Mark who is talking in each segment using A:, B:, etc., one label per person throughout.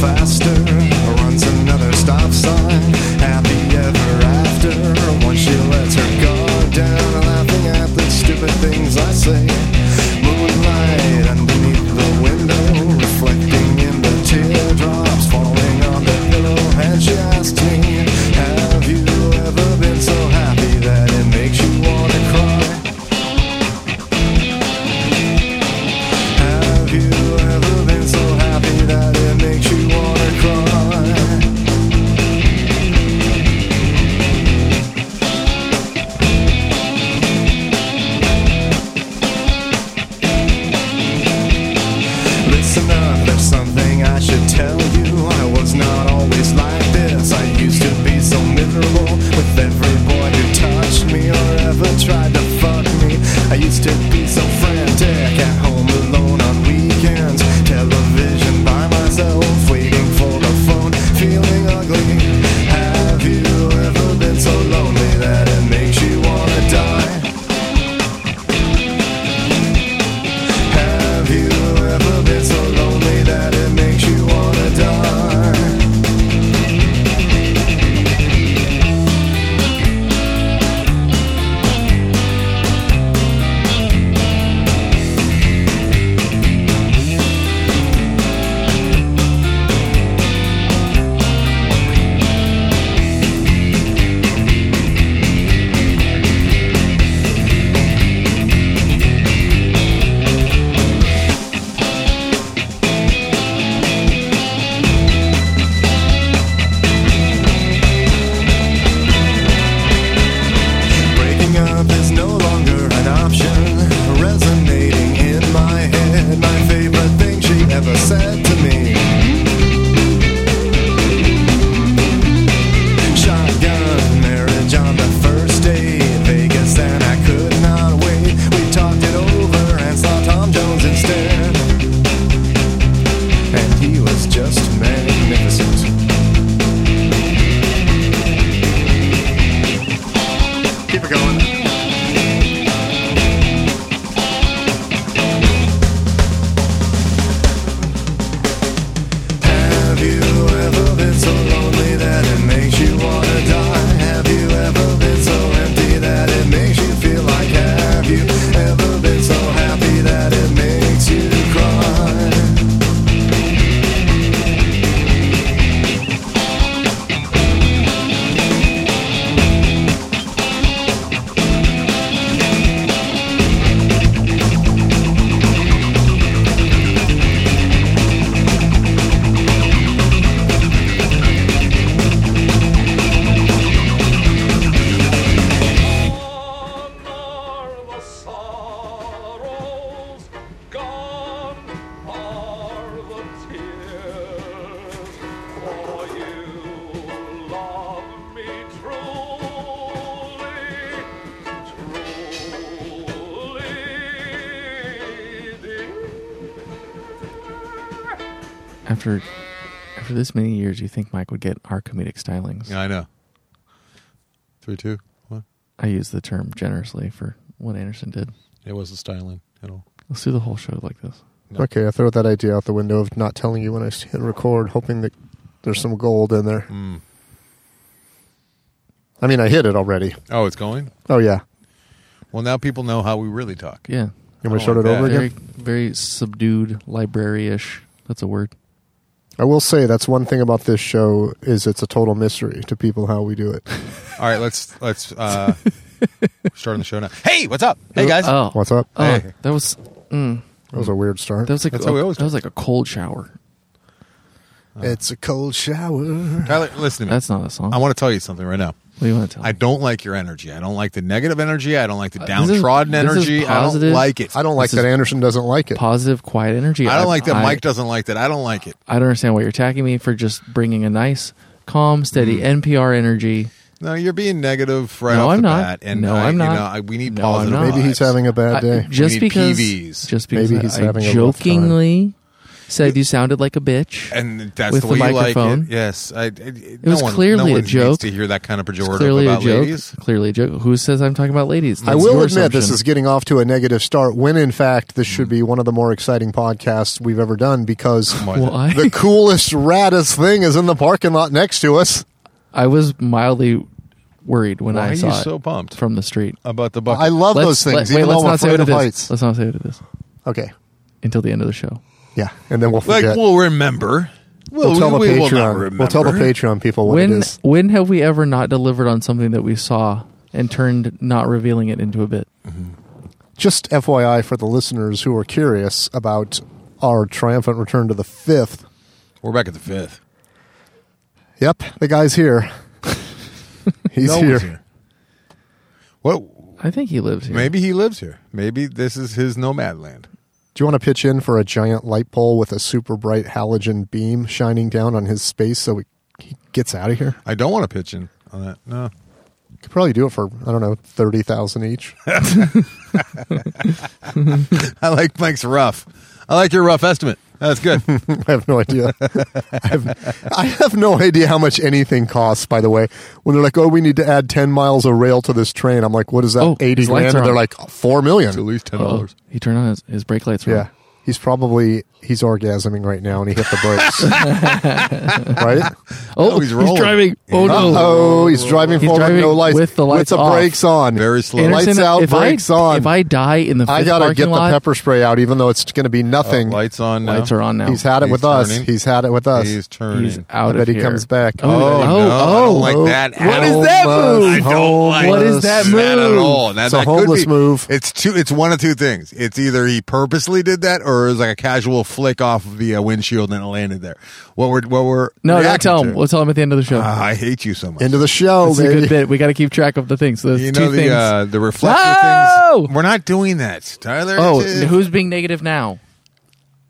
A: faster runs another stop sign. Happy ever after. Once she lets her guard down, laughing at the stupid things I say. Moonlight underneath the window, reflecting in the teardrops falling on the pillow. And she asks me, Have you ever been so happy that it makes you wanna cry? Have you ever been so happy that it makes you wanna cry? Listen up, there's something I should tell you. I was not always like this. I used to be so miserable with every boy who touched me or ever tried to fuck me. I used to be so frantic at home alone on weekends. Television by myself, waiting for the phone, feeling ugly. Have you ever been so lonely that it makes you wanna die? Have you ever been so lonely that it makes you wanna die? Breaking up is no longer an option. Resonating in my head, my favorite thing she ever said to me. Shotgun marriage on the first day, Vegas, and I could not wait. We talked it over and saw Tom Jones instead. And he was just magnificent. Keep it going. Have you ever been so lonely that it makes you wanna die? Have you ever been so empty that it makes you feel like have you ever been so happy that it makes you cry?
B: Gone are the sorrows, gone are the tears. For you love me truly, truly, dear.
C: After after this many years, you think Mike would get our comedic stylings?
D: Yeah, I know. Three, two, one.
C: I use the term generously for what Anderson did.
D: It wasn't styling at all.
C: Let's do the whole show like this.
E: Okay, I throw that idea out the window of not telling you when I s- hit record, hoping that there's some gold in
C: Mm.
E: there.
D: Mm.
E: I mean, I hit it already.
D: Oh, it's going.
E: Oh yeah,
D: Well, now people know how we really talk.
C: Yeah,
E: you want
D: I
E: to start
D: like
E: it over
D: that.
C: very
E: again?
C: very subdued, library-ish. That's a word.
E: I will say that's one thing about this show is it's a total mystery to people how we do it.
D: All right, let's let's uh, start on the show now. Hey, what's up? Hey guys.
C: Oh,
E: What's up?
C: Oh,
D: Hey.
C: that was mm,
E: That was a weird start.
C: that was like
D: That's how we
C: a,
D: always
C: that
D: do.
C: was like a cold shower.
E: it's a cold shower.
D: Tyler, listen to me.
C: That's not a song.
D: I want to tell you something right now.
C: what do you want to tell?
D: I
C: me?
D: don't like your energy. I don't like the negative energy. I don't like the
C: Uh, this is-
D: downtrodden
C: this is
D: energy. I don't
C: positive.
D: like it.
E: I don't like
C: This
E: that
C: is-
E: Anderson doesn't like it.
C: Positive, quiet energy.
D: I don't like that.
C: I-
D: Mike doesn't like that. I don't like it.
C: I don't understand why you're attacking me for just bringing a nice, calm,
D: Mm.
C: steady NPR energy.
D: No, you're being negative right
C: No,
D: off
C: I'm
D: the
C: not.
D: bat. And
C: No,
D: I,
C: I'm
D: you
C: not.
D: know, I, we need
C: No, I'm
D: positive.
C: not.
E: Maybe he's
D: vibes.
E: having a bad
C: I-
E: day.
C: just
D: need
C: because
D: PVs.
C: just because
E: Maybe
C: I-
E: he's
C: I
E: having a rough
C: jokingly said you sounded like a bitch.
D: and that's
C: With
D: the
C: the
D: way you like
C: microphone.
D: it. Yes, I, it,
C: was clearly a joke.
D: to hear that kind of
C: It's
D: pejorative
C: clearly a
D: about
C: joke.
D: ladies.
C: Clearly a joke. Who says I'm talking about ladies?
E: I
C: That's
E: will
C: your
E: admit this
C: assumption. Mm.
E: is getting off to a negative start when, in fact, this should be one of the more exciting podcasts we've ever done because
D: What?
C: Well, I,
E: the coolest, raddest thing is in the parking lot next to us.
C: I was mildly worried when I
D: Why are
C: saw
D: you
C: it
D: so pumped
C: from the street.
D: about the bucket?
E: I love those
C: let-
E: things.
C: wait,
E: even
C: let's
E: though I'm
C: not say
E: afraid
C: what
E: of
C: it
E: heights.
C: is. Let's not say what it is
E: Okay.
C: until the end of the show.
E: Yeah. And then we'll
D: like
E: forget.
D: we'll remember. We'll,
E: tell the
D: we- we will not
E: Patreon. we'll tell the
D: remember.
E: Patreon people what it
C: when
E: is.
C: when have we ever not delivered on something that we saw and turned not revealing it into a bit?
E: Just FYI for the listeners who are curious about our triumphant return to the fifth.
D: We're back at the fifth.
E: Yep, the guy's here. He's
D: No
E: here.
D: one's What?
C: I think he lives here.
D: Maybe he lives here. Maybe this is his nomad land.
E: Do you want to pitch in for a giant light pole with a super bright halogen beam shining down on his space so he, he gets out of here?
D: I don't want to pitch in on that. No.
E: Could probably do it for I don't know thirty thousand each.
D: I like Mike's rough. I like your rough estimate. That's good.
E: I have no idea. I, have, I have no idea how much anything costs. By the way, when they're like, "Oh, we need to add ten miles of rail to this train," I'm like, "What is that?
C: Oh,
E: Eighty
C: his lights
E: grand?"
C: are
E: And they're
C: on.
E: like, four
D: It's at
E: million.
D: least ten
C: Uh-oh.
D: dollars.
C: Oh, He turned on his, his brake lights. wrong.
E: Yeah, he's probably he's orgasming right now, and he hit the brakes. right?
C: Oh,
D: Oh, he's
C: he's,
D: rolling.
C: driving. Oh no.
E: Oh, he's driving
C: He's
E: forward,
C: driving
E: no lights,
C: with the lights off.
E: brakes on,
D: Very slow.
C: Anderson,
E: lights out,
C: if
E: brakes
C: I,
E: on.
C: If I die in the
E: I
C: fifth
E: gotta
C: parking
E: get
C: lot,
E: the pepper spray out, even though it's gonna be nothing.
D: Oh, Lights on. Now.
C: lights are on now.
E: He's had it
D: He's
E: with us.
D: turning.
E: He's had it with us.
D: He's turning.
C: He's out
E: I
C: of
E: bet he
C: here.
E: comes back.
D: oh,
C: Oh,
D: no! I
C: oh,
D: don't like
E: oh.
D: that.
E: What
D: at
E: is
D: all.
E: that move?
D: I don't like
C: What is that
D: Not at
C: move?
D: all. Now,
E: It's a
D: that could
E: homeless
D: be-
E: move.
D: It's two. It's one of two things. It's either he purposely did that, or it was like a casual flick off of the uh, windshield and it landed there. What we're what we're
C: no, don't
D: reacting
C: tell him.
D: to-
C: We'll tell him at the end of the show.
D: Ah, I hate you so much.
E: Into the show,
C: It's a
E: baby.
C: good bit. We got to keep track of the things. So there's
D: you
C: two
D: know the
C: things.
D: uh, the reflector
C: No!
D: things. We're not doing that, Tyler.
C: oh,
D: It's-
C: who's being negative now?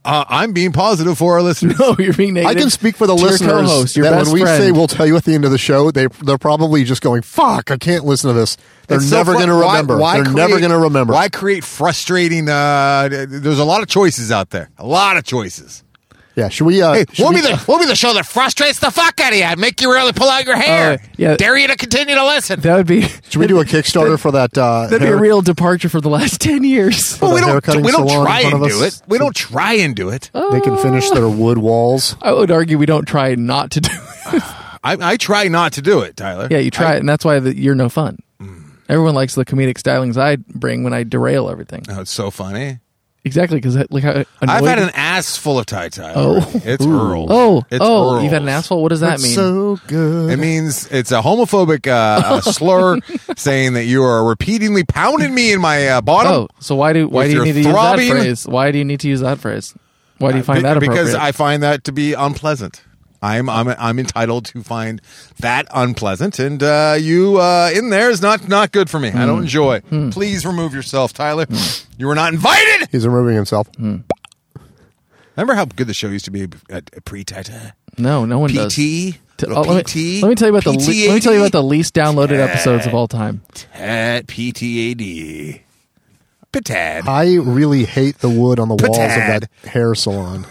D: uh, I'm being positive for our listeners.
C: No, you're being
E: I
C: negative.
E: can speak for the
C: to your
E: listeners
C: co-host, your
E: that
C: best
E: when we
C: friend.
E: say we'll tell you at the end of the show, they they're probably just going, "Fuck, I can't listen to this." They're
D: It's so
E: never
D: fu-
E: going to
D: why-
E: remember.
D: why
E: they're never
D: create-
E: going to remember.
D: Why create frustrating? Uh, there's a lot of choices out there. A lot of choices.
E: Yeah, should we? Uh,
D: Hey,
E: should
D: we'll
E: we-
D: be the we'll be the show that frustrates the fuck out of you. and Make you really pull out your hair.
C: Oh, yeah.
D: Dare you to continue to listen.
C: That would be.
E: should we do a Kickstarter for that? Uh,
C: That'd be
E: hair-
C: a real departure for the last ten years.
D: Well, we
E: the
D: don't
E: haircutting
D: we don't
E: salon in
D: try
E: front
D: and
E: of
D: do
E: us?
D: it. Oh. We don't try and do it.
C: Oh.
E: They can finish their wood walls.
C: I would argue we don't try not to do. it.
D: I, I try not to do it, Tyler.
C: Yeah, you try
D: I-
C: it, and that's why the, you're no fun.
D: Hmm.
C: Everyone likes the comedic stylings I bring when I derail everything.
D: Oh, it's so funny.
C: Exactly because like how annoyed-
D: I've had an ass full of Thai Tyler.
C: Oh.
D: it's Earl.
C: oh
D: it's
C: oh
D: Earls.
C: you've had an asshole. What does that
E: It's
C: mean?
E: so good.
D: It means it's a homophobic uh, uh, slur saying that you are repeatedly pounding me in my uh, bottom.
C: oh, so why do why
D: With
C: do you
D: your
C: need to
D: throbbing- Uh,
C: use that phrase? Why do you need to use that phrase? Why do you find
D: Be-
C: that appropriate?
D: because I find that to be unpleasant. I'm I'm I'm entitled to find that unpleasant, and uh, you uh, in there is not not good for me. I
C: Hmm.
D: don't enjoy. Please remove yourself, Tyler. You were not invited.
E: He's removing himself.
D: Hmm. Remember how good the show used to be at, at pre Tata
C: no, no one does.
D: PT.
C: T-
D: Little
C: oh, let,
D: PT.
C: me, let me tell you about the le- let me tell you about the least downloaded episodes of all time.
D: at PTAD. Patad.
E: I really hate the wood on the walls of
D: Patad.
E: that hair salon.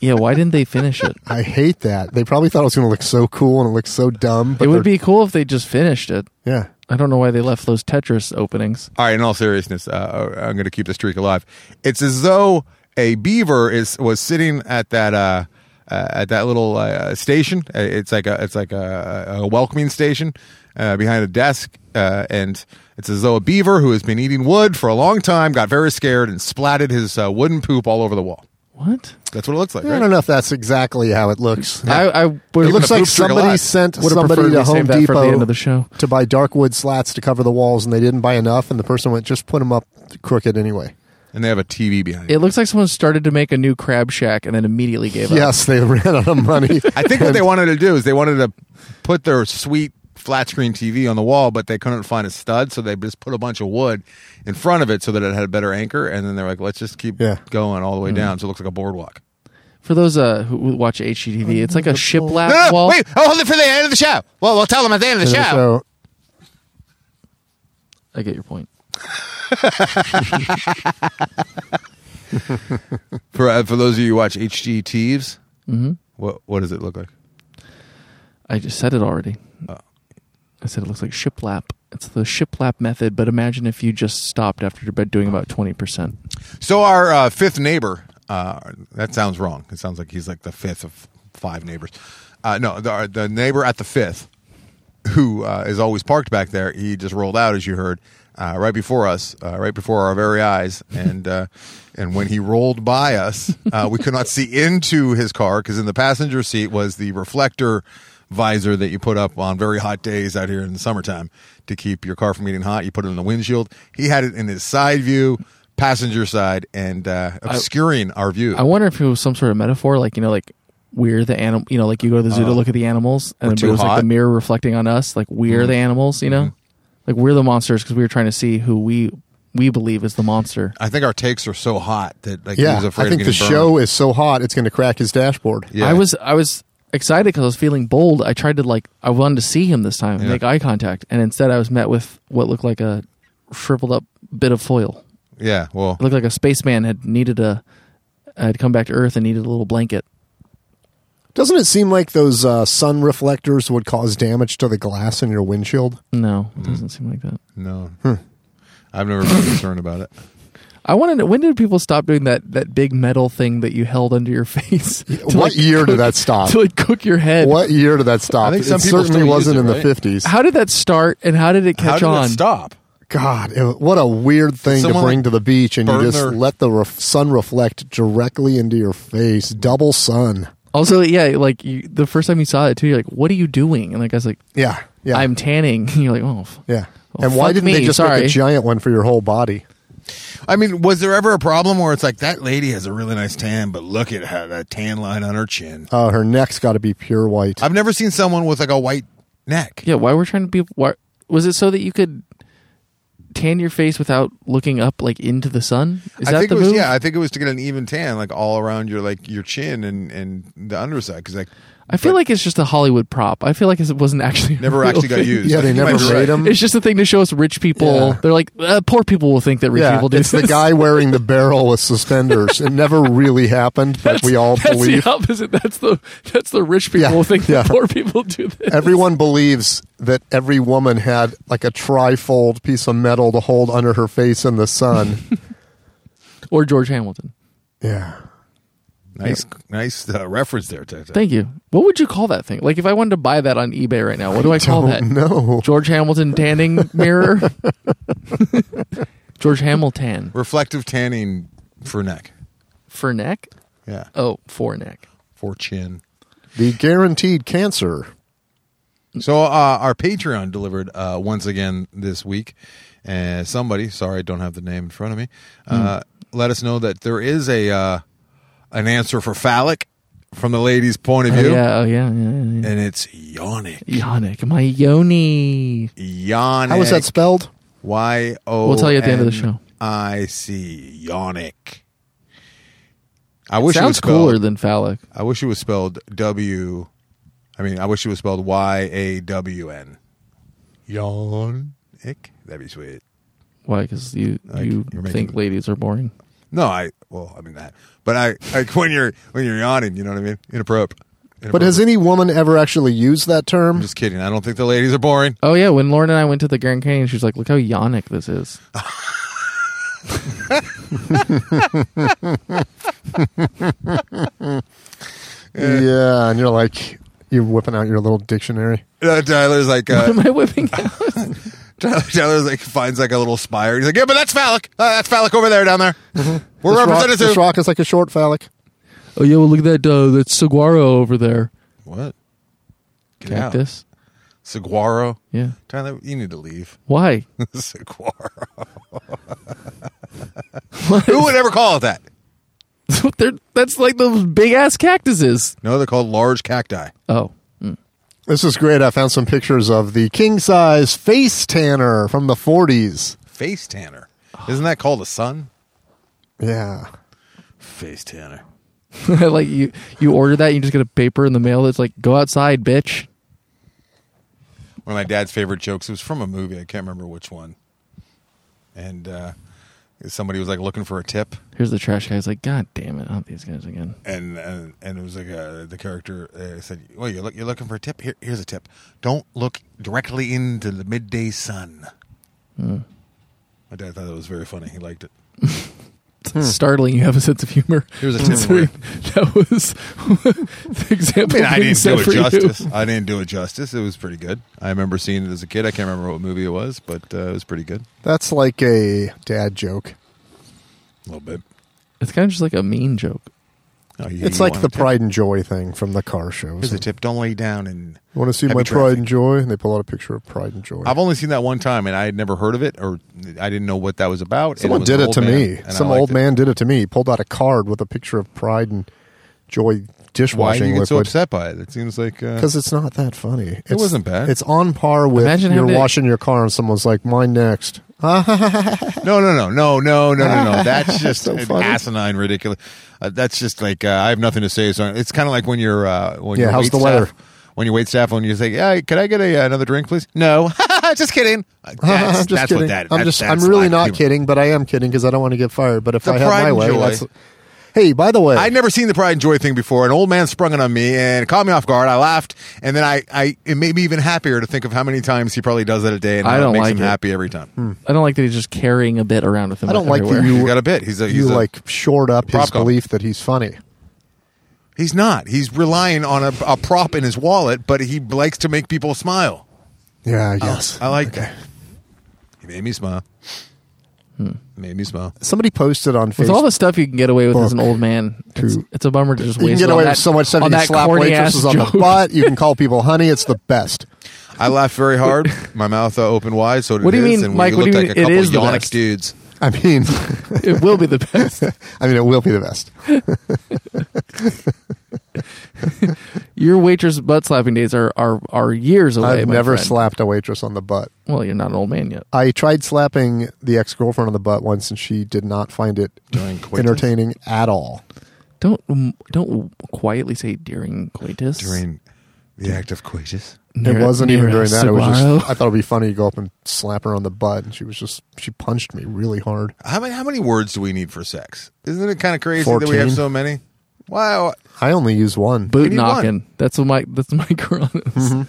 C: Yeah, why didn't they finish it?
E: I hate that. They probably thought it was going to look so cool and it looks so dumb. But
C: it would
E: they're-
C: be cool if they just finished it.
E: yeah.
C: I don't know why they left those Tetris openings.
D: All right, in all seriousness, uh, I'm going to keep the streak alive. It's as though a beaver is was sitting at that uh, uh, at that little uh, station. Uh, It's like a it's like a, a welcoming station uh, behind a desk, uh, and it's as though a beaver who has been eating wood for a long time got very scared and splatted his uh, wooden poop all over the wall.
C: What?
D: That's what it looks like.
E: I
D: Right?
E: don't know if that's exactly how it looks.
C: I, I would
E: it looks
D: the
E: like
D: poop streak
E: somebody
D: alive.
E: sent
C: Would've
E: somebody
C: preferred
E: to
C: we
E: Home
C: saved that for the
E: Depot
C: end of the show.
E: to buy dark wood slats to cover the walls, and they didn't buy enough. And the person went, "Just put them up crooked anyway."
D: And they have a TV behind.
C: It looks like someone started to make a new crab shack and then immediately gave up.
E: Yes, they ran out of money.
D: I think what they wanted to do is they wanted to put their sweet flat screen TV on the wall, but they couldn't find a stud, so they just put a bunch of wood in front of it so that it had a better anchor. And then they're like, let's just keep
E: Yeah. Mm-hmm.
D: going all the way down, so it looks like a boardwalk.
C: For those uh, who who watch HGTV, it's like a shiplap
D: No, no,
C: wall.
D: wait, oh, hold it for the end of the show. Well, we'll tell them at the end of the show.
E: so
C: I get your point.
D: for uh, for those of you who watch HGTVs, what what does it look like?
C: I just said it already.
D: Oh.
C: I said it looks like shiplap. It's the shiplap method, but imagine if you just stopped after about doing about twenty percent.
D: So our uh, fifth neighbor. Uh, that sounds wrong. It sounds like he's like the fifth of five neighbors. Uh, no, the, our- the neighbor at the fifth, who uh, is always parked back there, he just rolled out as you heard uh, right before us, uh, right before our very eyes, and uh, and when he rolled by us, uh, we could not see into his car because in the passenger seat was the reflector visor that you put up on very hot days out here in the summertime to keep your car from getting hot. You put it in the windshield. He had it in his side view. Passenger side and uh, obscuring our view.
C: I wonder if it was some sort of metaphor, like you know, like we're the animal. You know, like you go to the zoo to look at the animals, and
D: Oh. too
C: it was like
D: hot? Mm-hmm.
C: the mirror reflecting on us, like we're the animals. You know, like we're the monsters because we were trying to see who we we believe is the monster.
D: I think our takes are so hot that like he
E: Yeah,
D: was afraid.
E: I
D: of
E: think the
D: getting burned.
E: show is so hot it's going to crack his dashboard.
D: Yeah.
C: I was I was excited because I was feeling bold. I tried to like I wanted to see him this time and
D: Yeah.
C: make eye contact, and instead I was met with what looked like a shriveled up bit of foil.
D: Yeah. Well.
C: It looked like a spaceman had needed a had come back to Earth and needed a little blanket.
E: Doesn't it seem like those uh, sun reflectors would cause damage to the glass in your windshield?
C: No,
E: Mm-hmm.
C: it doesn't seem like that.
D: No. Hmm. I've never been concerned about it.
C: I want to know when did people stop doing that that big metal thing that you held under your face? to,
E: what
C: like,
E: year did
C: cook-
E: that stop?
C: To like cook your head.
E: What year did that stop?
D: I think
E: it
D: some people
E: certainly
D: still use
E: wasn't
D: it,
E: in
D: right?
E: the fifties.
C: How did that start and how did it catch
D: How did
C: on?
D: it stop?
E: God, it- what a weird thing to
D: someone,
E: bring
D: like,
E: to the beach, and you
D: burn
E: just
D: their-
E: let the ref- sun reflect directly into your face. Double sun.
C: Also, yeah, like you, the first time you saw it too, you're like, "What are you doing?" And like I was like,
E: Yeah, yeah,
C: "I'm tanning." you're like, "Oh, f-
E: yeah.
C: Well,
E: and why
C: fuck
E: didn't
C: me,
E: they just make
C: sorry.
E: a giant one for your whole body?
D: I mean, was there ever a problem where it's like that lady has a really nice tan, but look at her, that tan line on her chin?
E: Uh, her neck's got to be pure white.
D: I've never seen someone with like a white neck.
C: yeah." Why we're trying to be? Why was it so that you could tan your face without looking up like into the sun? Is
D: I
C: that
D: think
C: the
D: it was
C: move?
D: yeah. I think it was to get an even tan, like all around your like your chin and and the underside, because like
C: I feel like it's just a Hollywood prop. I feel like it wasn't actually a
D: never
C: real
D: actually got
C: thing.
D: used.
E: Yeah, they
D: You might
E: never
D: be
E: rate 'em.
C: It's just a thing to show us rich people.
E: Yeah.
C: They're like, uh, poor people will think that rich
E: Yeah,
C: people do
E: it's the
C: this."
E: guy wearing the barrel with suspenders. It never really happened, but we all
C: that's
E: believe.
C: the opposite. That's the that's the rich people
E: Yeah,
C: will think
E: yeah.
C: that poor people do this.
E: Everyone believes that every woman had like a trifold piece of metal to hold under her face in the sun.
C: or George Hamilton.
E: yeah.
D: Nice, nice uh, reference there, Tech.
C: Thank you. What would you call that thing? Like if I wanted to buy that on eBay right now, what do I, call that?
E: No.
C: George Hamilton tanning mirror. George Hamilton
D: Reflective tanning for neck.
C: for neck.
D: Yeah,
C: Oh, for neck.
D: for chin.
E: The guaranteed cancer.
D: So uh, our Patreon delivered uh, once again this week. Uh, somebody, sorry, I don't have the name in front of me. Uh,
C: Hmm.
D: Let us know that there is a uh, an answer for phallic from the lady's point of
C: Oh,
D: view,
C: yeah. Oh yeah. Yeah. yeah.
D: and it's yonic.
C: Yannick, my yoni.
D: Yonic.
E: How was that spelled?
D: Y O.
C: We'll tell you at the end of the show.
D: I see yonic. I wish it was
C: Sounds
D: spelled,
C: cooler than phallic.
D: I wish it was spelled W. I mean, I wish it was spelled Y A W N. Yonic. That'd be sweet.
C: Why? Because you
D: Like,
C: you
D: you're
C: think
D: making-
C: ladies are boring.
D: No, I well, I mean that, but I like when you're when you're yawning, you know what I mean? Inappropriate.
E: But has
D: Inappropriate.
E: any woman ever actually used that term?
D: I'm just kidding. I don't think the ladies are boring.
C: Oh yeah, when Lauren and I went to the Grand Canyon, she was like, "Look how yonic this is."
E: Yeah, and you're like, you're whipping out your little dictionary.
D: Uh, Tyler's like uh,
C: Am I whipping out?
D: Tyler, Tyler's like finds like a little spire. He's like, yeah, but that's phallic. Uh, that's phallic over there down there. We're
E: this rock,
D: represented
E: this
D: too.
E: rock is like a short phallic.
C: Oh yeah, well look at that uh, that saguaro over there.
D: What? Get out.
C: Cactus.
D: Saguaro.
C: Yeah.
D: Tyler, you need to leave.
C: Why?
D: Saguaro. Who would ever call it that?
C: They're, that's like those big ass cactuses.
D: No, they're called large cacti.
C: Oh.
E: This is great. I found some pictures of the king size face tanner from the 40s.
D: Face tanner. Isn't that called a sun?
E: Yeah.
D: Face tanner.
C: like you you order that, you just get a paper in the mail that's like, go outside, bitch.
D: one of my dad's favorite jokes. It was from a movie. I can't remember which one. And uh, Somebody was like looking for a tip,
C: Here's the trash guy. He's like, God damn it, not these guys again.
D: and and, and it was like uh, the character uh, said, "Well, you're, look, you're looking for a tip. Here, here's a tip: don't look directly into the midday sun." Hmm. My dad thought that was very funny. He liked it.
C: It's
E: Hmm.
C: startling you have a sense of humor.
D: Here's a tip
C: That's
D: for you.
C: weird. That was the
D: I
C: example.
D: mean, I
C: being
D: didn't
C: set
D: do it
C: for you.
D: justice. I didn't do it justice. It was pretty good. I remember seeing it as a kid. I can't remember what movie it was, but uh, it was pretty good.
E: That's like a dad joke.
D: A little bit.
C: It's kind of just like a mean joke.
D: Oh, you-
E: It's
D: you
E: like
D: want
E: the
D: a tip?
E: pride and joy thing from the car shows.
D: Here's a tip: don't lay down and
E: You want to see
D: Heavy
E: my pride
D: traffic.
E: and joy? And they pull out a picture of pride and joy.
D: I've only seen that one time, and I had never heard of it, or I didn't know what that was about.
E: Someone
D: was
E: did
D: an
E: it
D: old
E: to
D: man,
E: me.
D: and I
E: Some
D: liked
E: old
D: it.
E: man did it to me. He pulled out a card with a picture of pride and joy
D: Why do
E: dishwashing
D: you get
E: liquid.
D: so upset by it? It seems like uh,
E: Because it's not that funny. It's,
D: wasn't bad.
E: It's on par with
C: Imagine how
E: you're
C: many-
E: washing your car and someone's like, "Mine next."
D: no, no, no, no, no, no, no, no. That's just
E: So
D: an
E: funny.
D: asinine, ridiculous. Uh, that's just like uh, I have nothing to say. So it's kind of like when you're uh, when
E: Yeah,
D: you're
E: how's the
D: waitstaff-
E: weather?
D: When you wait staff, when you say, "Yeah, could I get a, uh, another drink, please?" No, just kidding. Uh, That's,
E: I'm just
D: that's
E: kidding.
D: what that.
E: I'm
D: that's-
E: just.
D: that's
E: I'm really
D: lack of
E: not
D: humor.
E: kidding, but I am kidding because I don't want to get fired. But if
D: The
E: I had
D: pride
E: my
D: and
E: way,
D: joy.
E: that's. Hey, by the way,
D: I'd never seen the Pride and Joy thing before. An old man sprung it on me and it caught me off guard. I laughed, and then I, I it made me even happier to think of how many times he probably does that a day, and
C: I
D: how it
C: don't
D: makes
C: like
D: him
C: it.
D: happy every time.
E: Hmm.
C: I don't like that he's just carrying a bit around with him.
E: I don't like that
C: everywhere.
E: you-
D: He's got a bit. He's a, he's
E: you
D: a-
E: like shored up
D: prop
E: his
D: comic.
E: belief that he's funny.
D: He's not. He's relying on a, a prop in his wallet, but he likes to make people smile.
E: Yeah. Yes.
D: I like that. He made me smile.
C: Hmm.
D: Made me smile.
E: Somebody posted on
C: With all
E: Facebook.
C: the stuff you can get away with as an
E: Book
C: old man, it's,
E: to-
C: it's a bummer to just
E: You
C: waste
E: can get
C: it on
E: away
C: that,
E: with so much stuff. You
C: on
E: can
C: that
E: slap
C: corny ass
E: waitresses on
C: joke.
E: the butt. You can call people honey. It's the best.
D: I laughed very hard. My mouth uh, opened wide, so did
C: What do you
D: his,
C: mean,
D: and
C: Mike,
D: we
C: what do
D: looked
C: you mean
D: like a
C: it
D: couple
C: is the
D: yonic
C: best?
D: dudes.
E: I mean,
C: it will be the best.
E: I mean, it will be the best.
C: Your waitress butt slapping days are are, are years away.
E: I've
C: my
E: never
C: friend.
E: slapped a waitress on the butt.
C: Well, you're not an old man yet.
E: I tried slapping the ex girlfriend on the butt once, and she did not find it
D: During coitus?
E: entertaining at all.
C: Don't mm, don't quietly say during coitus.
D: During the act of coitus.
E: it wasn't even during that. It was
C: Saguaro.
E: just. I thought it'd be funny to go up and slap her on the butt, and she was just. She punched me really hard.
D: How many how many words do we need for sex? Isn't it kind of crazy that we
E: 14?
D: have so many? Wow,
E: I only use one.
C: boot
D: need one.
C: knocking. That's what my that's my girl is.
E: Mm-hmm.
D: we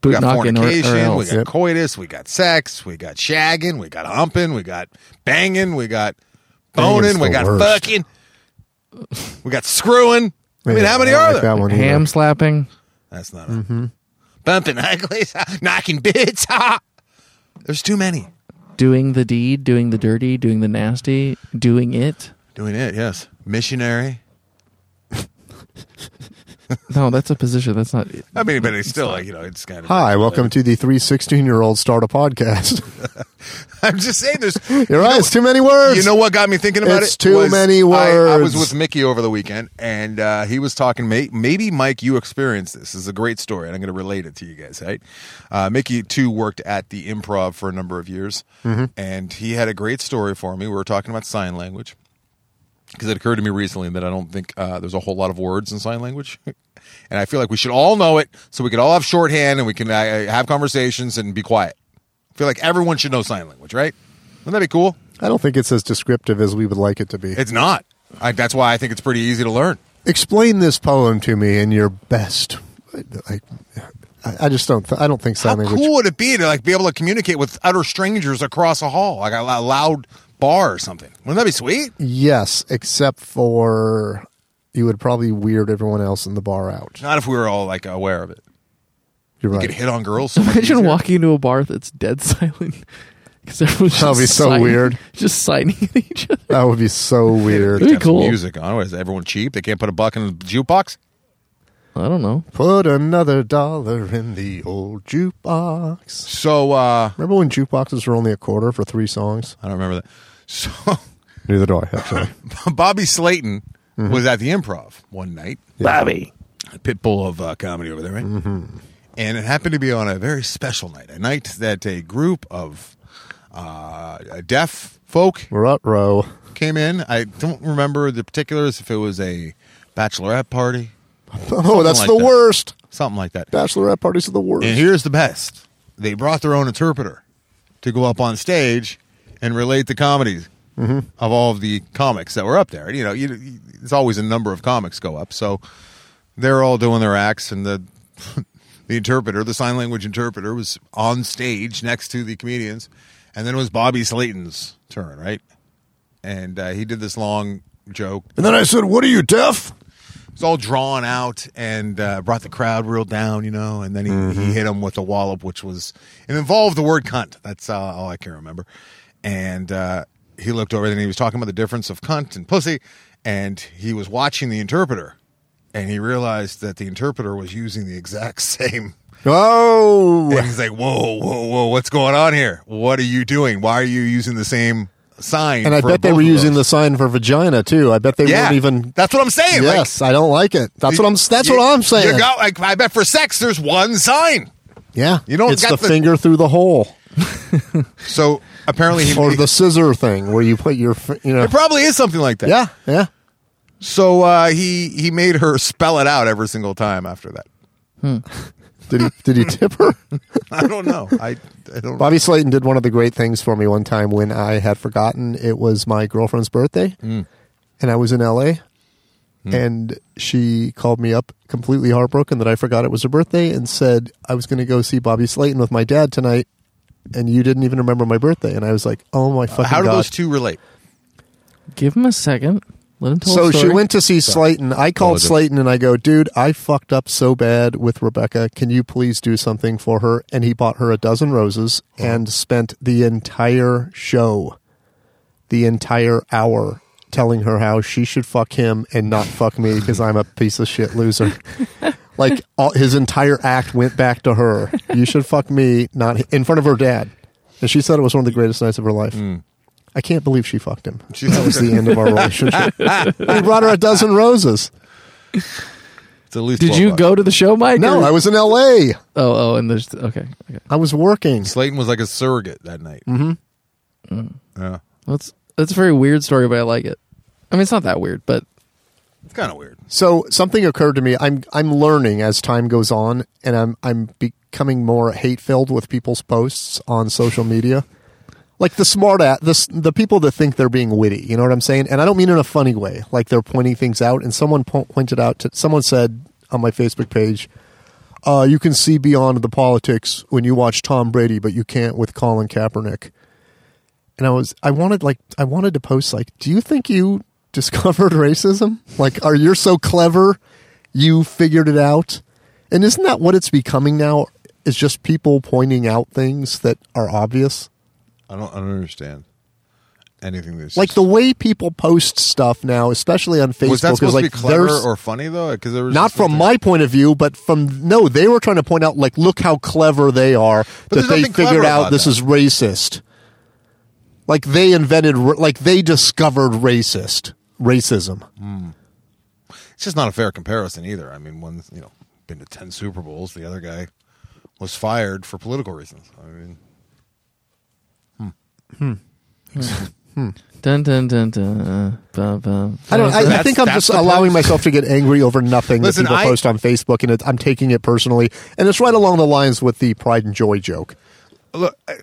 C: Boot
D: got
C: knocking or, or
D: fornication, we
C: else.
D: got coitus, we got sex, we got shagging, we got humping, we got banging, we got
E: Banging's
D: boning, we
E: the
D: got
E: worst.
D: fucking, we got screwing. I mean,
E: Yeah,
D: how many
E: don't
D: are
E: like
D: there?
E: That one either.
C: Ham slapping.
D: That's not a, bumping uglies, knocking bits. ha. There's too many
C: doing the deed, doing the dirty, doing the nasty, doing it.
D: doing it. Yes, missionary.
C: No, that's a position. That's not.
D: I mean, but it's still like you know, it's kind of.
E: Hi, welcome to the three 16 year old start a podcast.
D: I'm just saying, there's
E: You're right. It's too many words.
D: You know what got me thinking about
E: It's
D: it?
E: too many
D: I, I was
E: words.
D: with Mickey over the weekend, and uh, he was talking. may- Maybe Mike, you experienced this. This is a great story, and I'm going to relate it to you guys. Right? Uh, Mickey too worked at the Improv for a number of years,
E: Mm-hmm.
D: and he had a great story for me. We were talking about sign language because it occurred to me recently that I don't think uh, there's a whole lot of words in sign language. And I feel like we should all know it so we could all have shorthand and we can uh, have conversations and be quiet. I feel like everyone should know sign language, right? Wouldn't that be cool?
E: I don't think it's as descriptive as we would like it to be.
D: It's not. I, that's why I think it's pretty easy to learn.
E: Explain this poem to me in your best. Like, I, I just don't. Th- I don't think sign
D: How
E: language.
D: cool would it be to like be able to communicate with utter strangers across a hall, like a lo- loud bar or something? Wouldn't that be sweet?
E: Yes, except for you would probably weird everyone else in the bar out.
D: Not if we were all like aware of it.
E: You're
D: We
E: right.
D: could hit on girls. So much
C: Imagine
D: easier.
C: walking into a bar that's dead silent because everyone's just
E: That would be so
C: signing-
E: weird.
C: Just signing at each other.
E: That would be so
C: Ooh.
E: weird.
C: Be
D: Have some
C: cool.
D: Music on. What Is everyone cheap? They can't put a buck in a jukebox.
C: I don't know.
E: Put another dollar in the old jukebox.
D: So uh,
E: Remember when jukeboxes were only a quarter for three songs?
D: I don't remember that. So
E: Neither do I, actually.
D: Bobby Slayton was at the Improv one night.
C: Bobby.
D: pit bull of uh, comedy over there, right? Mm-hmm. And it happened to be on a very special night, a night that a group of uh, deaf folk
E: Rut row.
D: came in. I don't remember the particulars if it was a bachelorette party,
E: Oh, that's
D: like
E: the
D: that.
E: worst.
D: something like that.
E: Bachelorette parties are the worst.
D: And here's the best: they brought their own interpreter to go up on stage and relate the comedies of all of the comics that were up there. You know, you, you- it's always a number of comics go up, so they're all doing their acts, and the the interpreter, the sign language interpreter, was on stage next to the comedians, and then it was Bobby Slayton's turn, right? And uh, he did this long joke
E: And then I said, "What are you deaf?"
D: it's all drawn out and uh, brought the crowd real down, you know. And then he,
E: Mm-hmm.
D: he hit him with a wallop, which was it involved the word cunt. That's uh, all I can remember. And uh, he looked over and he was talking about the difference of cunt and pussy, and he was watching the interpreter, and he realized that the interpreter was using the exact same.
E: Oh,
D: And he's like, "Whoa, whoa, whoa! What's going on here? What are you doing? Why are you using the same sign?"
E: and I
D: for
E: bet they
D: both
E: were
D: of
E: using
D: those?
E: the sign for vagina too. I bet they
D: Yeah,
E: weren't even.
D: that's what I'm saying. like,
E: yes, I don't like it. That's what I'm. That's
D: you-
E: what I'm saying.
D: You got, like, I bet for sex, there's one sign.
E: yeah,
D: you don't
E: It's
D: got
E: the,
D: the-
E: finger through the hole
D: So apparently, he,
E: or the scissor thing where you put your. fi- You know.
D: it probably is something like that.
E: Yeah, yeah.
D: So uh, he he made her spell it out every single time after that.
E: Did he? Did he tip her?
D: I don't know. I I don't.
E: Bobby Slayton did one of the great things for me one time when I had forgotten it was my girlfriend's birthday,
D: Mm.
E: and I was in L.A. And she called me up completely heartbroken that I forgot it was her birthday and said I was going to go see Bobby Slayton with my dad tonight, and you didn't even remember my birthday. And I was like, "Oh my fucking
D: Uh, How do
E: god!"
D: those two relate?
C: Give him a second. Let him tell.
E: so
C: a
E: she
C: story.
E: went to see Slayton. I called
D: Apologies.
E: Slayton and I go, dude, I fucked up so bad with Rebecca. Can you please do something for her? And he bought her a dozen roses and spent the entire show, the entire hour, telling her how she should fuck him and not fuck me because I'm a piece of shit loser. like all, his entire act went back to her. You should fuck me, not in front of her dad. And she said it was one of the greatest nights of her life. I can't believe Mm. she fucked him.
D: She-
E: that was the end of our relationship. he brought her a dozen roses.
D: It's at least
C: Did
D: 12
C: you
D: bucks.
C: go to the show, Mike?
E: uh, No,
C: or-
E: I was in L.A.
C: Oh, oh, and there's okay. Okay,
E: I was working.
D: Slayton was like a surrogate that night.
E: Mm-hmm. Mm.
D: Yeah,
C: that's that's a very weird story, but I like it. I mean, it's not that weird, but
D: it's kind of weird.
E: So something occurred to me. I'm I'm learning as time goes on, and I'm I'm becoming more hate filled with people's posts on social media. Like the smart at the s- the people that think they're being witty, you know what I'm saying? And I don't mean in a funny way. Like they're pointing things out. And someone po- pointed out to someone said on my Facebook page, uh, "You can see beyond the politics when you watch Tom Brady, but you can't with Colin Kaepernick." and I was I wanted like I wanted to post like, do you think you discovered racism? Like, are you so clever? You figured it out, and isn't that what it's becoming now? Is just people pointing out things that are obvious,
D: I don't. I don't understand anything. That's
E: like
D: just-
E: the way people post stuff now, especially on Facebook.
D: was that
E: is
D: supposed
E: like
D: to be clever
E: there's-
D: or funny though? Because there was
E: not
D: just like
E: from
D: a-
E: my point of view, but from no, they were trying to point out like, look how clever they are
D: But
E: that
D: there's
E: they
D: nothing clever
E: figured out
D: about
E: this
D: that.
E: is racist. Like they invented, ra- like they discovered racist racism.
D: It's just not a fair comparison either. I mean, one's you know been to ten Super Bowls. The other guy was fired for political reasons. I mean,
C: dun dun dun dun. Ba, ba.
E: I don't. I, I
D: That's-
E: think I'm
D: that's
E: just
D: the
E: allowing
D: post.
E: myself to get angry over nothing
D: Listen,
E: that people
D: I-
E: post on Facebook, and it, I'm taking it personally. And it's right along the lines with the pride and joy joke.
D: look, I-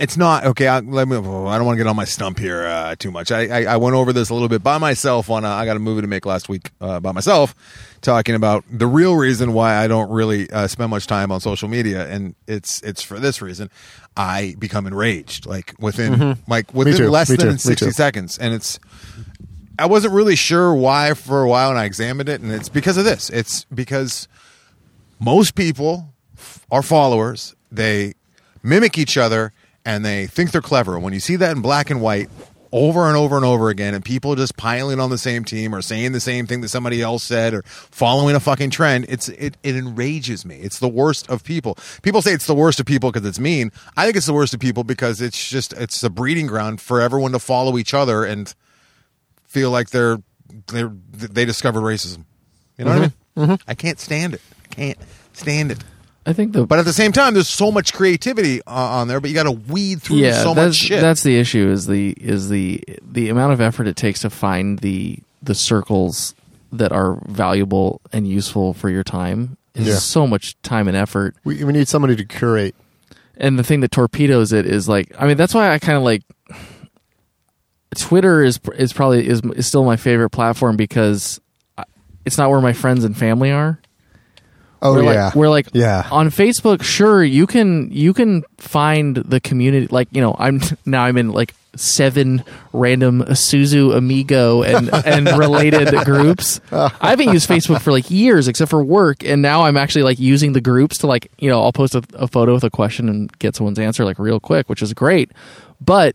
D: it's not okay. I, let me. I don't want to get on my stump here uh, too much. I, I I went over this a little bit by myself on. A, I got a movie to make last week uh, by myself, talking about the real reason why I don't really uh, spend much time on social media, and it's it's for this reason. I become enraged, like within like within
E: too,
D: less
E: Mm-hmm. me too,
D: than
E: me
D: sixty
E: too.
D: seconds, and it's I wasn't really sure why for a while, and I examined it, and it's because of this. It's because most people f- are followers. They mimic each other, and they think they're clever. And when you see that in black and white over and over and over again, and people just piling on the same team or saying the same thing that somebody else said or following a fucking trend, it's it, it enrages me. It's the worst of people. People say it's the worst of people because it's mean. I think it's the worst of people because it's just it's a breeding ground for everyone to follow each other and feel like they're they are they discovered racism. You know
C: Mm-hmm.
D: what I mean? I can't stand it. I can't stand it.
C: I think the
D: But at the same time, there's so much creativity uh, on there, but you got to weed through
C: yeah,
D: so
C: that's
D: much shit.
C: that's the issue is the is the the amount of effort it takes to find the the circles that are valuable and useful for your time is
E: Yeah.
C: so much time and effort.
E: We, we need somebody to curate.
C: and the thing that torpedoes it is like I mean that's why I kind of like Twitter is is probably is is still my favorite platform because I- it's not where my friends and family are.
E: Oh
C: we're
E: yeah,
C: like, we're like
E: yeah.
C: on Facebook. Sure, you can you can find the community. Like you know, I'm now I'm in like seven random Isuzu Amigo and and related groups. I haven't used Facebook for like years, except for work, and now I'm actually like using the groups to like you know I'll post a, a photo with a question and get someone's answer like real quick, which is great. But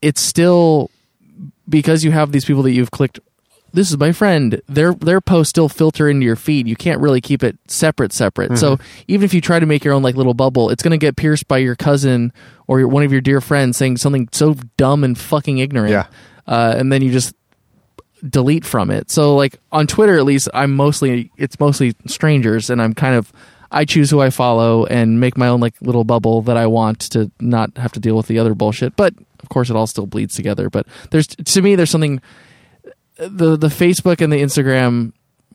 C: it's still because you have these people that you've clicked this is my friend their their posts still filter into your feed you can't really keep it separate separate so even if you try to make your own like little bubble it's going to get pierced by your cousin or your, one of your dear friends saying something so dumb and fucking ignorant
D: Yeah.
C: uh, and then you just delete from it so like on twitter at least i'm mostly it's mostly strangers and i'm kind of i choose who i follow and make my own like little bubble that i want to not have to deal with the other bullshit but of course it all still bleeds together but there's to me there's something the the Facebook and the Instagram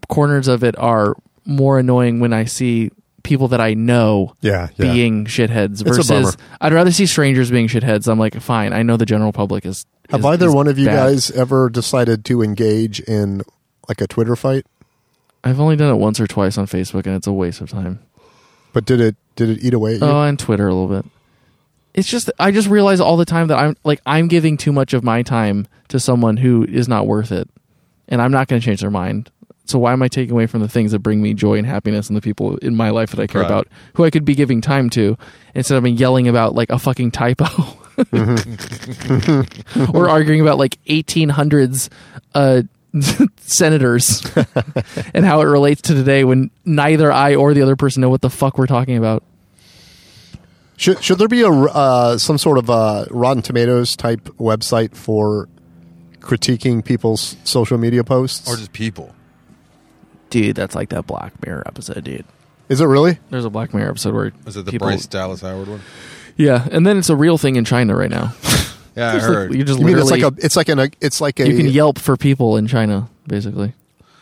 C: corners of it are more annoying when I see people that I know
E: Yeah, yeah.
C: being shitheads
E: a bummer.
C: versus I'd rather see strangers being shitheads. I'm like, fine, I know the general public is.
E: Have
C: is-
E: either
C: is
E: one of you
C: bad.
E: guys ever decided to engage in like a Twitter fight?
C: I've only done it once or twice on Facebook, and it's a waste of time.
E: But did it did it eat away at you?
C: Oh, and Twitter a little bit. It's just I just realize all the time that I'm like I'm giving too much of my time to someone who is not worth it, and I'm not going to change their mind. So why am I taking away from the things that bring me joy and happiness and the people in my life that I care
D: Right.
C: about, who I could be giving time to, instead of me yelling about like a fucking typo, or arguing about like 1800s uh, senators and how it relates to today when neither I or the other person know what the fuck we're talking about.
E: Should should there be a uh, some sort of uh Rotten Tomatoes type website for critiquing people's social media posts?
D: or just people.
C: dude, that's like that Black Mirror episode, dude.
E: is it really?
C: There's a Black Mirror episode where
D: Is it the
C: people-
D: Bryce Dallas Howard one?
C: Yeah, and then it's a real thing in China right now.
D: Yeah, I
C: It's like-
D: heard.
C: you just
E: You mean it's
C: literally
E: like a it's like an uh, it's like a
C: you can Yelp for people in China, basically.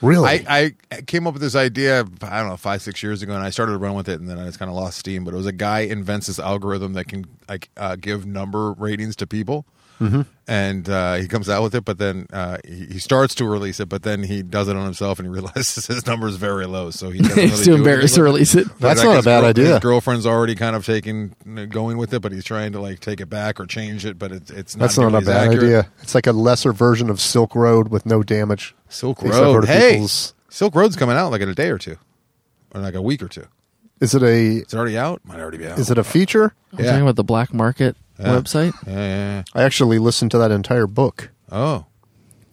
E: really
D: I, I came up with this idea, I don't know, five, six years ago, and I started to run with it, and then I just kind of lost steam. But it was a guy invents this algorithm that can like uh, give number ratings to people.
E: Mm-hmm.
D: And uh, he comes out with it, but then uh, he he starts to release it, but then he does it on himself and he realizes his number is very low. So he doesn't really
C: it's
D: do
C: too embarrassed to
D: anything.
C: release it.
E: That's
D: Like,
E: not a
D: his
E: bad idea.
D: His girlfriend's already kind of taking going with it, but he's trying to like take it back or change it, but it's it's not
E: that's not
D: nearly
E: a
D: as
E: bad
D: accurate.
E: idea. It's like a lesser version of Silk Road with no damage.
D: Silk
E: Except for
D: Road.
E: to
D: Hey,
E: people's-
D: Silk Road's coming out like in a day or two, or like a week or two.
E: Is it a
D: It's already out. Might already be out.
E: is it a feature?
C: We're talking about the black market website.
D: Yeah, yeah, yeah.
E: I actually listened to that entire book.
D: Oh,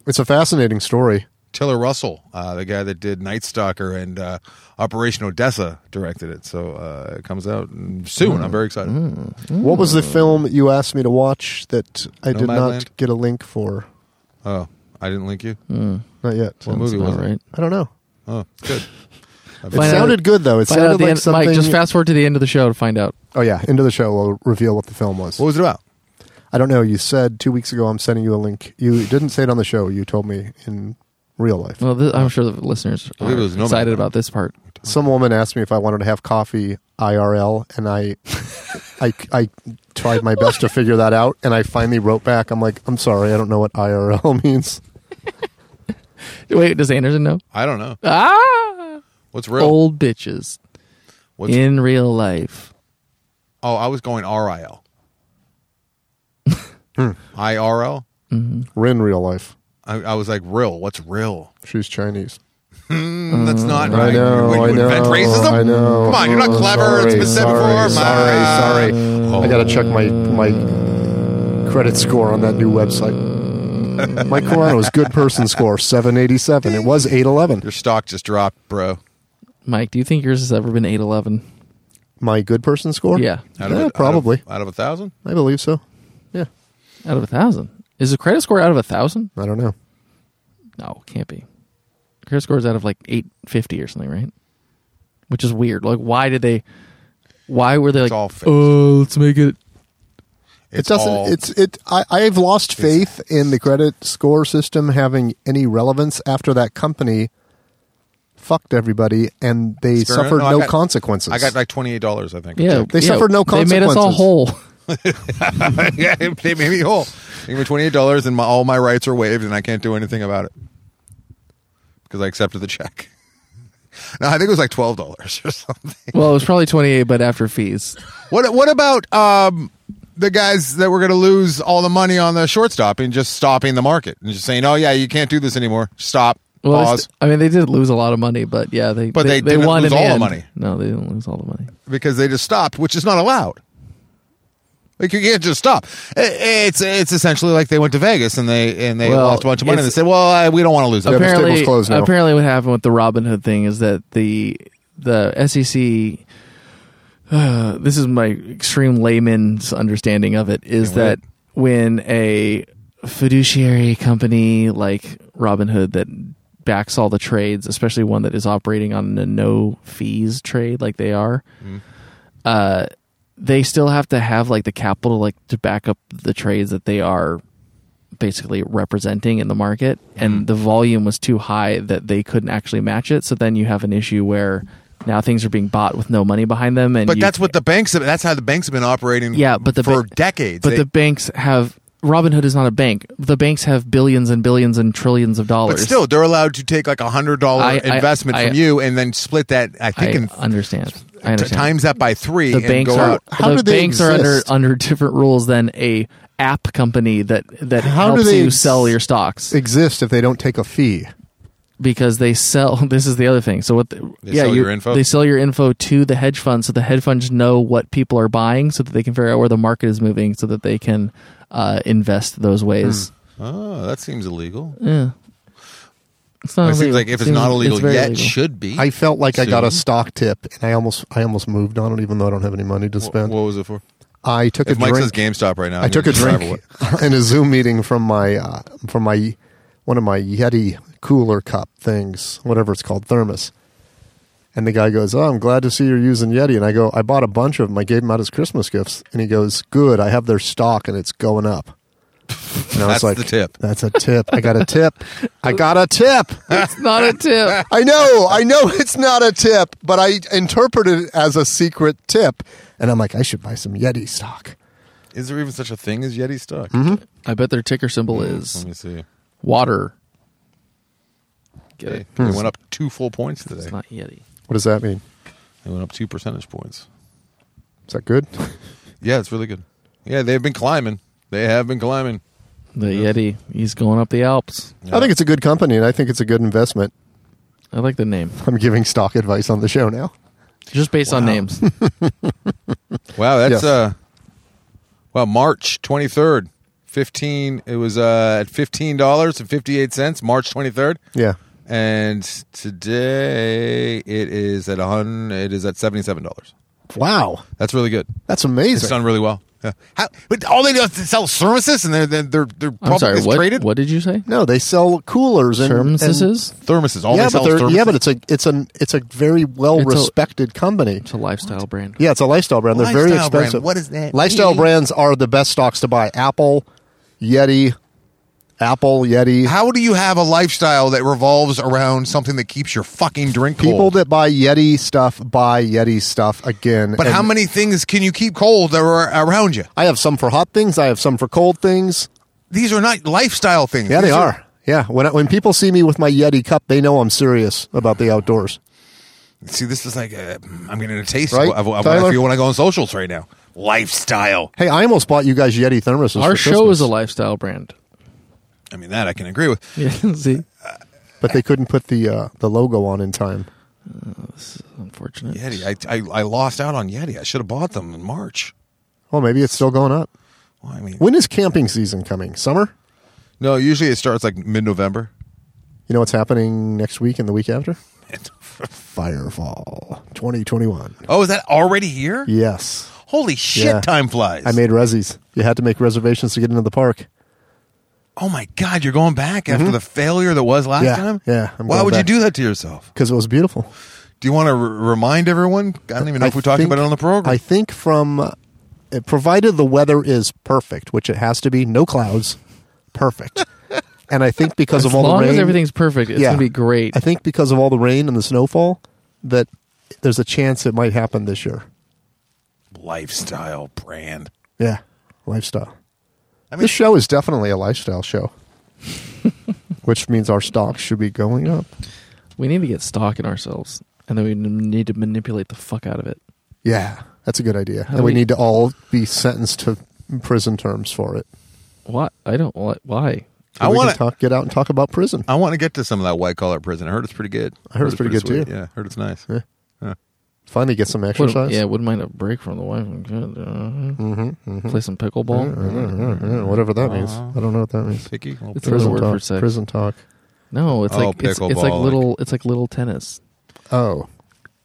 E: It's a fascinating story.
D: Taylor Russell, uh, the guy that did Night Stalker and uh, Operation Odessa, directed it. So uh, it comes out soon.
E: Hmm.
D: I'm very excited.
E: What was the film you asked me to watch that I did
D: Nomadland?
E: not get a link for?
D: Oh, I didn't link you.
E: Hmm. Not yet.
D: What movie
C: Sounds
D: was
C: about
D: it?
C: right.
E: I don't know.
D: Oh, good.
E: It
C: Find out-
E: sounded good though. It
C: Find out
E: sounded
C: the
E: like
C: end,
E: something.
C: Mike, just fast forward to the end of the show to find out.
E: oh yeah, end of the show. We'll reveal what the film was.
D: What was it about?
E: I don't know. You said two weeks ago. I'm sending you a link. You didn't say it on the show. You told me in real life.
C: Well, this, I'm sure the listeners
D: believe
C: are
D: it was Nomad.
C: excited about this part.
E: Some woman asked me if I wanted to have coffee IRL, and I, I, I tried my best to figure that out, and I finally wrote back. I'm like, I'm sorry, I don't know what IRL means.
C: Wait, does Anderson know?
D: I don't know.
C: Ah,
D: What's real?
E: Oh,
C: old bitches
D: What's,
C: in real life.
D: oh, I Hmm. was going RIL. IRL?
E: We're in real life.
D: I, I was like, real. What's real?
E: She's Chinese.
D: Mm, that's not right.
E: know,
D: Would you
E: I
D: invent
E: know,
D: racism?
E: I know.
D: Come on, you're not
E: Oh,
D: clever. It's
E: sorry,
D: been said
E: sorry,
D: before.
E: sorry, sorry.
D: Oh.
E: I gotta check my my credit score on that new website. Mike Corano's good person score seven eighty seven. It was eight eleven.
D: Your stock just dropped, bro.
C: Mike, do you think yours has ever been eight eleven?
E: My good person score.
C: Yeah.
D: Out of
E: Yeah,
D: a- out of-
E: probably.
D: out of a thousand.
E: I believe so. Yeah,
C: Out of a thousand. Is the credit score out of a thousand?
E: I don't know.
C: No, can't be. Credit score is out of like eight fifty or something, right? Which is weird. Like, why did they? Why were they like?
D: It's all fixed.
C: Oh, let's make it.
E: It doesn't.
D: all-
E: it's it. I I've lost faith in the credit score system having any relevance after that company fucked everybody and they
D: Experiment?
E: suffered
D: No, I
E: no
D: got-
E: consequences.
D: I got like twenty eight dollars. I think.
C: Yeah,
E: They
C: yeah,
E: suffered no
C: They made us all
E: consequences.
C: whole.
D: yeah, they made me whole. They gave me twenty eight dollars, and my, all my rights are waived, and I can't do anything about it because I accepted the check. No, I think it was like twelve dollars or something.
C: Well, it was probably 28, but after fees.
D: What What about um, the guys that were going to lose all the money on the shortstop and just stopping the market and just saying, "Oh yeah, you can't do this anymore. Stop,
C: Well, they
D: pause,"
C: st- I mean, they did lose a lot of money, but yeah, they
D: But they
C: they,
D: didn't
C: won
D: lose
C: in
D: all the
C: end.
D: money.
C: No, they didn't lose all the money.
D: because they just stopped, which is not allowed. Like you can't just stop. I- It's it's essentially like they went to Vegas and they and they
C: Well,
D: lost a bunch of money and they
C: it's-
D: said, "Well, I, we don't want to lose." it."
E: the stable's
C: apparently,
E: closed now.
C: apparently, what happened with the Robin Hood thing is that the the SEC. Uh, this is my extreme layman's understanding of it is
D: wait.
C: that when a fiduciary company like Robin Hood that backs all the trades, especially one that is operating on a no fees trade like they are, uh, they still have to have like the capital like to back up the trades that they are basically representing in the market
D: Mm-hmm.
C: and the volume was too high that they couldn't actually match it so then you have an issue where now things are being bought with no money behind them and
D: But
C: you-
D: that's what the banks. Have, that's how the banks have been operating.
C: Yeah, but the
D: for
C: ba-
D: decades.
C: but
D: They-
C: the banks have Robinhood is not a bank the banks have billions and billions and trillions of dollars
D: but still, they're allowed to take like a hundred dollar
C: I- I-
D: investment
C: I-
D: from you and then split that. I
C: I
D: think in
C: understand I
D: t-
C: understand
D: times that by three
C: the
D: and
C: banks
D: go
C: are
D: out.
E: How
C: the
E: do they
C: banks are under
E: exist?
C: under different rules than a app company that that
E: How do
C: helps
E: they
C: you
E: ex-
C: sell your stocks
E: Exist if they don't take a fee.
C: because they sell this is the other thing so what the,
D: They
C: yeah
D: sell
C: you-
D: your info?
C: they sell your info to the hedge funds so the hedge funds know what people are buying so that they can figure out where the market is moving so that they can uh, invest those ways
D: Oh, that seems illegal.
C: yeah it's not
D: it seems
C: illegal.
D: like if it's
C: Seems-
D: not illegal
C: very
D: yet,
C: illegal.
D: should be.
E: I felt like I got a
D: Soon.
E: stock tip, and I almost I almost moved on it, even though I don't have any money to
D: Wh-
E: spend.
D: What was it for?
E: I took
D: If
E: a
D: Mike
E: drink.
D: says GameStop right now,
E: I
D: I'm
E: took a
D: gonna drive
E: drink
D: away.
E: in a Zoom meeting from my uh, from my one of my Yeti cooler cup things, whatever it's called, thermos. And the guy goes, "Oh, I'm glad to see you're using Yeti." And I go, "I bought a bunch of them. I gave them out as Christmas gifts." And he goes, "Good. I have their stock, and it's going up." And I was
D: That's
E: like,
D: the tip.
E: That's a tip. I got a tip. I got a tip.
C: it's not a tip
E: I know, I know it's not a tip, but I interpreted it as a secret tip. And I'm like, I should buy some Yeti stock.
D: Is there even such a thing as Yeti stock?
E: Mm-hmm.
C: i bet their ticker symbol is
D: Let me see.
C: water get
D: Hey,
C: it
E: Hmm.
D: They went up two full points today.
C: it's not yeti
E: What does that mean?
D: They went up two percentage points.
E: Is that good?
D: Yeah, it's really good. Yeah, they've been climbing. They have been climbing.
C: the yeti he's going up the alps
E: I think it's a good company and I think it's a good investment.
C: i like the name
E: I'm giving stock advice on the show now.
C: just based on names
D: Wow, that's
E: Yes.
D: uh well, March twenty third. Fifteen it was uh at fifteen dollars and fifty eight cents, March twenty third.
E: Yeah.
D: And today it is at a hundred it is at seventy seven dollars.
E: Wow.
D: That's really good.
E: That's
D: It's
E: amazing.
D: done really well. Yeah. How, but all they do is sell services and they're they're they're, they're
C: i'm sorry
D: is
C: what,
D: traded
C: what did you say
E: no, they sell coolers and
C: terms this
E: and-
C: is
D: thermoses. All
E: Yeah,
D: they
E: but
D: sell
E: they're,
D: is thermoses.
E: yeah, but it's a it's an it's a very well respected company.
C: it's a lifestyle brand
E: Yeah, it's a lifestyle brand. They're very
D: Lifestyle brand.
E: expensive.
D: What is that
E: Lifestyle
D: mean?
E: brands are the best stocks to buy. Apple, Yeti, Apple, Yeti.
D: how do you have a lifestyle that revolves around something that keeps your fucking drink cold?
E: People that buy Yeti stuff buy Yeti stuff again.
D: But
E: And
D: how many things can you keep cold that are around you?
E: I have some for hot things. I have some for cold things.
D: These are not lifestyle things.
E: Yeah, they
D: These
E: are. Yeah, when I- when people see me with my Yeti cup, they know I'm serious about the outdoors.
D: See, this is like uh, I'm getting a taste
E: Right,
D: of, of what I
E: Tyler?
D: feel when I go on socials right now. Lifestyle.
E: Hey, I almost bought you guys Yeti thermoses.
C: Our
E: for
C: show
E: Christmas,
C: is a lifestyle brand.
D: I mean, that I can agree with.
C: Yeah, see,
E: but they couldn't put the uh, the logo on in time.
C: unfortunate.
D: Yeti. I, I I lost out on Yeti. I should have bought them in March.
E: Well, maybe it's still going up.
D: Well, I mean,
E: When is camping season coming? Summer?
D: no. Usually it starts like mid-November.
E: You know what's happening next week and the week after? Firefall 2021.
D: Oh, is that already here?
E: Yes.
D: Holy shit!
E: Yeah.
D: Time flies.
E: I made resis. You had to make reservations to get into the park.
D: oh my god, you're going back after the failure that was last
E: Mm-hmm. Yeah,
D: time.
E: yeah, I'm
D: Why
E: going
D: would
E: back.
D: you do that to yourself?
E: because it was beautiful.
D: Do you want to r- remind everyone? I don't even know if we talked
E: think-
D: about it on the program.
E: I think from uh, it- provided the weather is perfect, which it has to be, no clouds, perfect. and I think because
C: As
E: of all
C: long
E: the rain,
C: as everything's perfect, it's
E: Yeah.
C: gonna be great.
E: I think because of all the rain and the snowfall, that there's a chance it might happen this year.
D: Lifestyle brand.
E: Yeah, lifestyle.
D: I mean,
E: This show is definitely a lifestyle show, which means our stocks should be going up.
C: We need to get stock in ourselves, and then we n- need to manipulate the fuck out of it.
E: Yeah, that's a good idea.
C: How
E: and we
C: do we-
E: need to all be sentenced to prison terms for it.
C: What? I don't. What? Why?
D: I
E: We can
D: want to.
E: talk, get out and talk about prison.
D: I want to get to some of that white collar prison. I heard it's pretty good.
E: I heard it's pretty good,
D: sweet.
E: too.
D: Yeah, heard it's nice.
E: Yeah.
D: Huh.
E: Finally, get some
C: Wouldn't-
E: exercise.
C: yeah, wouldn't mind a break from the wife. Mm-hmm, Play some pickleball.
E: Mm-hmm, Yeah, whatever that means.
D: Uh-huh.
E: I don't know what that means.
D: Picky. Well,
C: It's
E: Prison
C: word for
E: talk.
C: sex.
E: Prison talk.
C: No, it's
D: Oh,
C: like it's, it's like
D: pickleball,
C: little it's like little tennis.
E: Oh,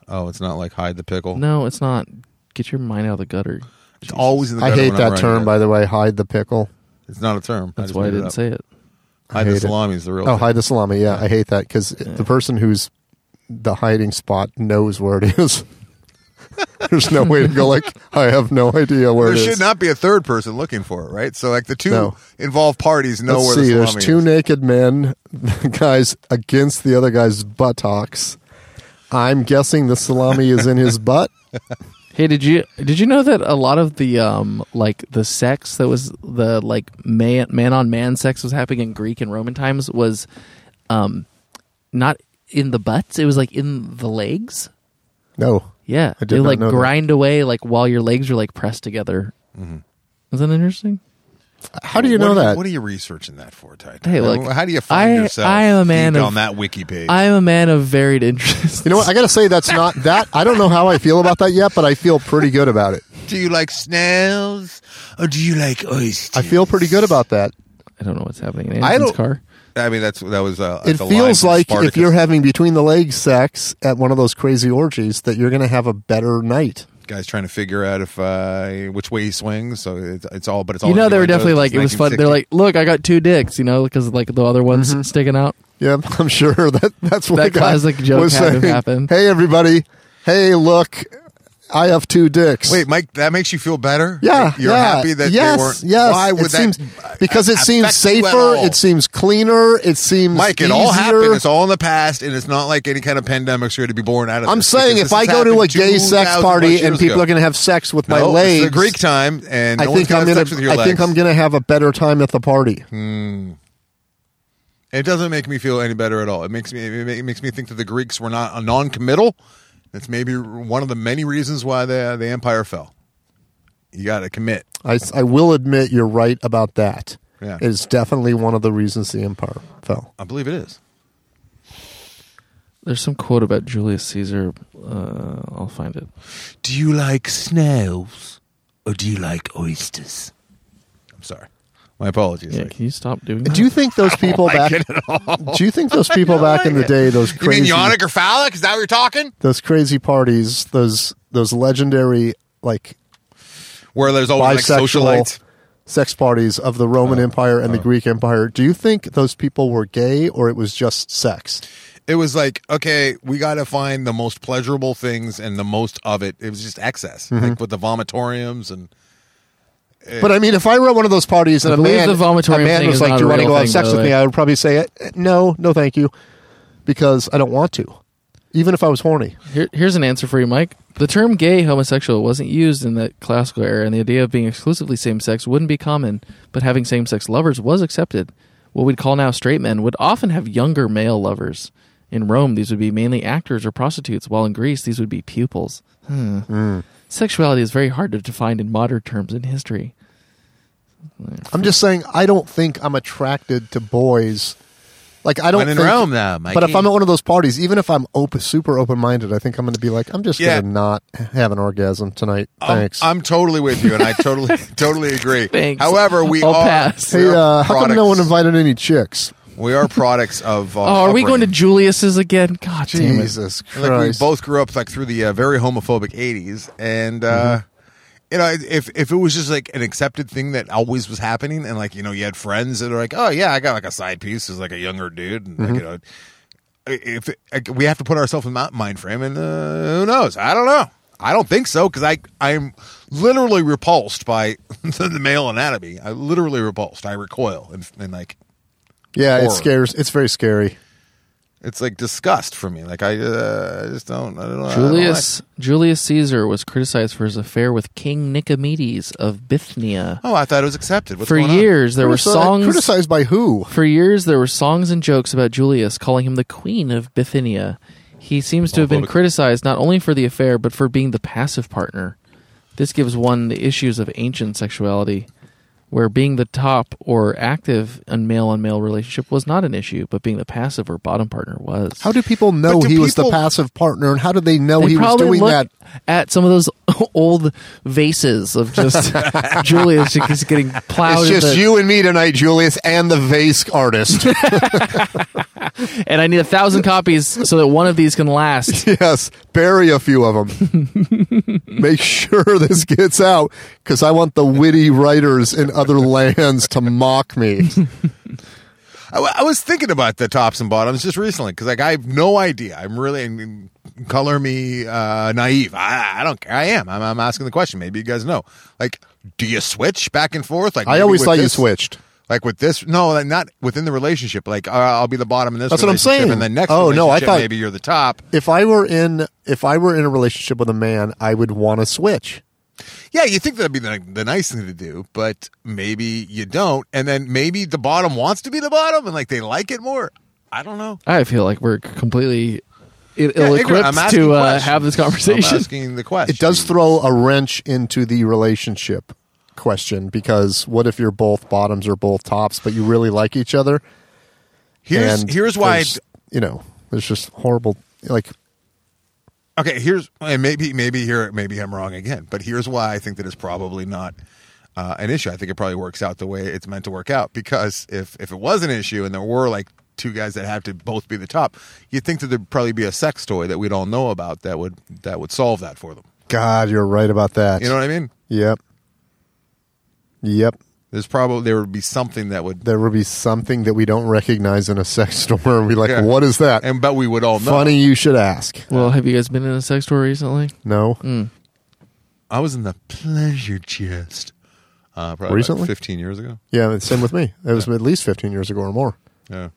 D: oh, it's not like hide the pickle.
C: No, it's not. Get your mind out of the gutter.
D: it's always in the.
E: I
D: gutter
E: hate
D: when I'm
E: that
D: writing
E: term.
D: it.
E: By the way, hide the pickle.
D: it's not a term.
C: That's
D: just
C: why I
D: made
C: didn't
D: up.
C: say it.
D: Hide
E: hate
D: the
E: it.
D: salami is the real.
E: Oh,
D: thing.
E: hide the salami. Yeah, I hate that because the person who's the hiding spot knows where it is. There's no way to go like I have no idea where
D: There
E: it is.
D: should not be a third person looking for it, right? So like the two
E: No.
D: involved parties know
E: Let's
D: where
E: see.
D: the
E: There's
D: salami
E: two
D: is.
E: naked men, the guys against the other guy's buttocks. I'm guessing the salami is in his butt.
C: Hey, did you did you know that a lot of the um like the sex that was the like man man on man sex was happening in Greek and Roman times was um not in the butts, it was like in the legs.
E: No,
C: Yeah.
E: I did
C: they
E: not
C: like
E: know that.
C: grind away like while your legs are like pressed together.
E: Mm-hmm.
C: Isn't that interesting?
E: how do you
D: what
E: know
D: are
E: that?
D: what are you researching that for, Titan?
C: Hey, look,
D: how do you find
C: I-
D: yourself?
C: I am a man
D: deep
C: of-
D: on that wiki page.
C: I'm a man of varied interests.
E: You know what? I got to say that's not that. I don't know how I feel about that yet, but I feel pretty good about it.
D: do you like snails or do you like oysters?
E: I feel pretty good about that.
C: I don't know what's happening in
D: I
C: Anderson's
D: don't-
C: car.
D: I mean, that's that was. Uh,
E: It
D: that's a line
E: feels
D: from
E: like if
D: Spartacus.
E: you're having between the legs sex at one of those crazy orgies that you're going to have a better night.
D: guys trying to figure out if uh, which way he swings. So it's, it's all, but it's all.
C: You know, they were
D: innuendo.
C: definitely like,
D: It's
C: it was fun. They're
D: 1960.
C: like, look, I got two dicks, you know, because like the other one's
E: Mm-hmm.
C: sticking out.
E: Yeah, I'm sure that that's what
C: That
E: the guy
C: classic joke
E: was
C: had to
E: saying.
C: happen.
E: Hey everybody. Hey, look. I have two dicks.
D: Wait, Mike, that makes you feel better.
E: Yeah,
D: Like, you're
E: yeah,
D: happy that
E: yes,
D: they weren't.
E: Yes,
D: Why would
E: it
D: that?
E: seems, because it
D: affect
E: seems
D: you at
E: safer.
D: all?
E: It seems cleaner. It seems
D: Mike, it
E: Easier.
D: all happened. It's all in the past, and it's not like any kind of pandemic's going to be born out of.
E: I'm
D: this,
E: saying
D: because
E: if
D: this
E: I
D: has
E: go to a
D: happened
E: gay sex
D: 2,000
E: party
D: plus
E: and
D: years
E: people
D: ago.
E: are going to have sex with my
D: no,
E: legs,
D: It's the Greek time, and
E: I
D: no
E: think I'm
D: going
E: gonna.
D: to. With your
E: I
D: legs. Hmm.
E: think I'm gonna have a better time at the party.
D: It doesn't make me feel any better at all. It makes me it ma- it makes me think that the Greeks were not non-committal. That's maybe one of the many reasons why the the empire fell. You got to commit.
E: I, I will admit you're right about that.
D: Yeah.
E: It is definitely one of the reasons the empire fell.
D: I believe it is.
C: There's some quote about Julius Caesar. Uh, I'll find it.
D: Do you like snails or do you like oysters? I'm sorry. My apologies.
C: Yeah,
D: Like,
C: can you stop doing that?
E: Do you think those people back? Do you think those people back in the day, those
D: you mean
E: crazy,
D: yonic or phallic? Is that what you're talking?
E: those crazy parties, those those legendary like
D: Where there's always Oh, like Oh,
E: bisexual
D: socialites.
E: sex parties of the Roman Empire and the Greek Empire? Do you think those people were gay or it was just sex?
D: It was like, okay, we got to find the most pleasurable things and the most of it. It was just excess, like with the vomitoriums and
E: But I mean, if I were at one of those parties and
C: I
E: a
C: believe
E: man,
C: the vomitorium
E: a man
C: thing
E: was
C: is
E: like,
C: not
E: "Do
C: a
E: you want to
C: real
E: go have
C: thing,
E: sex
C: by the
E: with me?"
C: way.
E: I would probably say, "Eh, "No, no, thank you," because I don't want to, even if I was horny.
C: Here, here's an answer for you, Mike. The term gay homosexual wasn't used in the classical era, and the idea of being exclusively same sex wouldn't be common, but having same sex lovers was accepted. What we'd call now straight men would often have younger male lovers. In Rome, these would be mainly actors or prostitutes, while in Greece, these would be pupils. Hmm. Sexuality is very hard to define in modern terms in history.
E: I'm just saying, I don't think I'm attracted to boys. Like I don't.
D: When in
E: think-
D: Rome, though,
E: But if
D: Mikey.
E: I'm at one of those parties, even if I'm open, super open minded, I think I'm going to be like, I'm just
D: Yeah.
E: going to not have an orgasm tonight.
D: I'm-
E: Oh. Thanks.
D: I'm, totally with you, and I totally totally agree.
C: Thanks.
D: However, we
C: I'll
D: are
C: pass.
D: we
E: hey,
D: are
E: uh, how come no one
D: products-
E: invited any chicks?
D: We are products of. Uh,
C: Oh, are we going to
D: upbringing.
C: Julius's again? God damn it.
E: Jesus Christ!
D: Like we both grew up like through the uh, very homophobic '80s, and uh, you know, if if it was just like an accepted thing that always was happening, and like you know, you had friends that are like, "Oh yeah, I got like a side piece as like a younger dude," and like, you know, if like, we have to put ourselves in that mind frame, and uh, who knows? I don't know. I don't think so because I I'm literally repulsed by the male anatomy. I literally repulsed. I recoil and, and like
E: yeah,
D: horror.
E: it scares. It's very scary.
D: It's like disgust for me. Like I, uh, I just don't. I don't know.
C: Julius Julius Caesar was criticized for his affair with King Nicomedes of Bithynia.
D: Oh, I thought it was accepted. What's
C: for
D: going on?
C: years, there were songs.
E: criticized by who?
C: For years, there were songs and jokes about Julius calling him the Queen of Bithynia. He seems to have been
D: Homophobic.
C: criticized not only for the affair, but for being the passive partner. This gives one the issues of ancient sexuality, where being the top or active in male on male relationship was not an issue, but being the passive or bottom partner was.
E: How do people know
D: do
E: he was the
D: people-
E: passive partner, and how did they know
C: They
E: he was
C: probably
E: doing
C: look
E: that?
C: at some of those old vases of just Julius just getting plowed.
E: It's
C: in
E: just
C: the-
E: you and me tonight, Julius, and the vase artist.
C: and I need a thousand copies so that one of these can last.
E: yes, bury a few of them. Make sure this gets out because I want the witty writers in other lands to mock me.
D: I, I was thinking about the tops and bottoms just recently because like I have no idea. I'm really and- and color me uh, naive. I, I don't care. I am. I'm, I'm asking the question. Maybe you guys know. Like, do you switch back and forth? Like
E: I
D: maybe
E: always
D: with
E: thought you
D: this-
E: switched.
D: Like with this, no, like, not within the relationship. Like uh, I'll be the bottom in this.
E: That's what I'm
D: relationship,
E: saying.
D: And the next,
E: Oh, no, I
D: relationship,
E: thought-
D: maybe you're the top.
E: If I were in, if I were in a relationship with a man, I would want to switch.
D: Yeah, you think that'd be the, the nice thing to do, but maybe you don't. And then maybe the bottom wants to be the bottom, and like they like it more. I don't know.
C: I feel like we're completely i-
D: Yeah, ignorant. I'm
C: ill-equipped
D: asking
C: to uh,
D: questions.
C: have this
D: I'm
C: conversation.
D: asking the question.
E: It does throw a wrench into the relationship question because what if you're both bottoms or both tops, but you really like each other?
D: Here's
E: and
D: here's why.
E: there's, you know there's just horrible like
D: okay, here's and maybe maybe here maybe I'm wrong again, but here's why I think that it's probably not uh, an issue. I think it probably works out the way it's meant to work out because if if it was an issue and there were like two guys that have to both be the top, you'd think that there'd probably be a sex toy that we don't know about that would that would solve that for them.
E: God, you're right about that.
D: You know what I mean?
E: Yep. Yep.
D: There's probably there would be something that would
E: There would be something that we don't recognize in a sex store and be like,
D: Yeah.
E: what is that?
D: and but we would all know.
E: Funny you should ask.
C: well, have you guys been in a sex store recently?
E: No.
D: I was in the pleasure chest. Uh, probably about
E: Recently?
D: 15 years ago.
E: Yeah, it's same with me. It was at least 15 years ago or more.
D: Yeah.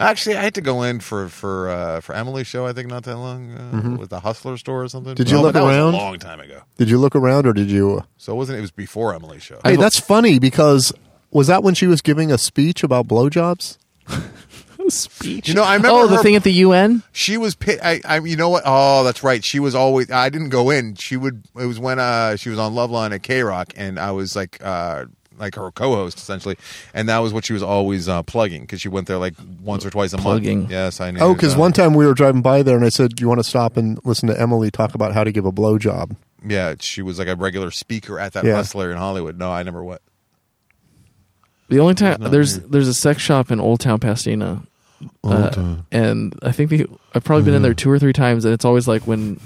D: Actually, I had to go in for for uh, for Emily's show. I think not that long uh, with the Hustler store or something.
E: Mm-hmm. Did you
D: No,
E: look
D: but that was
E: around?
D: a long time ago,
E: Did you look around or did you? uh,
D: so it wasn't. It was before Emily's show.
E: Hey, that's funny because was that when she was giving a speech about blowjobs?
C: Speech.
D: you know, I remember
C: Oh, the
D: her-
C: thing at the UN.
D: she was. pi- I, I, you know what? Oh, that's right. She was always. I didn't go in. She would. It was when uh she was on Loveline at K Rock, and I was like uh like her co-host essentially, and that was what she was always uh, plugging because she went there like once or twice a
C: Plugging.
D: month. Yes, I know.
E: Oh, because one time we were driving by there and I said, "Do you want to stop and listen to Emily talk about how to give a blowjob?"
D: yeah, she was like a regular speaker at that
E: Yeah.
D: Hustler in Hollywood. No, I never went.
C: The only time there's there's a sex shop in Old Town Pasadena, uh, and I think the I've probably been in there two or three times, and it's always like when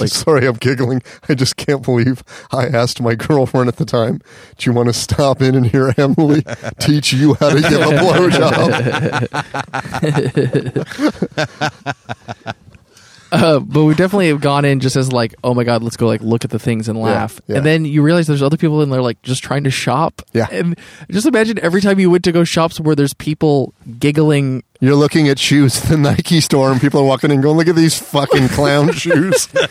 C: like
E: Sorry, I'm giggling. I just can't believe I asked my girlfriend at the time, "Do you want to stop in and hear Emily teach you how to give a blowjob?"
C: Uh, but we definitely have gone in just as like, oh my god, let's go like look at the things and laugh.
E: yeah.
C: And then you realize there's other people in there like just trying to shop.
E: Yeah.
C: And just imagine every time you went to go shops where there's people giggling.
E: You're looking at shoes at the Nike store, and people are walking in, going, "Look at these fucking clown shoes! Look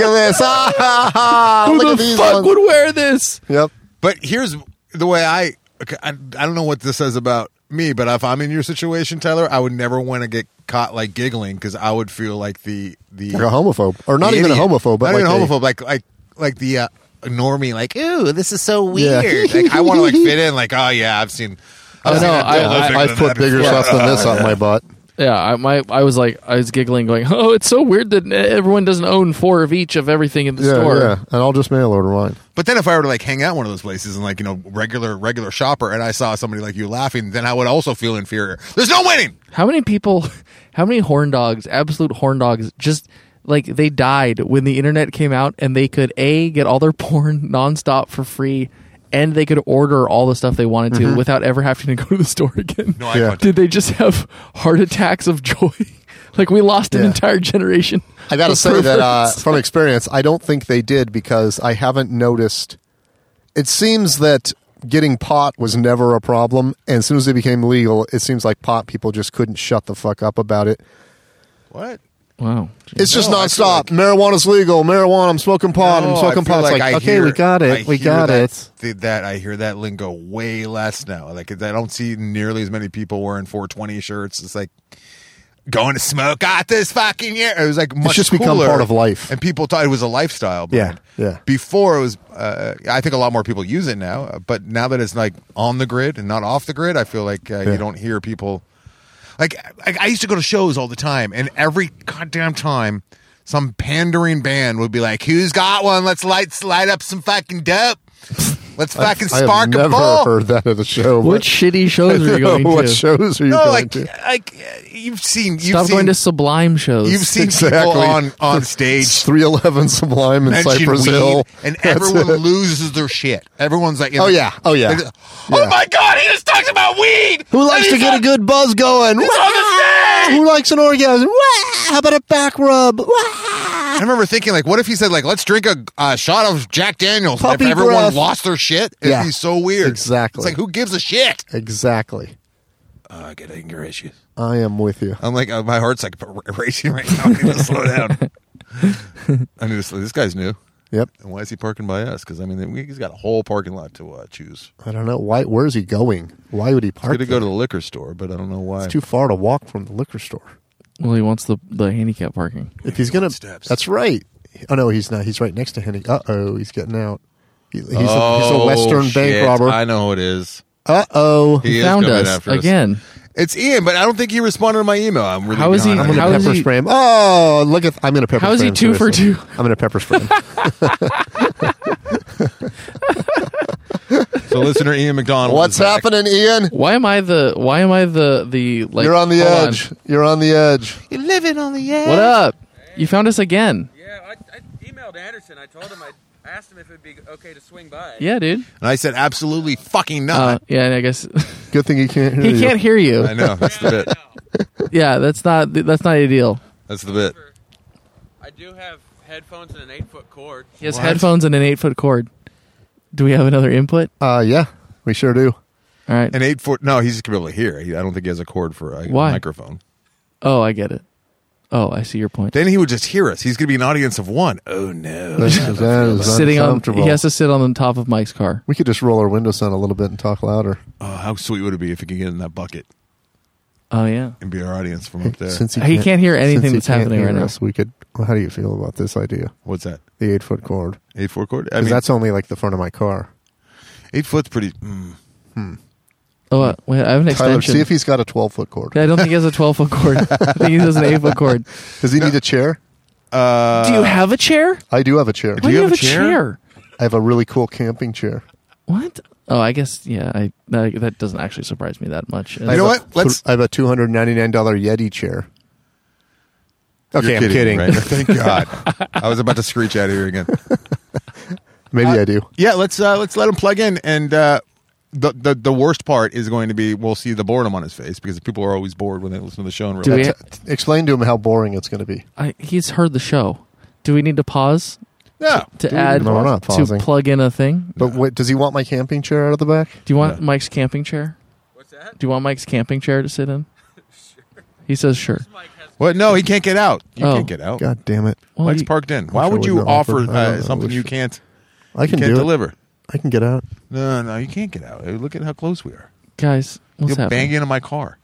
E: at this! Ah, ha, ha.
C: Who
E: Look at
C: the
E: these
C: fuck
E: ones."
C: would wear this?
E: Yep.
D: But here's the way I, okay, I I don't know what this says about me, but if I'm in your situation, Tyler, I would never want to get caught like giggling because I would feel like the the
E: You're a homophobe, or not
D: the
E: even
D: idiot.
E: a homophobe, but
D: not
E: like
D: even
E: a-
D: homophobe, like like like the uh, normie, like ooh, this is so weird. like I want to like fit in, like oh yeah, I've seen. I've
C: I
D: seen
C: know,
D: that dildo
C: I-
D: bigger
E: I've
D: than
E: put
D: that
E: bigger
D: before.
E: stuff than this on my butt.
C: Yeah, I my I was like I was giggling, going, oh, it's so weird that everyone doesn't own four of each of everything in the
E: Yeah,
C: store.
E: yeah, and I'll just mail order mine.
D: But then if I were to like hang out in one of those places and like you know regular regular shopper, and I saw somebody like you laughing, then I would also feel inferior. There's no winning.
C: How many people? How many horn dogs? Absolute horn dogs. Just like they died when the internet came out, and they could a get all their porn nonstop for free, and they could order all the stuff they wanted to without ever having to go to the store again.
D: No, I
E: Yeah.
D: yeah.
C: Did they just have heart attacks of joy? like we lost an
E: Yeah.
C: entire generation.
E: I got to
C: of
E: say that uh,
C: perverts.
E: from experience, I don't think they did because I haven't noticed. It seems that getting pot was never a problem. And as soon as it became legal, it seems like pot people just couldn't shut the fuck up about it.
D: What?
C: Wow.
E: It's just
D: No, I feel
E: nonstop. Marijuana's legal. Marijuana. I'm smoking pot.
D: No,
E: I'm
D: I
E: smoking
D: feel
E: pot. It's like,
D: I
E: okay,
D: hear-
E: we got
D: I
E: it. We
D: hear
E: got
D: that,
E: it.
D: th- that I hear that lingo way less now. Like I don't see nearly as many people wearing 420 shirts. It's like going to smoke out this fucking year. It was like much
E: just become
D: cooler,
E: part of life.
D: and people thought it was a lifestyle. brand.
E: Yeah, yeah.
D: Before it was, uh, I think a lot more people use it now. uh, But now that it's like on the grid and not off the grid, I feel like uh,
E: Yeah.
D: you don't hear people. Like I, I used to go to shows all the time, and every goddamn time, some pandering band would be like, "Who's got one? Let's light light up some fucking dope. Let's fucking
E: I have
D: spark
E: never
D: a ball."
E: heard that at a show. but-
C: What shitty shows are you going to?
E: what shows are you
D: no,
E: going
D: like,
E: to?
D: like uh, you've seen, you've
C: Stop
D: seen,
C: going to Sublime shows.
D: you've seen people
E: Exactly.
D: on on stage
E: 311 Sublime in
D: mention
E: Cypress
D: weed,
E: Hill.
D: and
E: That's
D: everyone
E: it.
D: loses their shit. Everyone's like,
E: Oh, yeah. Oh, yeah.
D: Oh
E: Yeah.
D: my god, he just talks about weed.
E: Who likes to
D: And he's
E: get a
D: on-
E: good buzz going?
D: on the stage!
E: Who likes an orgasm? Wah! How about a back rub? Wah!
D: I remember thinking, like, what if he said, like, let's drink a uh, shot of Jack Daniels? and
E: Puppy
D: if everyone
E: breath.
D: lost their shit, it'd
E: Yeah.
D: be so weird.
E: Exactly.
D: It's like, who gives a shit?
E: Exactly.
D: I get anger issues.
E: I am with you.
D: I'm like, uh, my heart's like r- racing right now. I need to slow down. I need to slow. This guy's new.
E: Yep.
D: And why is he parking by us? Because I mean, we- he's got a whole parking lot to uh, choose.
E: I don't know why. Where is he going? Why would he
D: He's
E: park?
D: going to go
E: there?
D: to the liquor store, but I don't know why.
E: It's too far to walk from the liquor store.
C: well, he wants the, the handicap parking.
E: If he's gonna,
D: steps.
E: that's right. Oh no, he's not. He's right next to Henny. Uh oh, he's getting out. He- He's, a, he's a
D: Oh,
E: Western
D: shit.
E: bank robber.
D: I know who it is.
E: Uh oh.
D: He is
C: Found
D: coming
C: us
D: after us.
C: again.
D: It's Ian, but I don't think he responded to my email. I'm really
C: How is he-
D: behind
E: I'm
D: on
E: gonna
C: How is
D: that.
E: pepper
C: he-
E: spray him. Oh, look at! I'm gonna pepper.
C: How is
E: spray
C: he
E: him,
C: two for two?
E: seriously. I'm gonna pepper spray him.
D: So, listener Ian McDonald.
E: What's
D: is back.
E: happening, Ian?
C: Why am I the? Why am I the the? Like,
E: You're on the
C: hold
E: edge. You're on the edge.
D: You're living on the edge.
C: What up? You found us again.
F: Yeah, I, I emailed Anderson. I told him I asked him if it'd be okay to swing by.
C: Yeah, dude.
D: And I said, absolutely fucking
C: Uh,
D: not.
C: yeah, and I guess
E: Good thing he can't hear
C: he
E: you.
C: can't hear you.
E: Uh,
D: I know. That's the bit.
C: Yeah, that's not that's not ideal.
D: That's the bit.
F: I do have headphones and an eight-foot cord.
C: He has
D: What?
C: headphones and an eight foot cord. Do we have another input?
E: Uh, yeah, we sure do.
C: All right.
D: An eight foot. No, he's just gonna be able to hear. He, I don't think he has a cord for a
C: Why?
D: microphone.
C: Oh, I get it. Oh, I see your point.
D: Then he would just hear us. He's gonna be an audience of one. Oh no.
E: This is, that is
C: Sitting on,
E: uncomfortable.
C: he has to sit on the top of Mike's car.
E: we could just roll our windows down a little bit and talk louder.
D: oh, how sweet would it be if he could get in that bucket
C: Oh yeah.
D: and be our audience from up there?
E: Since
C: He can't hear anything
E: since he
C: that's
E: can't
C: happening
E: hear
C: right now.
E: us, We could. Well, how do you feel about this idea?
D: What's that?
E: The eight foot cord.
D: Eight foot cord. I
E: 'Cause
D: mean,
E: that's only like the front of my car.
D: eight foot's pretty. Mm.
C: Oh, uh, wait, I have an
E: Tyler,
C: extension.
E: see if he's got a twelve foot cord.
C: Yeah, I don't think he has a twelve foot cord. I think he has an eight foot cord.
E: Does he need a chair?
D: Uh,
C: Do you have a chair?
E: I do have a chair.
C: Why
D: you
C: do
D: have a chair?
E: I have a really cool camping chair.
C: What? Oh, I guess yeah. I that, that doesn't actually surprise me that much.
E: I
D: You know
E: have a-
D: what? Let's-
E: I have a two hundred ninety nine dollar Yeti chair. Okay,
D: you're
E: I'm kidding.
D: right? Thank God. I was about to screech out of here again.
E: Maybe I do.
D: Yeah, let's uh, let's let him plug in. And uh, the, the the worst part is going to be we'll see the boredom on his face because people are always bored when they listen to the show. In real
C: Do we-
D: life.
E: T- Explain to him how boring it's going to be.
C: I, he's heard the show. Do we need to pause
D: No.
C: to
E: Dude,
C: add
E: no, we're not
C: to
E: pausing.
C: plug in a thing?
E: But wait, does he want my camping chair out of the back?
C: Do you want
D: No.
C: Mike's camping chair?
F: What's that?
C: Do you want Mike's camping chair to sit in? He says sure.
F: Mike has
D: What? No, he can't get out. You
C: Oh.
D: can't get out.
E: God damn it!
C: Well,
D: Mike's
C: you-
D: parked in. Why
E: I
D: would
E: would
D: you
E: not
D: offer
E: offer- I don't
D: uh,
E: know.
D: something
E: We
D: you
E: should-
D: can't
E: I can
D: can't
E: do
D: deliver?
E: it. I can get out.
D: No, no, you can't get out. Hey, Look at how close we are.
C: Guys, what's
D: You'll bang
C: happening?
D: into my car.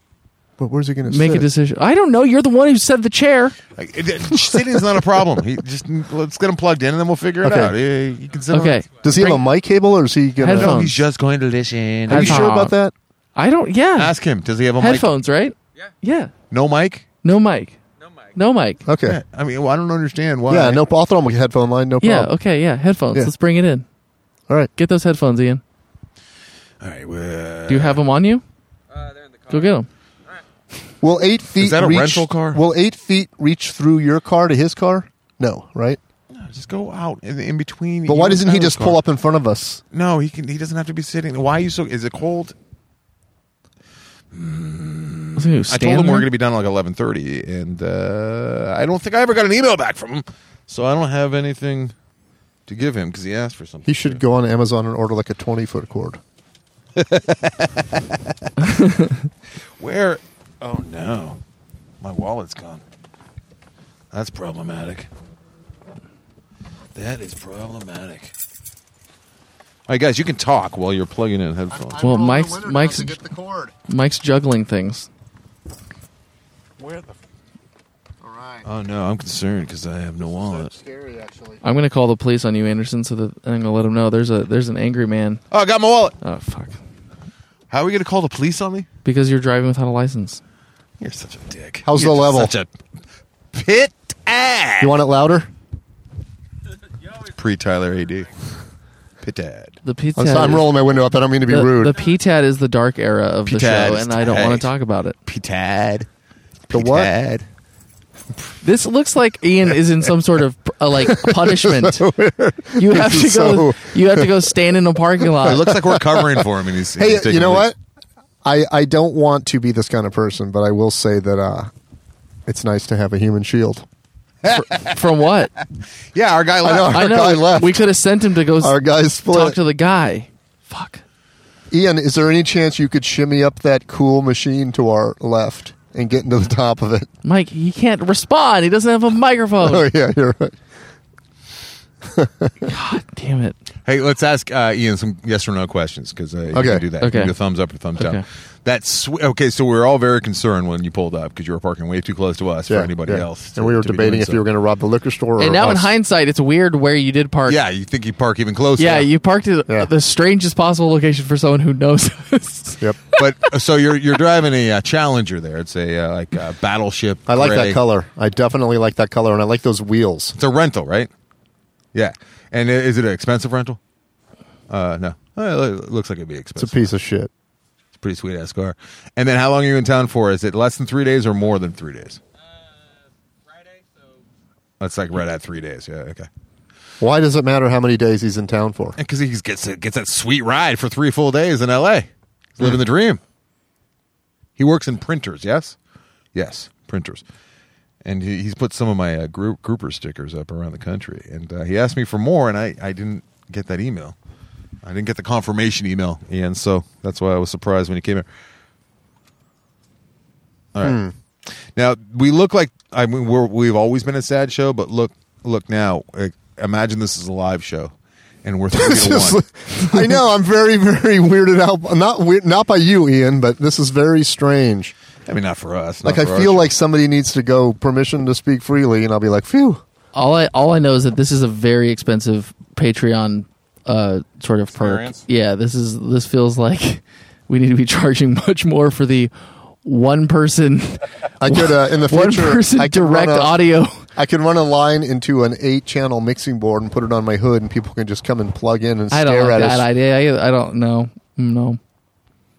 E: But where's he going to
C: Make a decision. I don't know. You're the one who said the chair.
D: Like, it- it- sitting's not a problem. He just let's get him plugged in and then we'll figure it
E: Okay.
D: out. Yeah, you can sit on
C: Okay.
D: it.
E: Does he have a mic cable or is he going
D: No,
C: Headphone.
E: to?
D: he's just going to listen.
E: Are you
C: Headphone.
E: sure about that?
C: I don't. Yeah.
D: Ask him. Does he have a mic?
C: Headphones, right?
F: Yeah.
C: Yeah.
D: No mic.
C: No mic.
F: no mic.
C: No mic.
E: Okay.
D: Yeah,
E: Yeah.
D: I mean, well, I don't understand why.
E: no. I'll throw him a headphone line. No problem.
C: Yeah. Okay. Yeah. Headphones.
E: Yeah.
C: Let's bring it in.
E: All right.
C: Get those headphones, Ian.
D: All right. Well,
C: Do you have them on you?
F: Uh, they're in the car.
C: Go get them.
E: Will eight feet
D: that a
E: reach,
D: rental car?
E: Will eight feet reach through your car to his car? No, right?
D: just go out in, in between.
E: But
D: you
E: why
D: and
E: doesn't he
D: Tyler's
E: just pull
D: car.
E: up in front of us?
D: No, he can. He doesn't have to be sitting. Why are you so? Is it cold? I told him we're going to be done like eleven thirty, and uh, I don't think I ever got an email back from him, so I don't have anything to give him because he asked for something.
E: He should go on Amazon and order like a twenty foot cord.
D: Where? Oh no, my wallet's gone. That's problematic. That is problematic. All right, guys, you can talk while you're plugging in headphones.
C: Well, rolling Mike's- the winter down Mike's- to get
E: the cord.
C: Mike's juggling things.
D: Where the?
E: All right.
D: Oh no, I'm concerned because I have no wallet.
E: scary, actually.
C: I'm gonna call the police on you, Anderson. So that I'm gonna let them know there's a there's an angry man.
D: Oh, I got my wallet.
C: Oh fuck!
D: How are we gonna call the police on me?
C: Because you're driving without a license.
D: You're such a dick.
E: How's
D: You're
E: the level?
D: Such a pit ass.
E: You want it louder?
D: pre Tyler AD? Pit ad.
C: The P.
E: I'm, so- I'm rolling my window up. I don't mean to be
C: The,
E: rude.
C: the PTAD is the dark era of the
D: PTAD
C: show,
D: is
C: and I don't want
D: tag.
C: to talk about it.
D: Pitad.
E: The what?
C: This looks like Ian is in some sort of uh, like punishment. You have to
E: is
C: go.
E: so-
C: You have to go stand in a parking
D: It
C: lot.
D: looks like we're covering for him, and he's.
E: hey,
D: he's taking
E: you know
D: a
E: what?
D: leak.
E: I, I don't want to be this kind of person, but I will say that uh, it's nice to have a human shield.
C: From what?
D: Yeah, our guy. Left.
E: know.
C: I know.
E: guy left.
C: We could have sent him to go s-
E: Our guys
C: talk
E: split.
C: to the guy. Fuck.
E: Ian, is there any chance you could shimmy up that cool machine to our left and get into the top of it?
C: Mike, he can't respond. He doesn't have a microphone.
E: Oh, yeah, you're right.
C: God damn it.
D: Hey, let's ask uh, Ian some yes or no questions because uh, you
E: Okay.
D: can do that. You can
C: Okay.
D: do thumbs up or thumbs down.
C: Okay.
D: That's sw- okay. So we were all very concerned when you pulled up because you were parking way too close to us
E: Yeah,
D: for anybody
E: yeah.
D: else.
E: and we were
D: to be
E: debating
D: doing
E: if you were
D: so.
E: going to rob the liquor store or
C: And now, in
E: us.
C: hindsight, it's weird where you did park.
D: Yeah, you think you park even closer.
C: Yeah, you parked at
E: Yeah.
C: the strangest possible location for someone who knows us.
E: Yep.
D: but uh, so you're you're driving a uh, Challenger there. It's a uh, like uh, battleship.
E: I like
D: gray.
E: that color. I definitely like that color, and I like those wheels.
D: It's a rental, right? Yeah. And i- is it an expensive rental? Uh, no. Uh, It looks like it'd be
E: It's a
D: expensive.
E: piece of shit.
D: It's a pretty sweet ass car. And then how long are you in town for? Is it less than three days or more than three days?
F: Friday, so
D: That's like right at three days. Yeah. Okay.
E: Why does it matter how many days he's in town for?
D: Because he gets a, gets that sweet ride for three full days in L.A. He's living the dream. He works in printers. Yes, yes, printers. And he, he's put some of my uh, group, grouper stickers up around the country. And uh, he asked me for more, and I, I didn't get that email. I didn't get the confirmation email, and so that's why I was surprised when he came here. All right.
E: Hmm.
D: Now we look like I mean we're, we've always been a sad show, but look look now. Like, imagine this is a live show, and we're three to
E: Just-
D: one.
E: I know I'm very, very weirded out. Not weird, not by you, Ian, but this is very strange.
D: I mean, not for us.
E: Like
D: not
E: I
D: for our
E: feel
D: show.
E: like somebody needs to go permission to speak freely, and I'll be like, "Phew."
C: All I all I know is that this is a very expensive Patreon uh, sort of perk.
D: Experience?
C: Yeah, this is this feels like we need to be charging much more for the one person
E: I could uh, in the
C: one
E: future.
C: person
E: I could
C: direct
E: run a-
C: audio.
E: I can run a line into an eight-channel mixing board and put it on my hood, and people can just come and plug in and
C: I
E: stare
C: don't like
E: at
C: that
E: us.
C: idea. I, I don't know. No.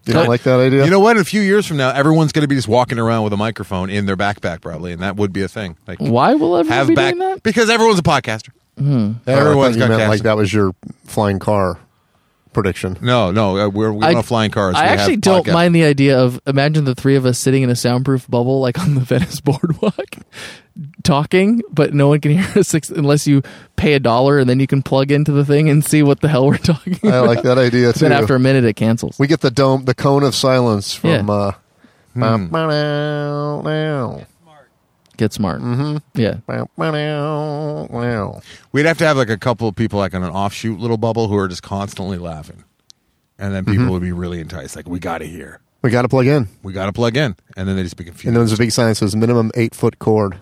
E: you don't like that idea?
D: You know what? In a few years from now, everyone's going to be just walking around with a microphone in their backpack, probably, and that would be a thing. Like
C: Why will everyone
D: have
C: be
D: back
C: doing that?
D: because everyone's a podcaster.
E: Oh, I thought
D: Everyone's
E: you
D: got
E: meant
D: cast.
E: like that was your flying car prediction.
D: No, no, uh, we're we don't have flying cars.
C: I
D: we
C: actually
D: have
C: don't
D: podcasts.
C: mind the idea of imagine the three of us sitting in a soundproof bubble like on the Venice boardwalk talking, but no one can hear us ex- unless you pay a dollar and then you can plug into the thing and see what the hell we're talking
E: I
C: about.
E: like that idea too.
C: then after a minute it cancels.
E: we get the dome, the cone of silence from.
C: Yeah. Hmm.
E: Uh, bow-bow-dow-dow,
F: smart.
C: Get smart. Mm-hmm. Yeah.
E: bow-bow-dow-dow.
D: We'd have to have like a couple of people like on an offshoot little bubble who are just constantly laughing, and then
E: Mm-hmm.
D: people would be really enticed. Like we got to hear,
E: We got to plug in,
D: we got to plug in, and then they just be
E: and then
D: confused.
E: there's a big sign that says minimum eight foot cord.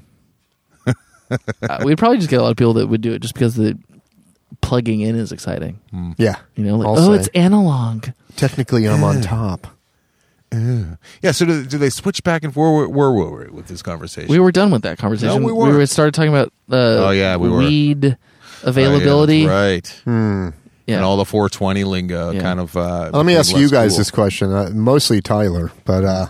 C: Uh, we'd probably just get a lot of people that would do it just because the plugging in is exciting.
E: Yeah,
C: You know, like,
E: I'll
C: oh,
E: say.
C: it's analog.
E: technically I'm on top.
D: yeah. So do, do they switch back and forth? Where were we with this conversation?
C: We were done with that conversation.
D: No,
C: we
D: we weren't.
C: started talking about uh,
D: Oh, yeah, we were.
C: weed
D: Oh, yeah, that's
C: availability.
D: right?
E: Hmm.
C: Yeah.
D: And all the 420 lingo
C: Yeah.
D: kind of. Uh,
E: Let me
D: became
E: ask you
D: less
E: guys
D: cool.
E: this question, uh, mostly Tyler, but uh,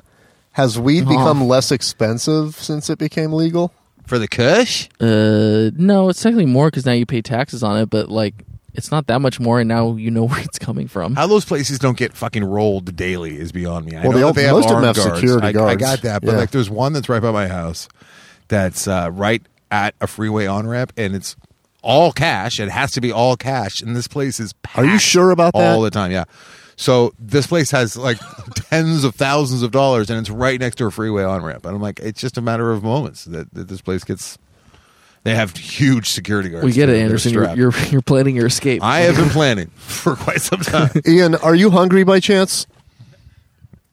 E: has
C: Oh.
E: weed become less expensive since it became legal?
D: for the Kush.
C: Uh, no, it's technically more because now you pay taxes on it, but like it's not that much more, and now you know where it's coming from.
D: How those places don't get fucking rolled daily is beyond me. I know
E: Well, they
D: that
E: all-
D: they have
E: most of them
D: armed
E: have
D: guards.
E: security
D: I- I
E: guards.
D: got that, but
E: Yeah.
D: like, there's one that's right by my house, that's uh, right at a freeway on ramp, and it's all cash. It has to be all cash, and this place is. Packed
E: Are you sure about that?
D: All the time, yeah. So this place has like tens of thousands of dollars, and it's right next to a freeway on ramp. And I'm like, it's just a matter of moments that, that this place gets. They have huge security guards.
C: We get it,
D: They're
C: Anderson. You're,
D: strapped.
C: you're you're planning your escape.
D: I have been planning for quite some time.
E: Ian, are you hungry by chance?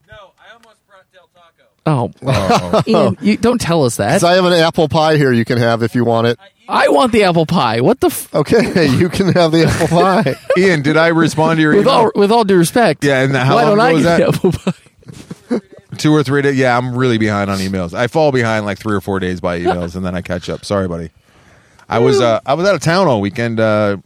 F: No, I almost brought Del Taco.
C: Oh,
D: Oh,
C: Ian, you don't tell us that.
E: 'Cause I have an apple pie here you can have if you want it.
C: I want the apple pie. What the? F-
E: Okay, you can have the apple pie.
D: Ian, did I respond to your
C: with
D: email?
C: all with all due respect.
D: Yeah, and how
C: why
D: long
C: don't I
D: ago was
C: get
D: that?
C: the apple pie?
D: Two or three days. Yeah, I'm really behind on emails. I fall behind like three or four days by emails, and then I catch up. Sorry, buddy. I was uh, I was out of town all weekend uh,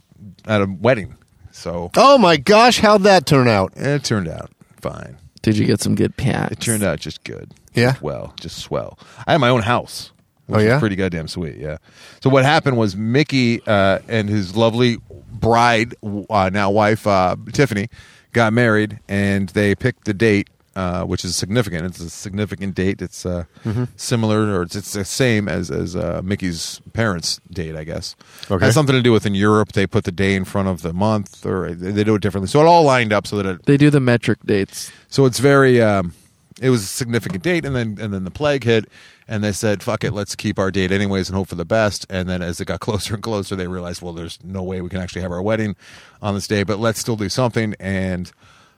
D: at a wedding, so
E: Oh my gosh, how'd that turn out?
D: it turned out fine.
C: Did you get some good pants?
D: It turned out just good.
E: Yeah?
D: Well, just swell. I had my own house. Which
E: Oh, yeah?
D: Was pretty goddamn sweet. Yeah. So what happened was Mickey uh, and his lovely bride, uh, now wife uh, Tiffany, got married, and they picked the date. Uh, which is significant. It's a significant date. It's uh,
E: Mm-hmm.
D: similar, or it's, it's the same as as uh, Mickey's parents' date, I guess.
E: Okay.
D: Has something to do with in Europe they put the day in front of the month, or they they do it differently. So it all lined up so that it
C: They do the metric dates.
D: so it's very. Um, it was a significant date, and then and then the plague hit, and they said, "Fuck it, let's keep our date anyways and hope for the best." And then as it got closer and closer, they realized, "Well, there's no way we can actually have our wedding on this day, but let's still do something." And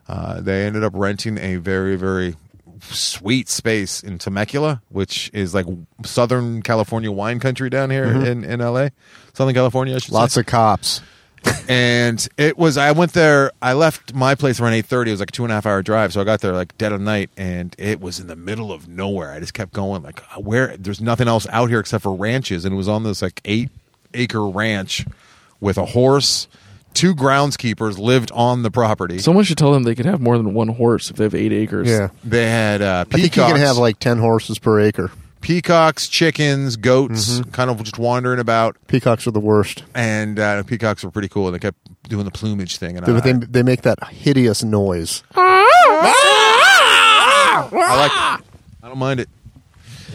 D: uh, they ended up renting a very very sweet space in Temecula, which is like Southern California wine country down here in, in LA, Southern California. I should
E: Mm-hmm. Lots
D: say
E: of cops.
D: and it was I went there. I left my place around eight thirty. It was like a two and a half hour drive, so I got there like dead of night, and it was in the middle of nowhere. I just kept going like uh, where there's nothing else out here except for ranches, and it was on this like eight acre ranch with a horse. Two groundskeepers lived on the property. So
C: Someone should tell them they can have more than one horse if they have eight acres.
E: Yeah.
D: they had uh,
E: I think
D: peacocks,
E: you can have like 10 horses per acre.
D: peacocks, chickens, goats,
E: Mm-hmm.
D: kind of just wandering about.
E: Peacocks are the worst.
D: And uh, peacocks were pretty cool, and they kept doing the plumage thing. And I,
E: They, they, they make that hideous noise.
D: I
E: Ah!
D: like. It. I don't mind it.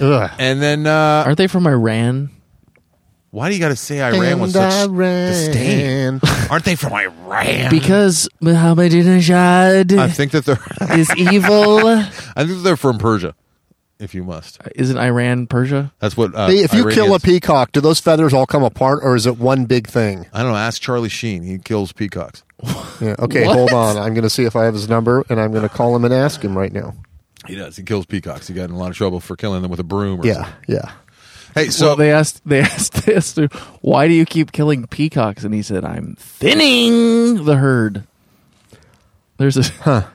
E: Ugh.
D: And then uh,
C: Aren't they from Iran?
D: Why do you got to say Iran with
E: And
D: such
E: Iran.
D: disdain? Aren't they from Iran?
C: Because Mohammadinejad
D: I think that they're.
C: is evil.
D: I think they're from Persia, if you must.
C: Isn't Iran Persia?
D: That's what. Uh,
E: Hey, if you kill a
D: Iranians-
E: peacock, do those feathers all come apart or is it one big thing?
D: I don't know. Ask Charlie Sheen. He kills peacocks.
E: Yeah. Okay,
C: What?
E: hold on. I'm going to see if I have his number and I'm going to call him and ask him right now.
D: He does. He kills peacocks. He got in a lot of trouble for killing them with a broom. Or
E: Yeah,
D: something.
E: yeah.
D: Hey, so
C: So they asked. They asked. They asked him, "Why do you keep killing peacocks?" And he said, "I'm thinning the herd." There's a. Huh.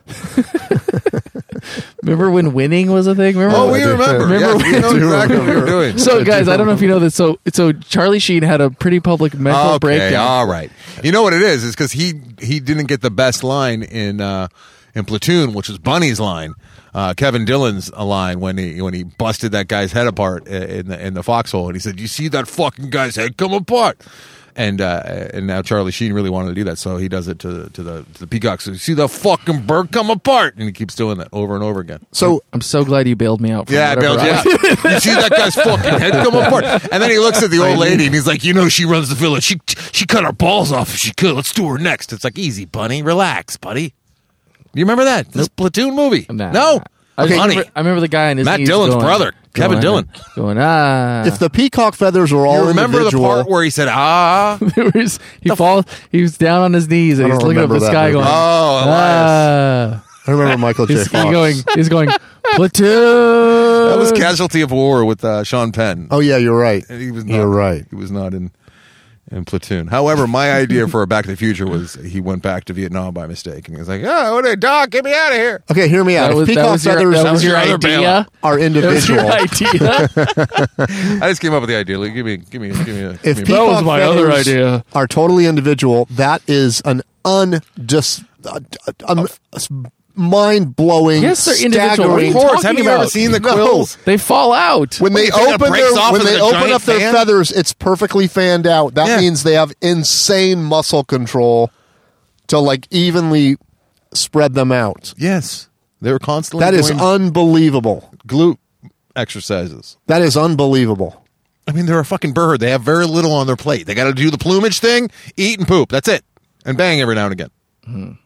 C: remember when winning was a thing? Remember?
D: oh,
C: when-
D: we remember.
C: Remember
D: Yes, we know exactly what we were doing.
C: So, guys, I don't know if you know this. So, so Charlie Sheen had a pretty public mental
D: okay, uh,
C: breakdown.
D: all right. You know what it is? Is because he he didn't get the best line in uh, in Platoon, which was Bunny's line, uh, Kevin Dillon's line when he when he busted that guy's head apart i- in the in the foxhole, and he said, "You see that fucking guy's head come apart." And uh, and now Charlie Sheen really wanted to do that, so he does it to the to the to the peacocks. You see that fucking bird come apart, and he keeps doing that over and over again.
E: So
C: I'm so glad you bailed me out. From
D: Yeah,
C: whatever
D: Bill. Yeah,
C: I-
D: you see that guy's fucking head come apart, and then he looks at the old lady and he's like, "You know, she runs the village. She she cut her balls off if she could. Let's do her next." It's like, "Easy, bunny, relax, buddy." You remember that this platoon movie?
C: Nah.
D: no,
C: I, just
D: bunny.
C: remember, I remember the guy in his
D: Matt
C: knees
D: Dillon's
C: going-
D: brother, Kevin
C: going,
D: Dillon.
C: going ah.
E: if the peacock feathers were all
D: you remember the
E: individual,
D: part where he said, "Ah, oh,
C: There was- he falls. He was down on his knees and
E: I
C: he's
E: don't
C: looking up
E: remember
C: at the
E: that
C: sky
E: movie.
C: going
D: Oh, Elias"?
C: ah.
E: I remember Michael J.
C: He's, he's
E: Fox.
C: going. He's going. Platoon.
D: that was Casualty of War with uh, Sean Penn.
E: Oh yeah, you're right.
D: And he was not,
E: You're right.
D: He was not in in platoon. However, my idea for a Back to the Future was he went back to Vietnam by mistake, and he was like, "Oh, what a dog! Get me out of here!"
E: Okay, hear me out.
C: That was,
E: If
C: that
E: peacock
C: was your,
E: feathers
C: that was your
D: other
C: idea. That
E: are
C: was
E: individual,
C: your idea.
D: I just came up with the idea. Like, give me, give me, give me. A,
E: if
D: give me a-
E: peacock
C: was my other
E: feathers
C: idea.
E: are totally individual, that is an undis, uh, um, mind blowing.
C: Yes, they're individual. What are you
D: of
E: Staggering.
D: course,
C: talking
D: have you
C: about?
D: ever seen the
E: No.
D: quills?
C: They fall out.
E: When they
D: do you think, that
E: open
D: breaks
E: their,
D: off
E: when
D: into
E: they
D: the
E: open
D: giant
E: up their
D: fan?
E: feathers, it's perfectly fanned out. That
D: Yeah.
E: means they have insane muscle control to like evenly spread them out.
D: Yes, they were constantly.
E: That is
D: doing
E: unbelievable.
D: glute exercises.
E: That is unbelievable.
D: I mean, they're a fucking bird. They have very little on their plate. They got to do the plumage thing, eat and poop. That's it, and bang every now and again. and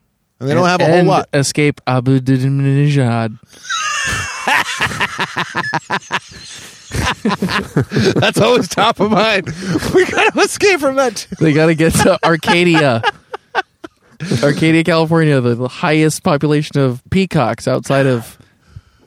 D: they don't have a whole
C: And
D: lot.
C: Escape Abu Dhabi.
D: That's always top of mind. We gotta escape from that.
C: They got to get to Arcadia. Arcadia, California, the highest population of peacocks outside of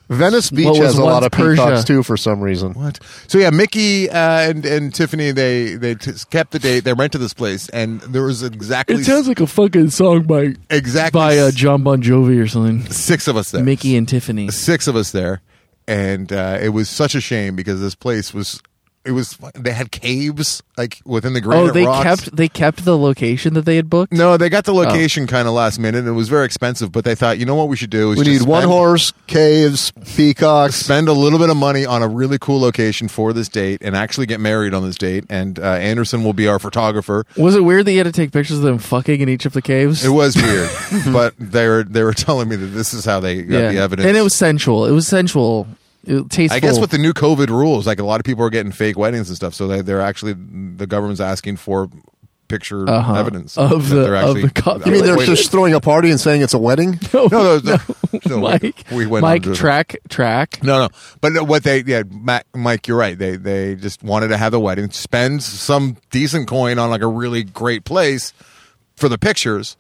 E: Venice Beach
C: What was
E: has a lot
C: once
E: of peacocks
C: Persia.
E: too for some reason.
D: What? So yeah, Mickey uh, and and Tiffany they they t- kept the date. They rented this place, and there was exactly
C: It sounds like a fucking song by
D: exactly
C: by uh, John Bon Jovi or something.
D: six of us there.
C: Mickey and Tiffany.
D: six of us there, and uh, it was such a shame because this place was it was they had caves like within the
C: Oh,
D: granite
C: they
D: rocks.
C: kept Oh. they kept the location that they had booked.
D: no, they got the location kind of last minute, and it was very expensive. But they thought, you know what, we should do is
E: We
D: just
E: need one
D: spend-
E: horse, caves, peacocks.
D: spend a little bit of money on a really cool location for this date and actually get married on this date. And uh, Anderson will be our photographer.
C: Was it weird that you had to take pictures of them fucking in each of the caves?
D: It was weird, but they were they were telling me that this is how they got the evidence.
C: and it was sensual. It was sensual. It, tasteful.
D: I guess with the new COVID rules, like a lot of people are getting fake weddings and stuff, so they, they're actually the government's asking for picture
C: Uh-huh.
D: evidence
C: Of
D: that
C: the-
D: they're
C: of the copy.
E: You mean they're
D: Wait,
E: just throwing a party and saying it's a wedding?
C: no,
D: no, no, no, no, we-
C: Mike,
D: we went
C: Mike,
D: under the-
C: track, track.
D: No, no. But no, what they, yeah, Mac, Mike, you're right. They they just wanted to have the wedding, spend some decent coin on like a really great place for the pictures,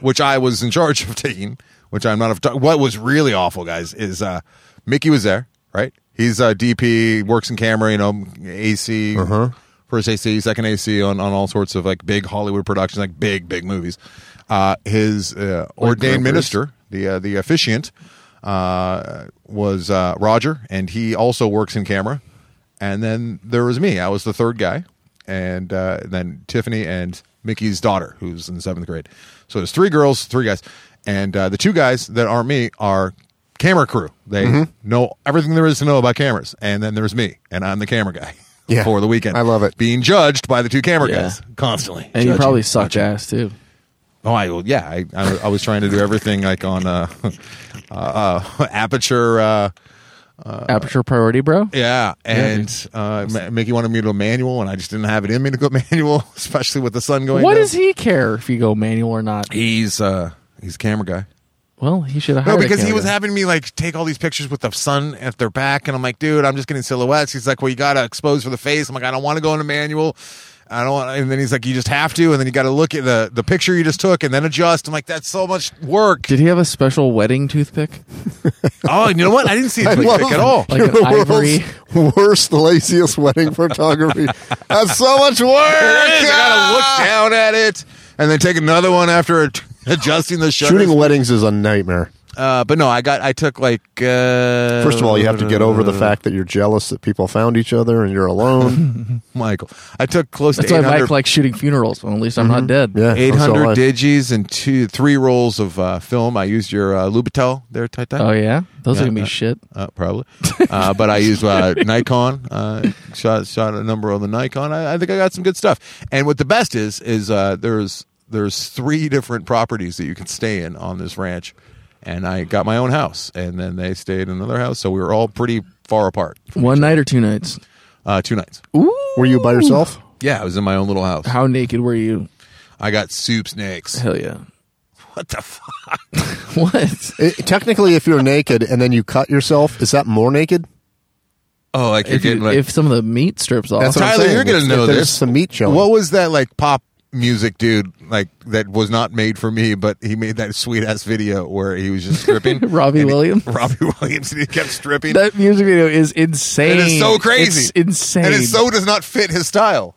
D: which I was in charge of taking. Which I'm not. a photo- What was really awful, guys, is uh, Mickey was there, right? He's uh, DP, works in camera, you know, AC, first AC, second AC on, on all sorts of like big Hollywood productions, like big big movies. Uh, his uh, ordained minister, the uh, the officiant, uh, was uh, Roger, and he also works in camera. And then there was me. I was the third guy, and uh, then Tiffany and Mickey's daughter, who's in seventh grade. So there's three girls, three guys, and uh, the two guys that aren't me are camera crew. They
E: Mm-hmm.
D: know everything there is to know about cameras. And then there's me, and I'm the camera guy
E: Yeah.
D: for the weekend.
E: I love it.
D: being judged by the two camera
C: Yeah.
D: guys constantly.
C: And you
D: Judging.
C: probably sucked ass too.
D: Oh, I well, yeah, I, I, I was trying to do everything like on uh, uh, uh, aperture. Uh,
C: Aperture priority, bro.
D: yeah, and uh, Ma- Mickey wanted me to go manual, and I just didn't have it in me to go manual, especially with the sun going.
C: What
D: down.
C: does he care if you go manual or not?
D: He's uh, he's a camera guy.
C: Well, he should have.
D: No,
C: hired a
D: because he
C: camera
D: was
C: guy.
D: having me like take all these pictures with the sun at their back, and I'm like, dude, I'm just getting silhouettes. He's like, well, you gotta expose for the face. I'm like, I don't want to go into manual. I don't. Want, and then he's like, you just have to, and then you got to look at the the picture you just took, and then adjust. I'm like, that's so much work.
C: Did he have a special wedding toothpick?
D: oh, and you know what? I didn't see a twig pick at all.
C: Like
E: You're
C: an ivory.
E: world's worst, laziest wedding photography. That's so much work. Ah!
D: I gotta look down at it, and then take another one after ad- adjusting the shutters.
E: Shooting weddings is a nightmare.
D: uh, but no, I got. I took like. Uh,
E: First of all, you have to get over the fact that you're jealous that people found each other and you're alone.
D: Michael. I took close
C: That's
D: to
C: why
D: 800 Mm-hmm.
C: Mike likes shooting funerals. Well, at least I'm not dead.
E: Yeah,
D: Eight
E: that's all I-
D: hundred digis and two, three rolls of uh, film. I used your uh, Lubitel there, Titan.
C: Oh yeah, those
D: Yeah,
C: are gonna
D: uh,
C: be shit.
D: uh, probably. uh, but I used uh, Nikon. Uh, shot shot a number on the Nikon. I, I think I got some good stuff. And what the best is is uh, there's there's three different properties that you can stay in on this ranch, and I got my own house, and then they stayed in another house. So we were all pretty far apart.
C: One night or two nights.
D: Uh, two nights.
E: Were you by yourself?
D: Yeah, I was in my own little house.
C: How naked were you?
D: I got soup snakes.
C: Hell yeah.
D: What the fuck?
C: What?
E: It, Eh, technically, if you're naked and then you cut yourself, is that more naked?
D: Oh, like you're
C: If,
D: getting
C: you,
D: like
C: if some of the meat strips off,
E: That's what I'm
D: Tyler,
E: saying.
D: you're gonna
E: If-
D: know
E: if there's
D: this.
E: Some meat showing.
D: What was that like pop music dude like that was not made for me, but he made that sweet ass video where he was just stripping.
C: Robbie
D: And he-
C: Williams?
D: Robbie Williams and he kept stripping.
C: that music video is insane.
D: it is so crazy.
C: It's insane.
D: And it so does not fit his style.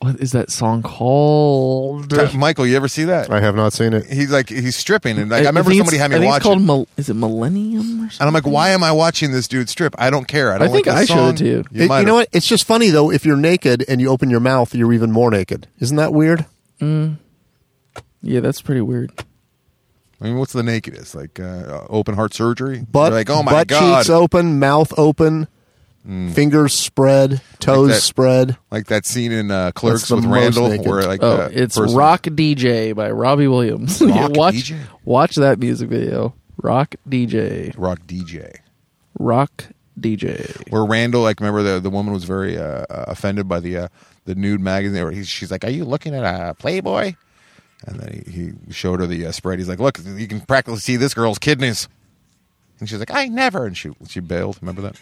C: what is that song called?
D: Ta- Michael, you ever see that?
E: I have not seen it.
D: He's like he's stripping and like I,
C: I
D: remember
C: think
D: somebody
C: it's-
D: had
C: I
D: me
C: think
D: watch
C: It's called
D: it.
C: Mil- is it Millennium or
D: and
C: something?
D: I'm like, why am I watching this dude strip? I don't care. I don't
C: I think
D: like
C: I
D: this
C: showed
D: song.
C: it to you.
E: It-
D: might
E: you know
D: have.
E: what? It's just funny though. If you're naked and you open your mouth, you're even more naked. Isn't that weird?
C: yeah, that's pretty weird.
D: I mean, what's the nakedest? Like uh, open heart surgery?
E: But
D: You're like, oh my
E: butt
D: god, Mm.
E: cheeks open, mouth open, fingers spread, toes
D: that.
E: spread.
D: like that scene in uh, Clerks
E: the
D: with
E: most
D: Randall
E: naked.
D: where like
C: Oh,
D: the
C: it's
D: person-
C: Rock DJ by Robbie Williams.
D: Rock
C: watch,
D: DJ?
C: watch that music video. Rock DJ.
D: rock DJ.
C: Rock DJ.
D: where Randall, like, remember the the woman was very uh, uh, offended by the uh, the nude magazine. Or he's, she's like, "Are you looking at a Playboy?" And then he, he showed her the uh, spread. He's like, "Look, you can practically see this girl's kidneys." And she's like, "I never." And she she bailed. Remember that?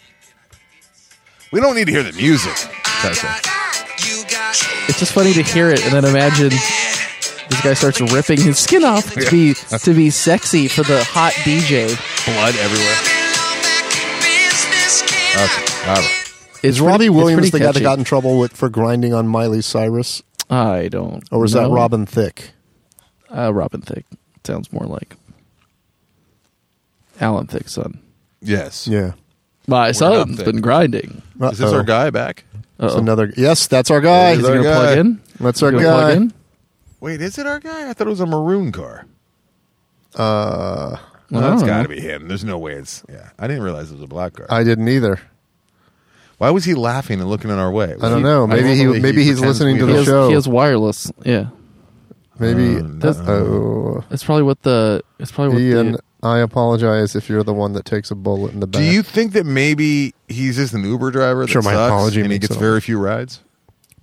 D: We don't need to hear the music. Tessa.
C: It's just funny to hear it and then imagine this guy starts ripping his skin off to be to be sexy for the hot DJ.
D: Blood everywhere. Okay. All right.
C: It's
E: Is Robbie
C: pretty- it's
E: Williams the
C: pretty
E: guy that
C: catchy.
E: got in trouble with for grinding on Miley Cyrus,
C: I don't.
E: or was that
C: know.
E: Robin Thicke?
C: Uh, Robin Thicke sounds more like Alan Thicke's son.
D: Yes.
E: Yeah,
C: My son's
D: not Thicke.
C: been grinding.
D: Is this
E: Uh-oh.
D: our guy back?
E: It's
C: Uh-oh.
E: another. Yes, that's our guy.
D: Is
C: Is
D: our
C: he gonna
D: guy.
C: plug in?
E: That's
C: Is he
E: our
C: gonna
E: guy.
C: Plug in?
D: Wait, is it our guy? I thought it was a maroon car. Uh,
C: Well,
D: That's
C: I don't
D: got to
C: know.
D: be him. There's no way it's. Yeah, I didn't realize it was a black car.
E: I didn't either.
D: Why was he laughing and looking in our way?
E: I don't know. Maybe he-
D: normally
E: maybe he's
D: pretends
E: listening
D: we
E: to
C: He
E: the
D: don't-
C: has,
E: show. Uh,
C: he has wireless. Yeah,
E: Maybe.
D: That's-
E: oh,
C: that's probably what the. It's probably what
E: Ian,
C: the.
E: I apologize if you're the one that takes a bullet in the back.
D: Do you think that maybe he's just an Uber driver? That
E: Sure, my
D: sucks
E: apology
D: And he
E: means
D: gets
E: so.
D: very few rides.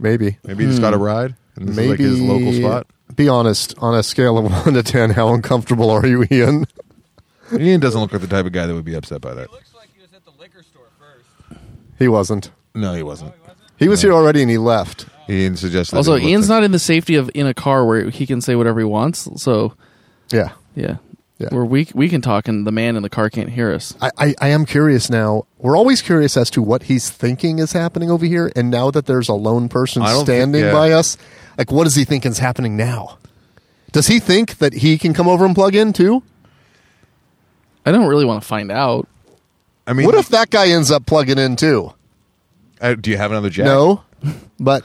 E: Maybe.
D: Maybe he just got a ride. And this
E: Hmm. Maybe.
D: is like his local spot.
E: Be honest. On a scale of one to ten, how uncomfortable are you, Ian?
D: Ian doesn't look like the type of guy that would be upset by that.
F: Looks like he was at the liquor store first.
E: He wasn't.
D: No, he wasn't.
E: He was here already, and he left.
D: Ian suggested.
C: Also,
D: that he looked
C: Ian's
D: like-
C: not in the safety of in a car where he can say whatever he wants. So
E: Yeah.
C: yeah,
E: Yeah.
C: where we we can talk and the man in the car can't hear us.
E: I, I, I am curious now. We're always curious as to what he's thinking is happening over here, and now that there's a lone person
D: I don't thi-
E: standing
D: yeah.
E: by us, like what is he thinking's happening now? Does he think that he can come over and plug in too?
C: I don't really want to find out.
D: I mean,
E: what if that guy ends up plugging in too?
D: uh, do you have another jack?
E: No, but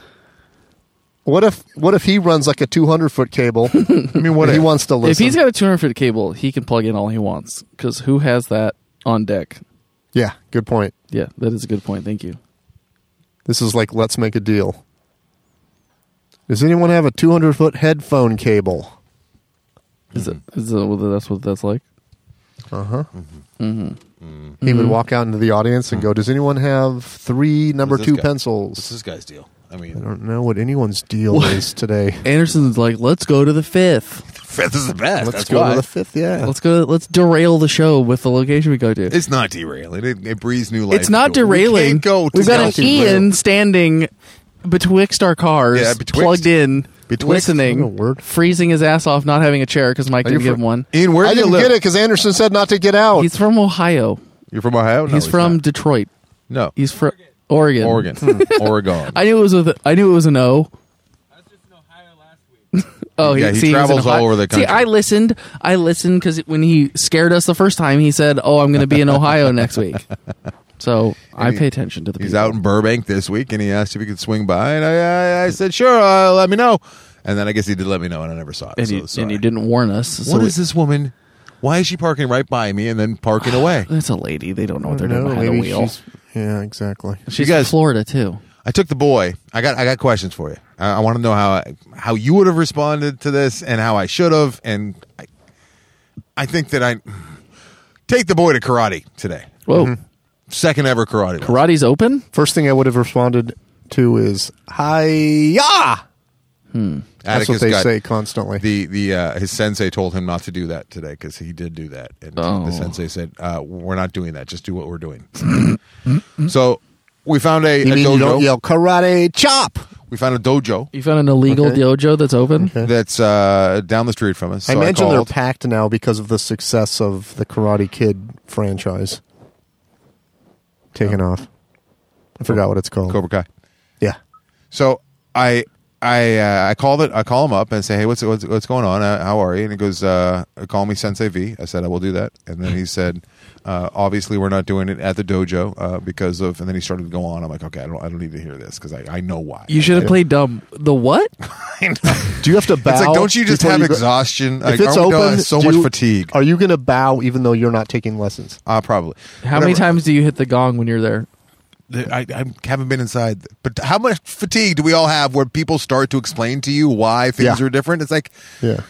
E: what if what if he runs like a two hundred foot cable?
D: I mean, what
E: he
D: if?
E: wants to listen.
C: If he's got a 200 foot cable, he can plug in all he wants because who has that on deck?
E: yeah, good point.
C: Yeah, that is a good point. Thank you.
E: This is like let's make a deal. Does anyone have a two hundred foot headphone cable?
C: Is
E: Mm-hmm.
C: it? Is it, well, that's what that's like?
E: He
C: Hmm.
E: would walk out into the audience and go, "Does anyone have three number
D: this
E: two
D: guy? What's
E: pencils?"
D: this guy's deal? I
E: I
D: mean,
E: don't know what anyone's deal is today.
C: Anderson's like, let's go to the fifth.
D: fifth is the best.
E: Let's
D: That's
E: go
D: why.
E: to the fifth. Yeah,
C: Let's go. Let's derail the show with the location we go to.
D: It's not derailing. It, it breathes new life.
C: It's not
D: into it.
C: derailing.
D: We can't go.
C: We've
D: to
C: got
D: Mountain
C: an
D: Dew.
C: Ian standing betwixt our cars,
D: Yeah, betwixt.
C: plugged in,
D: Betwixt.
C: listening,
E: What a word.
C: freezing his ass off, not having a chair because Mike
E: Are you
C: didn't give
E: fr-
C: him one.
D: Ian, where do
E: I
D: you
E: didn't
D: live?
E: get it because Anderson said not to get out.
C: He's from Ohio.
D: You're from Ohio? No,
C: he's from
D: not.
C: Detroit.
D: no.
C: He's from Oregon. Hmm.
D: Oregon, Oregon.
C: I knew it was with. I knew it was an O.
F: I was just in Ohio last week.
C: Oh,
D: Yeah, he
C: see, was in
D: travels all
C: Ohio.
D: over the country.
C: See, I listened. I listened because when he scared us the first time, he said, "Oh, I'm going to be in Ohio next week." So I
D: he-
C: pay attention to the.
D: He's
C: people.
D: out in Burbank this week, and he asked if he could swing by, and I, I, I said sure, uh, let me know. And then I guess he did let me know, and I never saw it.
C: and,
D: so
C: you,
D: sorry.
C: and you didn't warn us. So
D: What
C: we-
D: is this woman? Why is she parking right by me and then parking away?
C: That's a lady. They don't know what they're doing
E: No,
C: behind the
E: maybe
C: wheel.
E: she's- yeah, exactly.
C: She's
D: You guys-
C: in Florida too.
D: I took the boy. I got I got questions for you. I, I want to know how how you would have responded to this and how I should have. And I, I think that I take the boy to karate today.
C: Whoa,
D: Mm-hmm. Second ever karate. lesson.
C: karate's open.
E: First thing I would have responded to is "Hiya." That's
D: Atticus
E: what they
D: got-
E: say constantly.
D: the the uh, his sensei told him not to do that today because he did do that, and
C: Oh.
D: the sensei said, uh, "We're not doing that. Just do what we're doing." so we found a,
E: you
D: a
E: mean you
D: dojo.
E: don't yell karate chop?
D: We found a dojo
C: You found an illegal
E: Okay.
C: dojo that's open.
D: that's uh, down the street from us. So
E: I imagine they're
D: called.
E: packed now because of the success of the Karate Kid franchise taking off. I forgot what it's called.
D: Cobra Kai.
E: Yeah.
D: So I I uh, I called it. I call him up and say, "Hey, what's what's, what's going on? Uh, how are you?" And he goes, uh, "Call me Sensei V." I said, "I will do that." And then he said, uh, "Obviously, we're not doing it at the dojo uh, because of." And then he started to go on. I'm like, "Okay, I don't I don't need to hear this because I, I know why."
C: You should have played dumb. The what?
E: Do you have to bow?
D: It's like, don't you just
E: before
D: have
E: go-
D: exhaustion?
E: If it's
D: aren't we done?
E: open,
D: so
E: do
D: much
E: you-
D: fatigue.
E: Are you going to bow even though you're not taking lessons?
D: Uh, probably.
C: How many
D: Whatever.
C: times do you hit the gong when you're there?
D: The- I, I haven't been inside, but how much fatigue do we all have where people start to explain to you why things
E: Yeah.
D: are different? It's like,
E: Yeah.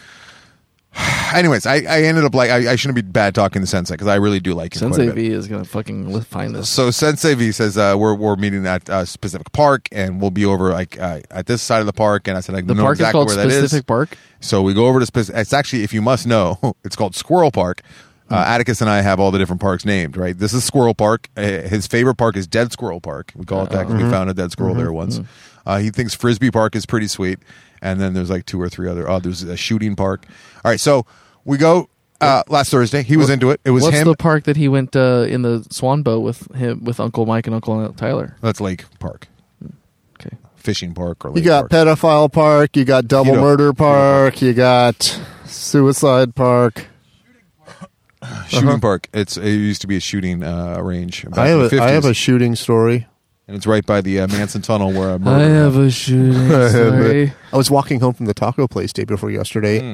D: Anyways, I, I ended up like I, I shouldn't be bad talking to Sensei because I really do like him. quite a
C: Sensei V
D: bit.
C: is gonna fucking li- find this.
D: So Sensei V says uh, we're we're meeting at uh, Pacific Park and we'll be over like uh, at this side of the park. And I said I
C: The
D: know
C: park
D: exactly
C: is called
D: where that is.
C: Specific Park.
D: So we go over to Spec- it's actually if you must know, it's called Squirrel Park. Uh,
E: Hmm.
D: Atticus and I have all the different parks named, right? This is Squirrel Park. Uh, his favorite park is Dead Squirrel Park. We call it that 'cause
E: Mm-hmm.
D: we found a dead squirrel there once. Uh, he thinks Frisbee Park is pretty sweet, and then there's like two or three other. Oh, there's a shooting park. All right, so we go uh, last Thursday. He was into it. It was
C: What's
D: him.
C: the park that he went uh, in the swan boat with him with Uncle Mike and Uncle Tyler?
D: That's Lake Park,
C: Okay.
D: fishing park, or
E: You
D: Lake
E: got
D: Park.
E: pedophile park. You got double
D: Pedo-
E: murder park. You got suicide park.
D: shooting park. It's it used to be a shooting uh, range. Back
E: uh-huh. I
D: in
E: have
D: the
E: a,
D: 50s,
E: I have a shooting story.
D: and it's right by the uh, Manson Tunnel where a
C: I
D: murder
C: have a shooting story.
E: I was walking home from the taco place day before yesterday,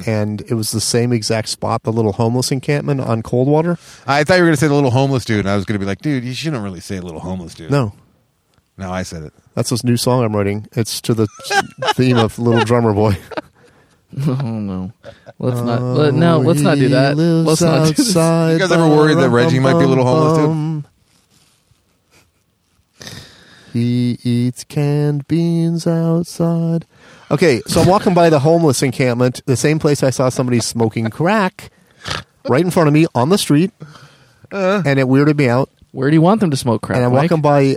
D: Hmm.
E: and it was the same exact spot, the little homeless encampment on Coldwater.
D: I thought you were going to say the little homeless dude, and I was going to be like, dude, you shouldn't really say little homeless dude.
E: No,
D: No, I said it.
E: that's this new song I'm writing. It's to the theme of Little Drummer Boy.
C: oh no, let's not. Let, no, Oh, let's not
D: Oh,
C: do that.
E: He lives
C: Let's not. Do this.
E: outside
D: You guys ever
E: the
D: worried that Reggie might be a little homeless dude?
E: rum-bum. He eats canned beans outside. Okay, so I'm walking by the homeless encampment, the same place I saw somebody smoking crack, right in front of me on the street,
D: Uh.
E: and it weirded me out.
C: Where do you want them to smoke crack?
E: And I'm
C: Mike?
E: walking by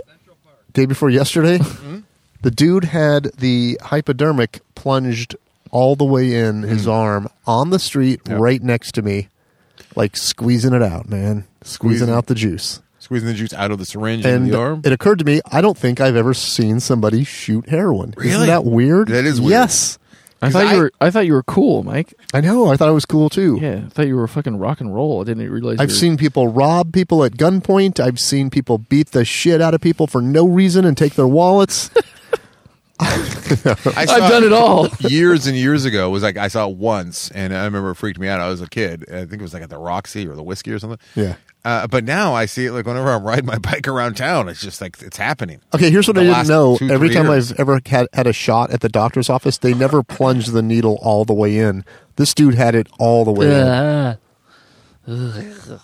E: day before yesterday.
D: Mm-hmm.
E: the dude had the hypodermic plunged all the way in his arm on the street right next to me, like squeezing it out, man, squeezing,
D: Squeezing.
E: out the juice.
D: Squeezing the juice out of the syringe and
E: And
D: the arm.
E: it occurred to me, I don't think I've ever seen somebody shoot heroin.
D: Really?
E: Isn't that weird?
D: That is weird.
E: Yes.
C: I thought
D: I-
C: you were. I thought you were cool, Mike.
E: I know. I thought it was cool too.
C: Yeah, I thought you were fucking rock and roll. I didn't realize.
E: I've
C: you were-
E: seen people rob people at gunpoint. I've seen people beat the shit out of people for no reason and take their wallets.
D: I
C: I've done it all.
D: years and years ago was like I saw it once, and I remember it freaked me out. I was a kid. I think it was like at the Roxy or the Whiskey or something.
E: Yeah.
D: Uh, but now I see it like whenever I'm riding my bike around town, it's just like it's happening.
E: Okay, here's what
D: The
E: I
D: last
E: didn't know.
D: two,
E: Every
D: three
E: time
D: years.
E: I've ever had, had a shot at the doctor's office, they never plunge the needle all the way in. This dude had it all the way in.
C: Ugh. Ugh.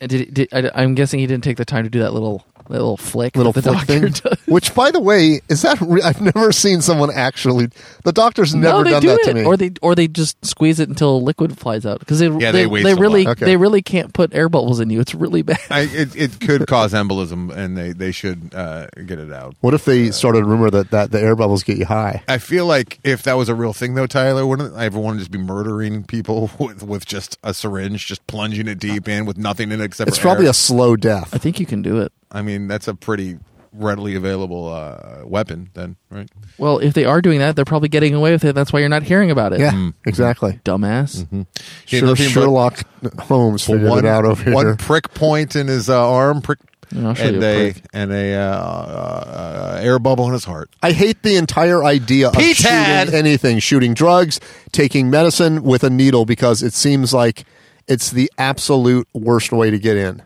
C: And did, did, I, am guessing he didn't take the time to do that little that little flick.
E: Little
C: that the
E: flick
C: doctor
E: thing.
C: does.
E: Which, by the way, is that re- I've never seen someone actually. The doctor's never
C: no, they
E: done
C: do
E: that
C: it,
E: to me.
C: or they or they just squeeze it until liquid flies out because they
D: Yeah, they
C: they,
D: waste a lot.
C: really
E: Okay.
C: they really can't put air bubbles in you. It's really bad.
D: I, it, it could cause embolism, and they they should uh, get it out.
E: what if they started a rumor that, that the air bubbles get you high?
D: I feel like if that was a real thing, though, Tyler, wouldn't everyone just be murdering people with, with just a syringe, just plunging it deep in with nothing in it except
E: It's
D: for
E: probably
D: air?
E: a slow
C: I
E: death.
C: think you can do it.
D: I mean, that's a pretty readily available uh, weapon, then, right?
C: Well, if they are doing that, they're probably getting away with it. That's why you're not hearing about it.
E: Yeah, Mm-hmm. exactly.
C: dumbass.
D: He had
E: Sure,
D: nothing Hmm. but-
E: Sherlock Holmes
D: but
E: figured
D: one,
E: it out over
D: one
E: here.
D: prick point in his uh, arm, prick,
C: Yeah, I'll show you
D: and
C: a
D: a,
C: prick.
D: and a uh, uh, air bubble in his heart.
E: I hate the entire idea of
D: Pete
E: shooting
D: had-
E: anything, shooting drugs, taking medicine with a needle because it seems like it's the absolute worst way to get in.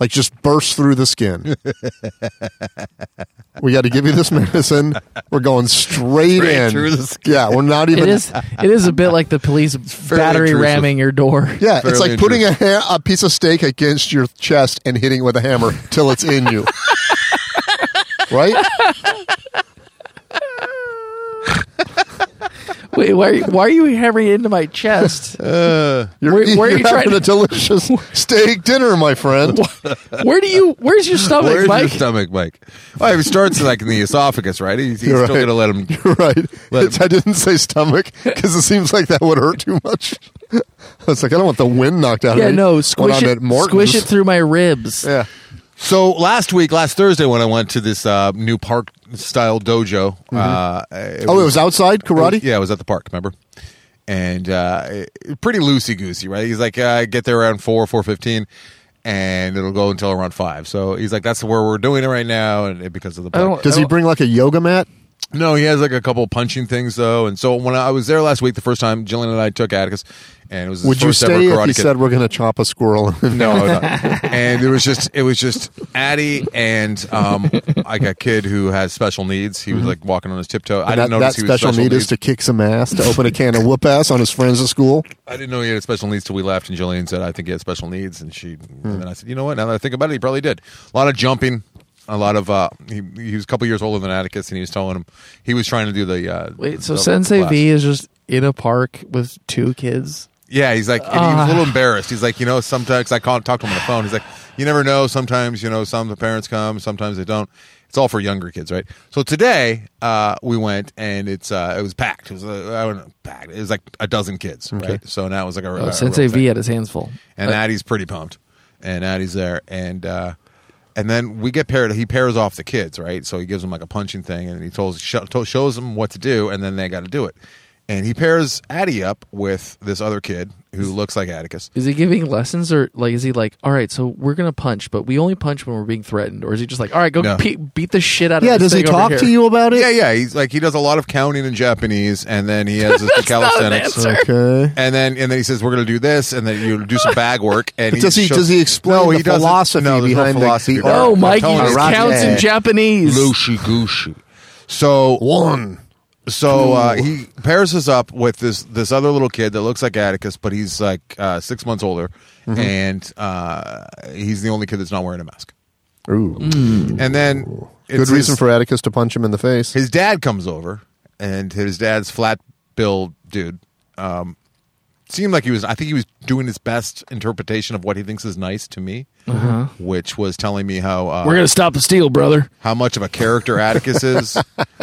E: Like just burst through the skin. we got to give you this medicine. We're going straight,
D: Straight
E: in.
D: through the skin.
E: Yeah, we're not even.
C: It is it is a bit like the police
D: fairly
C: battery
D: intrusive.
C: ramming your door.
E: Yeah,
D: fairly
E: it's like putting a, ha- a piece of steak against your chest and hitting it with a hammer till it's in you. right?
C: Wait, why are you, why are you hammering it into my chest?
E: You're,
C: Where- where are you
E: you're having
C: trying to-
E: a delicious steak dinner, my friend.
C: Where do you? Where's your stomach,
D: Where's
C: Mike?
D: your stomach, Mike? Well, it starts like in the esophagus, right? He's, he's
E: You're
D: still going
E: right.
D: to let him.
E: You're right.
D: Let
E: It's- I didn't say stomach because it seems like that would hurt too much. I was like, I don't want the wind knocked out
C: yeah,
E: of me.
C: no,
E: When
C: squish
E: I'm
C: it,
E: at Morton's.
C: squish it through my ribs.
E: Yeah.
D: So last week, last Thursday, when I went to this uh, new park style dojo, uh, it
E: Oh, it was outside karate.
D: Yeah, it was at the park. Remember? And uh, it- pretty loosey goosey, right? He's like, uh, get there around four, four fifteen, and it'll go until around five. So he's like, that's where we're doing it right now, and because of the
E: Oh.
C: I
D: park.
C: don't-
E: Does he bring like a yoga mat?
D: No, he has like a couple punching things though, and so when I was there last week, the first time Jillian and I took Atticus, and it was his
E: Would you
D: first ever
E: stay if
D: Karate
E: he
D: Kid.
E: said we're going to chop a squirrel?
D: No, I was not. and it was just it was just Addie and um like a kid who has special needs. He was like walking on his tiptoe. I
E: Mm-hmm. that,
D: didn't
E: that
D: notice he was
E: special need is
D: needs.
E: to kick some ass, to open a can of whoop ass on his friends at school.
D: I didn't know he had special needs till we left, and Jillian said, "I think he had special needs," and she
E: Hmm.
D: and then I said, "You know what? Now that I think about it, he probably did. A lot of jumping." A lot of uh, he, he was a couple years older than Atticus, and he was telling him he was trying to do the uh,
C: Wait, so
D: the
C: Sensei
D: class.
C: V is just in a park with two kids.
D: Yeah, he's like, and he was a
C: Oh.
D: little embarrassed. He's like, you know, sometimes I can't talk to him on the phone. He's like, you never know. Sometimes, you know, some of the parents come, sometimes they don't. It's all for younger kids, right? So today, uh, we went and it's uh, it was packed. It was uh, I don't know, packed. It was like a dozen kids, right? So now it was like a, a
C: Oh,
D: real
C: Sensei
D: thing.
C: V had his hands full.
D: and Addie's pretty pumped, and Addie's there, and uh, and then we get paired. He pairs off the kids, right? So he gives them like a punching thing, and he tells sho- to- shows them what to do, and then they got to do it. And he pairs Addie up with this other kid who looks like Atticus.
C: Is he giving lessons or like is he like, all right, so we're gonna punch, but we only punch when we're being threatened, or is he just like, all right, go
D: No.
C: pe- beat the shit out of
E: Yeah,
C: this
E: does he
C: thing over
E: talk
C: here."
E: to you about it?
D: Yeah, yeah. He's like he does a lot of counting in Japanese, and then he has this calisthenics,
C: answer.
E: Okay.
D: and then and then he says we're going to do this, and then you do some bag work. And
E: But does he
D: shows-
E: does he explain
D: No,
E: the
D: he doesn't.
E: philosophy
D: No, there's no
E: behind
D: philosophy
E: the, the
D: behind it.
C: Oh,
E: art?
D: Mike,
C: Mikey just
D: telling you.
C: counts in
E: Karate.
C: Japanese.
D: Looshy gooshy. So
E: one.
D: So uh, he pairs us up with this this other little kid that looks like Atticus, but he's like uh, six months older,
C: Mm-hmm.
D: and uh, he's the only kid that's not wearing a mask.
E: Ooh.
D: And then
E: Good
D: it's
E: reason
D: his,
E: for Atticus to punch him in the face.
D: his dad comes over, and his dad's flat billed dude um, seemed like he was. I think he was doing his best interpretation of what he thinks is nice to me, which was telling me how uh,
C: Mm-hmm. We're gonna stop the steal, brother.
D: how much of a character Atticus is,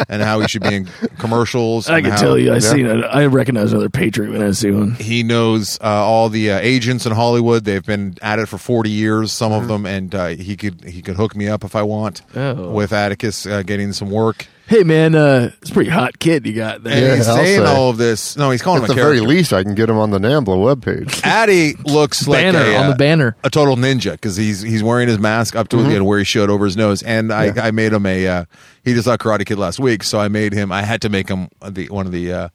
D: and how he should be in commercials.
C: I
D: and
C: can
D: how-
C: tell you, I
E: yeah.
C: seen, a, I recognize another patriot when I see one.
D: he knows uh, all the uh, agents in Hollywood. They've been at it for forty years, some of them, and uh, he could he could hook me up if I want
C: Uh-huh. Oh.
D: with Atticus uh, getting some work.
C: Hey man, uh, it's a pretty hot kid you got
D: And
C: there.
E: Yeah,
D: he's
E: I'll
D: saying
E: say.
D: all of this. No, he's calling
E: At
D: him
E: the
D: a
E: very
D: character.
E: least, I can get him on the Nambla webpage.
D: Addy looks
C: Banner
D: like a,
C: on the
D: uh,
C: banner. Mm-hmm.
D: a total ninja because he's he's wearing his mask up to his where he showed over his nose. And I, I made him a uh, he just saw Karate Kid last week, so I made him. I had to make him the one of the uh,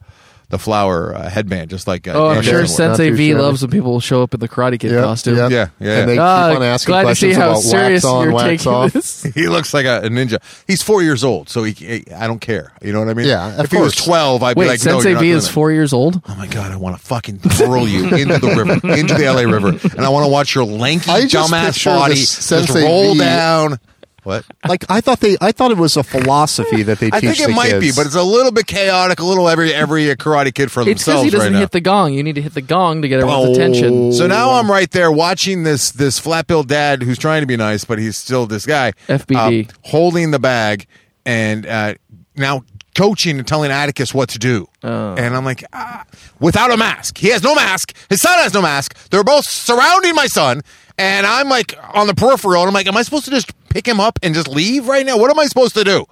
D: the flower uh, headband, just like uh,
C: Oh, I'm
D: Anderson
C: sure
D: wore.
C: Sensei
E: too
C: V
E: shabby.
C: loves when people show up in the Karate Kid costume.
E: yeah,
D: Yeah, yeah,
E: And they
C: Ah,
E: keep on asking
C: glad to
E: questions
C: see how
E: about
C: serious
E: wax on,
C: you're
E: wax
C: taking
E: off.
C: this.
D: He looks like a, a ninja. He's four years old, so he. I don't care. You know what I mean?
E: Yeah, of
D: If he was
E: course.
D: twelve, I'd
C: Wait,
D: be like, no,
C: Sensei
D: you're not
C: V
D: doing
C: is
D: that.
C: four years old.
D: Oh my god! I want to fucking throw you into the river, into the LA River, and I want to watch your lanky
E: I just
D: dumbass
E: picture
D: body
E: this
D: just
E: Sensei
D: roll
E: V-
D: down. What?
E: Like I thought they, I thought it was a philosophy that they
D: I
E: teach
D: think it
E: the
D: might be,
E: kids.
D: but it's a little bit chaotic. A little every every Karate Kid for
C: It's because
D: themselves
C: he doesn't
D: right now.
C: hit the gong. You need to hit the gong to get everyone's attention.
D: So now I'm right there watching this this flat bill dad who's trying to be nice, but he's still this guy
C: FBD.
D: uh, holding the bag and uh, now coaching and telling Atticus what to do.
E: Oh.
D: And I'm like, ah, without a mask, he has no mask. His son has no mask. They're both surrounding my son, and I'm like on the peripheral. And I'm like, am I supposed to just pick him up and just leave right now? What am I supposed to do?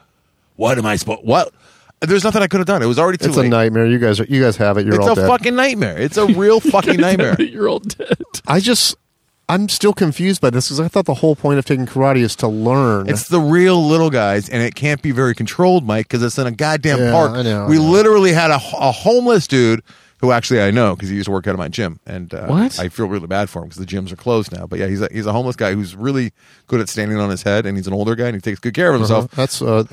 D: What am I supposed? What? There's nothing I could have done. It was already too
E: It's a
D: late.
E: nightmare. You guys, are, you guys have it. You're
D: it's
E: all
D: a
E: dead.
D: fucking nightmare. It's a real fucking nightmare.
C: You're all dead.
E: I just, I'm still confused by this because I thought the whole point of taking karate is to learn.
D: It's the real little guys, and it can't be very controlled, Mike, because it's in a goddamn
E: Yeah,
D: park.
E: I know, I
D: we
E: know.
D: literally had a, a homeless dude who actually I know because he used to work out of my gym, and uh,
C: What?
D: I feel really bad for him because the gyms are closed now. But yeah, he's a, he's a homeless guy who's really good at standing on his head, and he's an older guy, and he takes good care of himself.
E: Uh-huh. That's a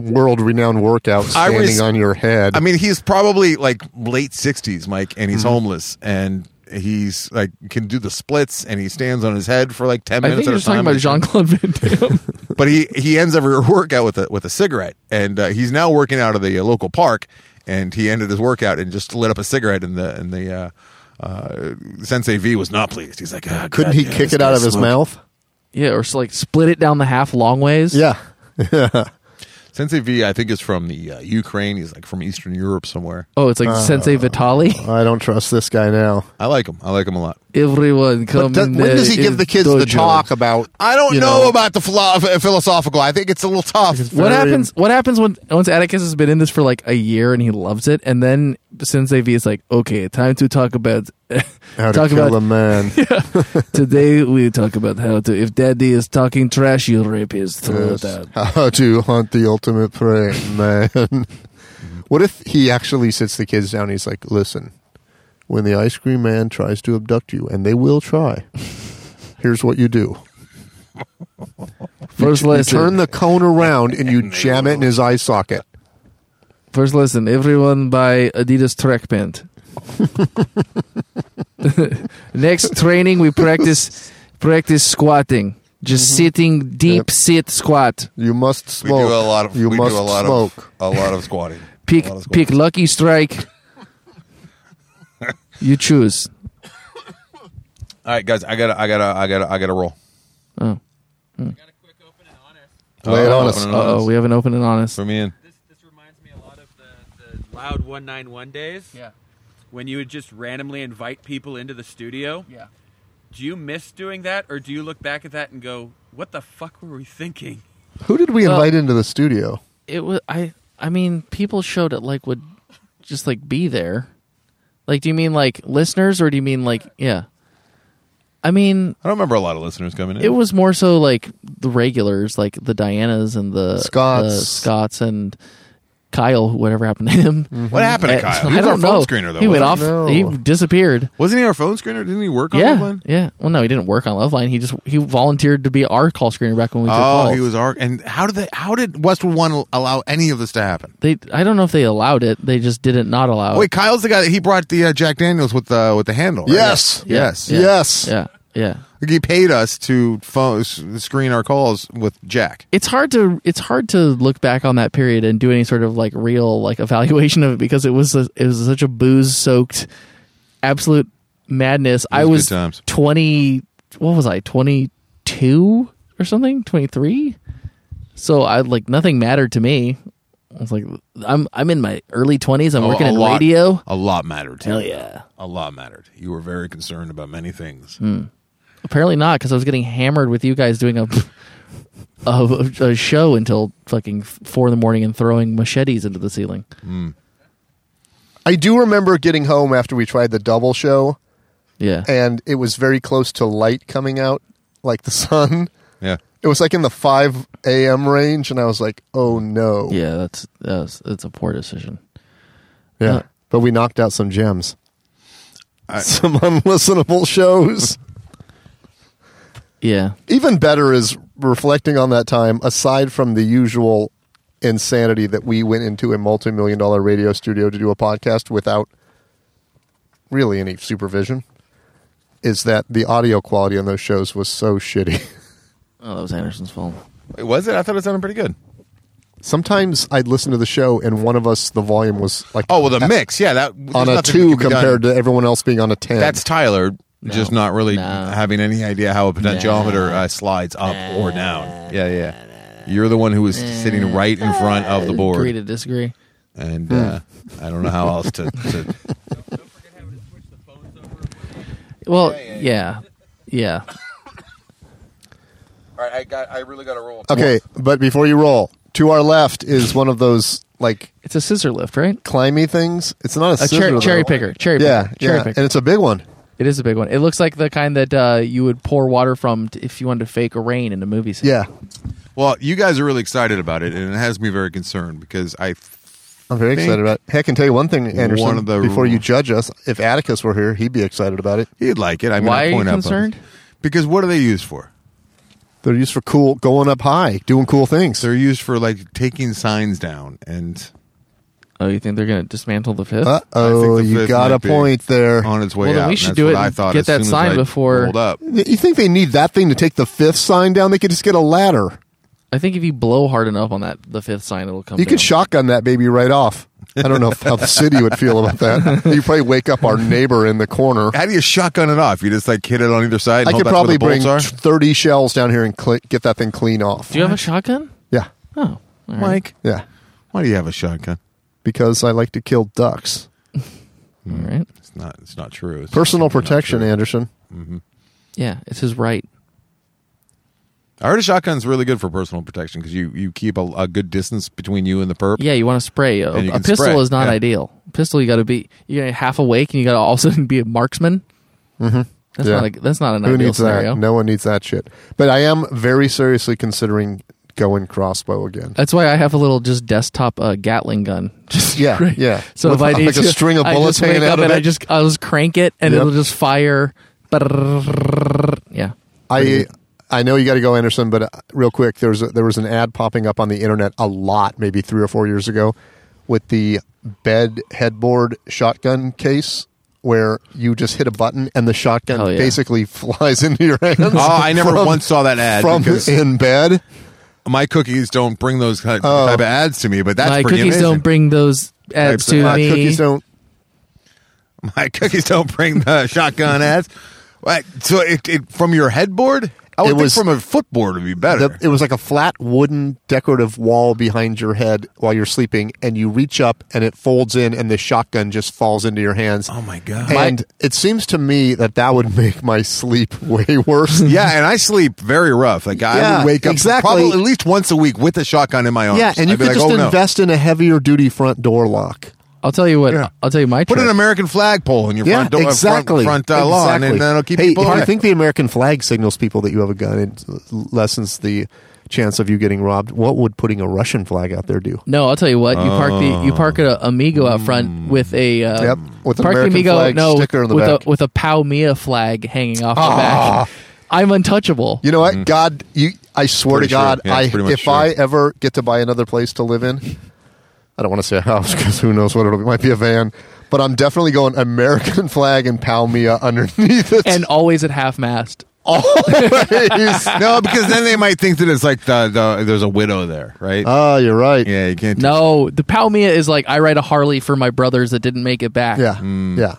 E: world renowned workout
D: Eh. I
E: standing
D: res-
E: on your head.
D: I mean, he's probably like late sixties, Mike, and he's homeless, and he's like can do the splits, and he stands on his head for like ten
C: I
D: minutes
C: think
D: at
C: you're
D: a
C: just talking
D: time.
C: about Jean Claude Van Damme.
D: but he he ends every workout with a with a cigarette, and uh, he's now working out of the uh, local park. And he ended his workout and just lit up a cigarette, and the and the uh, uh, Sensei V was not pleased. He's like, "Ah,
E: Couldn't
D: God
E: he
D: damn,
E: kick
D: this
E: it out
D: guy
E: of his
D: smoked."
E: mouth?
C: yeah, or so like split it down the half long ways.
E: Yeah.
D: Sensei V, I think, is from the uh, Ukraine. He's like from Eastern Europe somewhere.
E: Uh,
C: Oh, it's like Sensei Vitali.
E: I don't trust this guy now.
D: I like him. I like him a lot.
C: Everyone come.
E: Does-
C: in
E: when does he
C: there
E: give the
C: is
E: kids the
C: dojo.
E: talk about?
D: I don't
E: you
D: know, about the philo- philosophical. I think it's a little tough.
C: What
E: Very-
C: happens? What happens when once Atticus has been in this for like a year and he loves it, and then Sensei V is like, "Okay, time to talk about
E: how to
C: talk
E: kill
C: about
E: a man?
C: today. We talk about how to if Daddy is talking trash, you rip his throat
E: Yes.
C: out."
E: How to hunt the ultimate prey, man. what if he actually sits the kids down and he's like, listen, when the ice cream man tries to abduct you, and they will try, here's what you do.
C: First
E: You
C: lesson.
E: turn the cone around and you jam it in his eye socket.
C: First lesson. Everyone buy Adidas track pant. Next training, we practice practice squatting. Just sitting deep
E: Mm-hmm. Yep.
C: sit squat.
E: You must
D: We
E: smoke.
D: do a lot of
E: you
D: we
E: must
D: do a lot
E: smoke.
D: of a lot of squatting.
C: Pick
D: A lot of squatting.
C: pick lucky strike. you choose.
D: All right, guys, I gotta I gotta I gotta I gotta roll.
F: Got a quick open and honest.
E: Lay it on us.
D: Open and
C: Uh oh,
D: honest.
C: we have an open and honest.
D: For me and
F: This this reminds me a lot of the, the loud 191 days
C: Yeah,
F: when you would just randomly invite people into the studio.
C: yeah.
F: Do you miss doing that, or do you look back at that and go, "What the fuck were we thinking?"
E: Who did we
C: Well-
E: invite into the studio?
C: It was I. I mean, people showed it like would just like be there. Like, do you mean like listeners, or do you mean like yeah? I mean,
D: I don't remember a lot of listeners coming in.
C: It was more so like the regulars, like the Dianas and the the
E: Scotts.
C: Scots and Kyle, whatever happened to him.
D: what happened to
C: Uh,
D: Kyle?
C: I
D: He was our
C: don't
D: phone
C: know.
D: screener though.
C: he went
D: wasn't
C: off.
E: No.
C: He disappeared.
D: Wasn't he our phone screener? Didn't he work on
C: yeah,
D: Loveline?
C: yeah. Well, no, he didn't work on Loveline. He just he volunteered to be our call screener back when we took
D: Oh,
C: calls.
D: he was our. And how did they? How did Westwood One allow any of this to happen?
C: They, I don't know if they allowed it. They just didn't not allow
D: Wait,
C: it.
D: Kyle's the guy. That he brought the uh, Jack Daniels with the with the handle. right?
E: Yes.
C: Yeah,
D: yes,
C: yeah,
E: Yes.
C: yeah, yeah.
D: He paid us to phone, s- screen our calls with Jack.
C: It's hard to it's hard to look back on that period and do any sort of like real like evaluation of it because it was a, it was such a booze soaked absolute madness. I
D: was
C: was
D: good times.
C: twenty. What was I? Twenty two or something? Twenty three. So I like nothing mattered to me. I was like, I'm I'm in my early twenties. I'm working
D: Oh, a
C: in
D: lot-
C: radio.
D: A lot mattered.
C: Hell yeah!
D: A lot mattered. You were very concerned about many things.
C: Hmm. Apparently not because I was getting hammered with you guys doing a. Of a show until fucking four in the morning and throwing machetes into the ceiling.
E: I do remember getting home after we tried the double show,
C: Yeah,
E: and it was very close to light coming out, like the sun.
D: Yeah.
E: It was like in the 5 a.m. range, and I was like, oh no.
C: yeah, that's that's that's a poor decision.
E: Yeah.
C: Uh,
E: but we knocked out some gems, some unlistenable shows.
C: Yeah,
E: Even better is reflecting on that time, aside from the usual insanity that we went into a multi million dollar radio studio to do a podcast without really any supervision, is that the audio quality on those shows was so shitty.
C: oh, that was Anderson's fault.
D: Wait, was it? I thought it sounded pretty good.
E: Sometimes I'd listen to the show and one of us, the volume was like
D: Oh well, the mix. Yeah, that
E: on a two compared to everyone else being on a 10.
D: that's Tyler just not really having any idea how a potentiometer uh, slides up or down. Yeah, yeah. You're the one who was sitting right in front of the
C: Agree to
D: board,
C: disagree. Hmm.
D: and uh, I don't know how else to. to
C: Well, yeah, yeah.
D: All right, I got. I really got to roll.
E: okay. But before you roll, to our left is one of those like
C: It's a scissor lift, right?
E: climby things. It's not a,
C: A
E: scissor,
C: cherry,
E: though.
C: cherry picker, cherry
E: Yeah,
C: picker, cherry
E: yeah,
C: picker.
E: and it's a big one.
C: It is a big one. It looks like the kind that uh, you would pour water from t- if you wanted to fake a rain in a movie set.
E: Yeah,
D: Well, you guys are really excited about it, and it has me very concerned because I.
E: I'm very
D: Think-
E: excited about. it. Hey, I can tell you one thing, Anderson.
D: One of the-
E: before you judge us, if Atticus were here, he'd be excited about it.
D: He'd like it. I mean,
C: Why
D: I
C: are you
D: point up on-
C: concerned?
D: Because what are they used for?
E: They're used for cool, going up high, doing cool things.
D: They're used for like taking signs down and
C: Oh, you think they're gonna dismantle the fifth?
E: Uh oh,
D: I think the
E: you
D: fifth
E: got
D: might
E: a
D: be
E: point there.
D: on its way
C: Well, then
D: out.
C: we
D: and
C: should
D: that's
C: do
D: what
C: it
D: I
C: and
D: thought
C: get
D: as
C: that
D: soon as
C: sign
D: I
C: before-
D: rolled up.
E: You think they need that thing to take the fifth sign down? They could just get a ladder.
C: I think if you blow hard enough on that, the fifth sign, it'll come.
E: You
C: down.
E: could shotgun that baby right off. I don't know how the city would feel about that. You probably wake up our neighbor in the corner.
D: How do you shotgun it off? You just like hit it on either side. And
E: I
D: hope
E: could
D: that's
E: probably
D: where
E: bring
D: the bolts are?
E: 30 shells down here and cle get that thing clean off.
C: Do you have a shotgun?
E: yeah.
C: Oh, all right.
D: Mike.
E: Yeah.
D: Why do you have a shotgun?
E: Because I like to kill ducks.
C: All right.
D: It's not. It's not true. It's
E: Personal
D: not
E: protection,
D: true.
E: Anderson.
C: Yeah, it's his right.
D: I heard a shotgun's really good for personal protection because you, you keep a, a good distance between you and the perp.
C: Yeah, you want to spray. A,
D: And you
C: a
D: can
C: pistol
D: spray,
C: is not
D: yeah.
C: ideal. Pistol, you got to be you got half awake, and you got to also be a marksman. Mm-hmm. That's
E: Yeah.
C: not a, that's not an
E: Who
C: ideal
E: needs
C: scenario.
E: that? No one needs that shit. But I am very seriously considering going crossbow again.
C: That's why I have a little just desktop uh, Gatling gun. Just
E: Yeah,
C: right?
E: yeah.
C: So
E: With,
C: if I
E: uh,
C: need
E: like a
C: to,
E: string of
C: I
E: bullets
C: just wake
E: hanging
C: up
E: out of
C: and I
E: it.
C: just I'll just crank it and
E: Yep.
C: it'll just fire.
E: I I know you got to go, Anderson, but uh, real quick, there's a, there was an ad popping up on the internet a lot, maybe three or four years ago, with the bed headboard shotgun case where you just hit a button and the shotgun
C: Hell yeah.
E: basically flies into your hands.
D: Oh, I never
E: from-
D: once saw that ad
E: from
D: because-
E: in bed.
D: My cookies don't bring those kind
E: Oh.
D: type of ads to me, but that's
C: My
D: pretty
C: cookies
D: amazing.
C: don't bring those ads
D: Right,
C: to
E: My
C: me.
E: cookies don't.
D: My cookies don't bring the shotgun ads. Right, so it, it from your headboard. I would
E: It was-
D: think from a footboard would be better.
E: The, it was like a flat wooden decorative wall behind your head while you're sleeping, and you reach up and it folds in, and the shotgun just falls into your hands.
D: oh my god!
E: And it seems to me that that would make my sleep way worse.
D: yeah, and I sleep very rough. Like I
E: Yeah,
D: would wake up
E: exactly.
D: probably at least once a week with a shotgun in my arms.
E: yeah, and you
D: I'd be like,
E: could just
D: oh, no.
E: invest in a heavier duty front door lock.
C: I'll tell you what.
D: Yeah.
C: I'll tell you my
D: Put
C: trick.
D: an American flagpole in your
E: Yeah,
D: front door,
E: exactly.
D: front, front uh, lawn,
E: Exactly.
D: and that'll keep
E: hey,
D: people.
E: if
D: away.
E: you think the American flag signals people that you have a gun and lessens the chance of you getting robbed, what would putting a Russian flag out there do?
C: No, I'll tell you what. You park the you park a Amigo out front with a uh,
E: Yep, with an
C: park the
E: American
C: Amigo
E: flag
C: no
E: sticker on the
C: with
E: back. Ah.
C: a with a Pau Mia flag hanging off the back. I'm untouchable.
E: You know what? God, you I
D: Mm-hmm.
E: swear
D: Pretty
E: to God,
D: sure. Yeah,
E: I
D: it's pretty much
E: if
D: sure.
E: I ever get to buy another place to live in, I don't want to say a house because who knows what it'll be. Might be a van, but I'm definitely going American flag and Palmia underneath it.
C: and always at half mast.
E: always.
D: no, because then they might think that it's like the, the there's a widow there, right?
E: oh, you're right.
D: yeah, you can't.
C: No, the Pau Mia is like I ride a Harley for my brothers that didn't make it back.
E: Yeah.
D: Mm.
E: Yeah.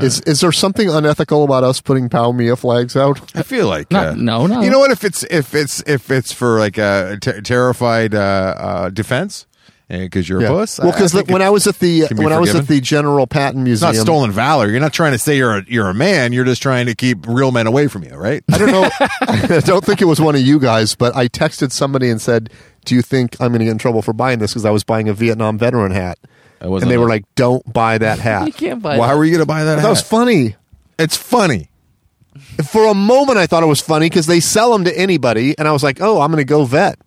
E: Is is there something unethical about us putting Palmia flags out?
D: I feel like
C: Not-
D: uh,
C: no, no.
D: You know what? If it's if it's if it's for like a ter- terrified uh, uh, defense, because you're
E: Yeah.
D: a puss.
E: Well, because
D: think
E: when
D: it-
E: I was at the
D: can be
E: when I was at
D: forgiven.
E: the General Patton
D: it's not
E: Museum,
D: stolen valor. You're not trying to say you're a, you're a man. You're just trying to keep real men away from you, right?
E: I don't know. I don't think it was one of you guys, but I texted somebody and said, "Do you think I'm going to get in trouble for buying this?" Because I was buying a Vietnam veteran hat,
D: I wasn't
E: and they
D: on
E: were
D: it.
E: like, "Don't buy that hat."
C: You can't buy.
D: Why
C: that.
D: were you going to buy that?
E: That was
D: hat?
E: funny.
D: It's funny.
E: For a moment, I thought it was funny because they sell them to anybody, and I was like, "Oh, I'm going to go vet."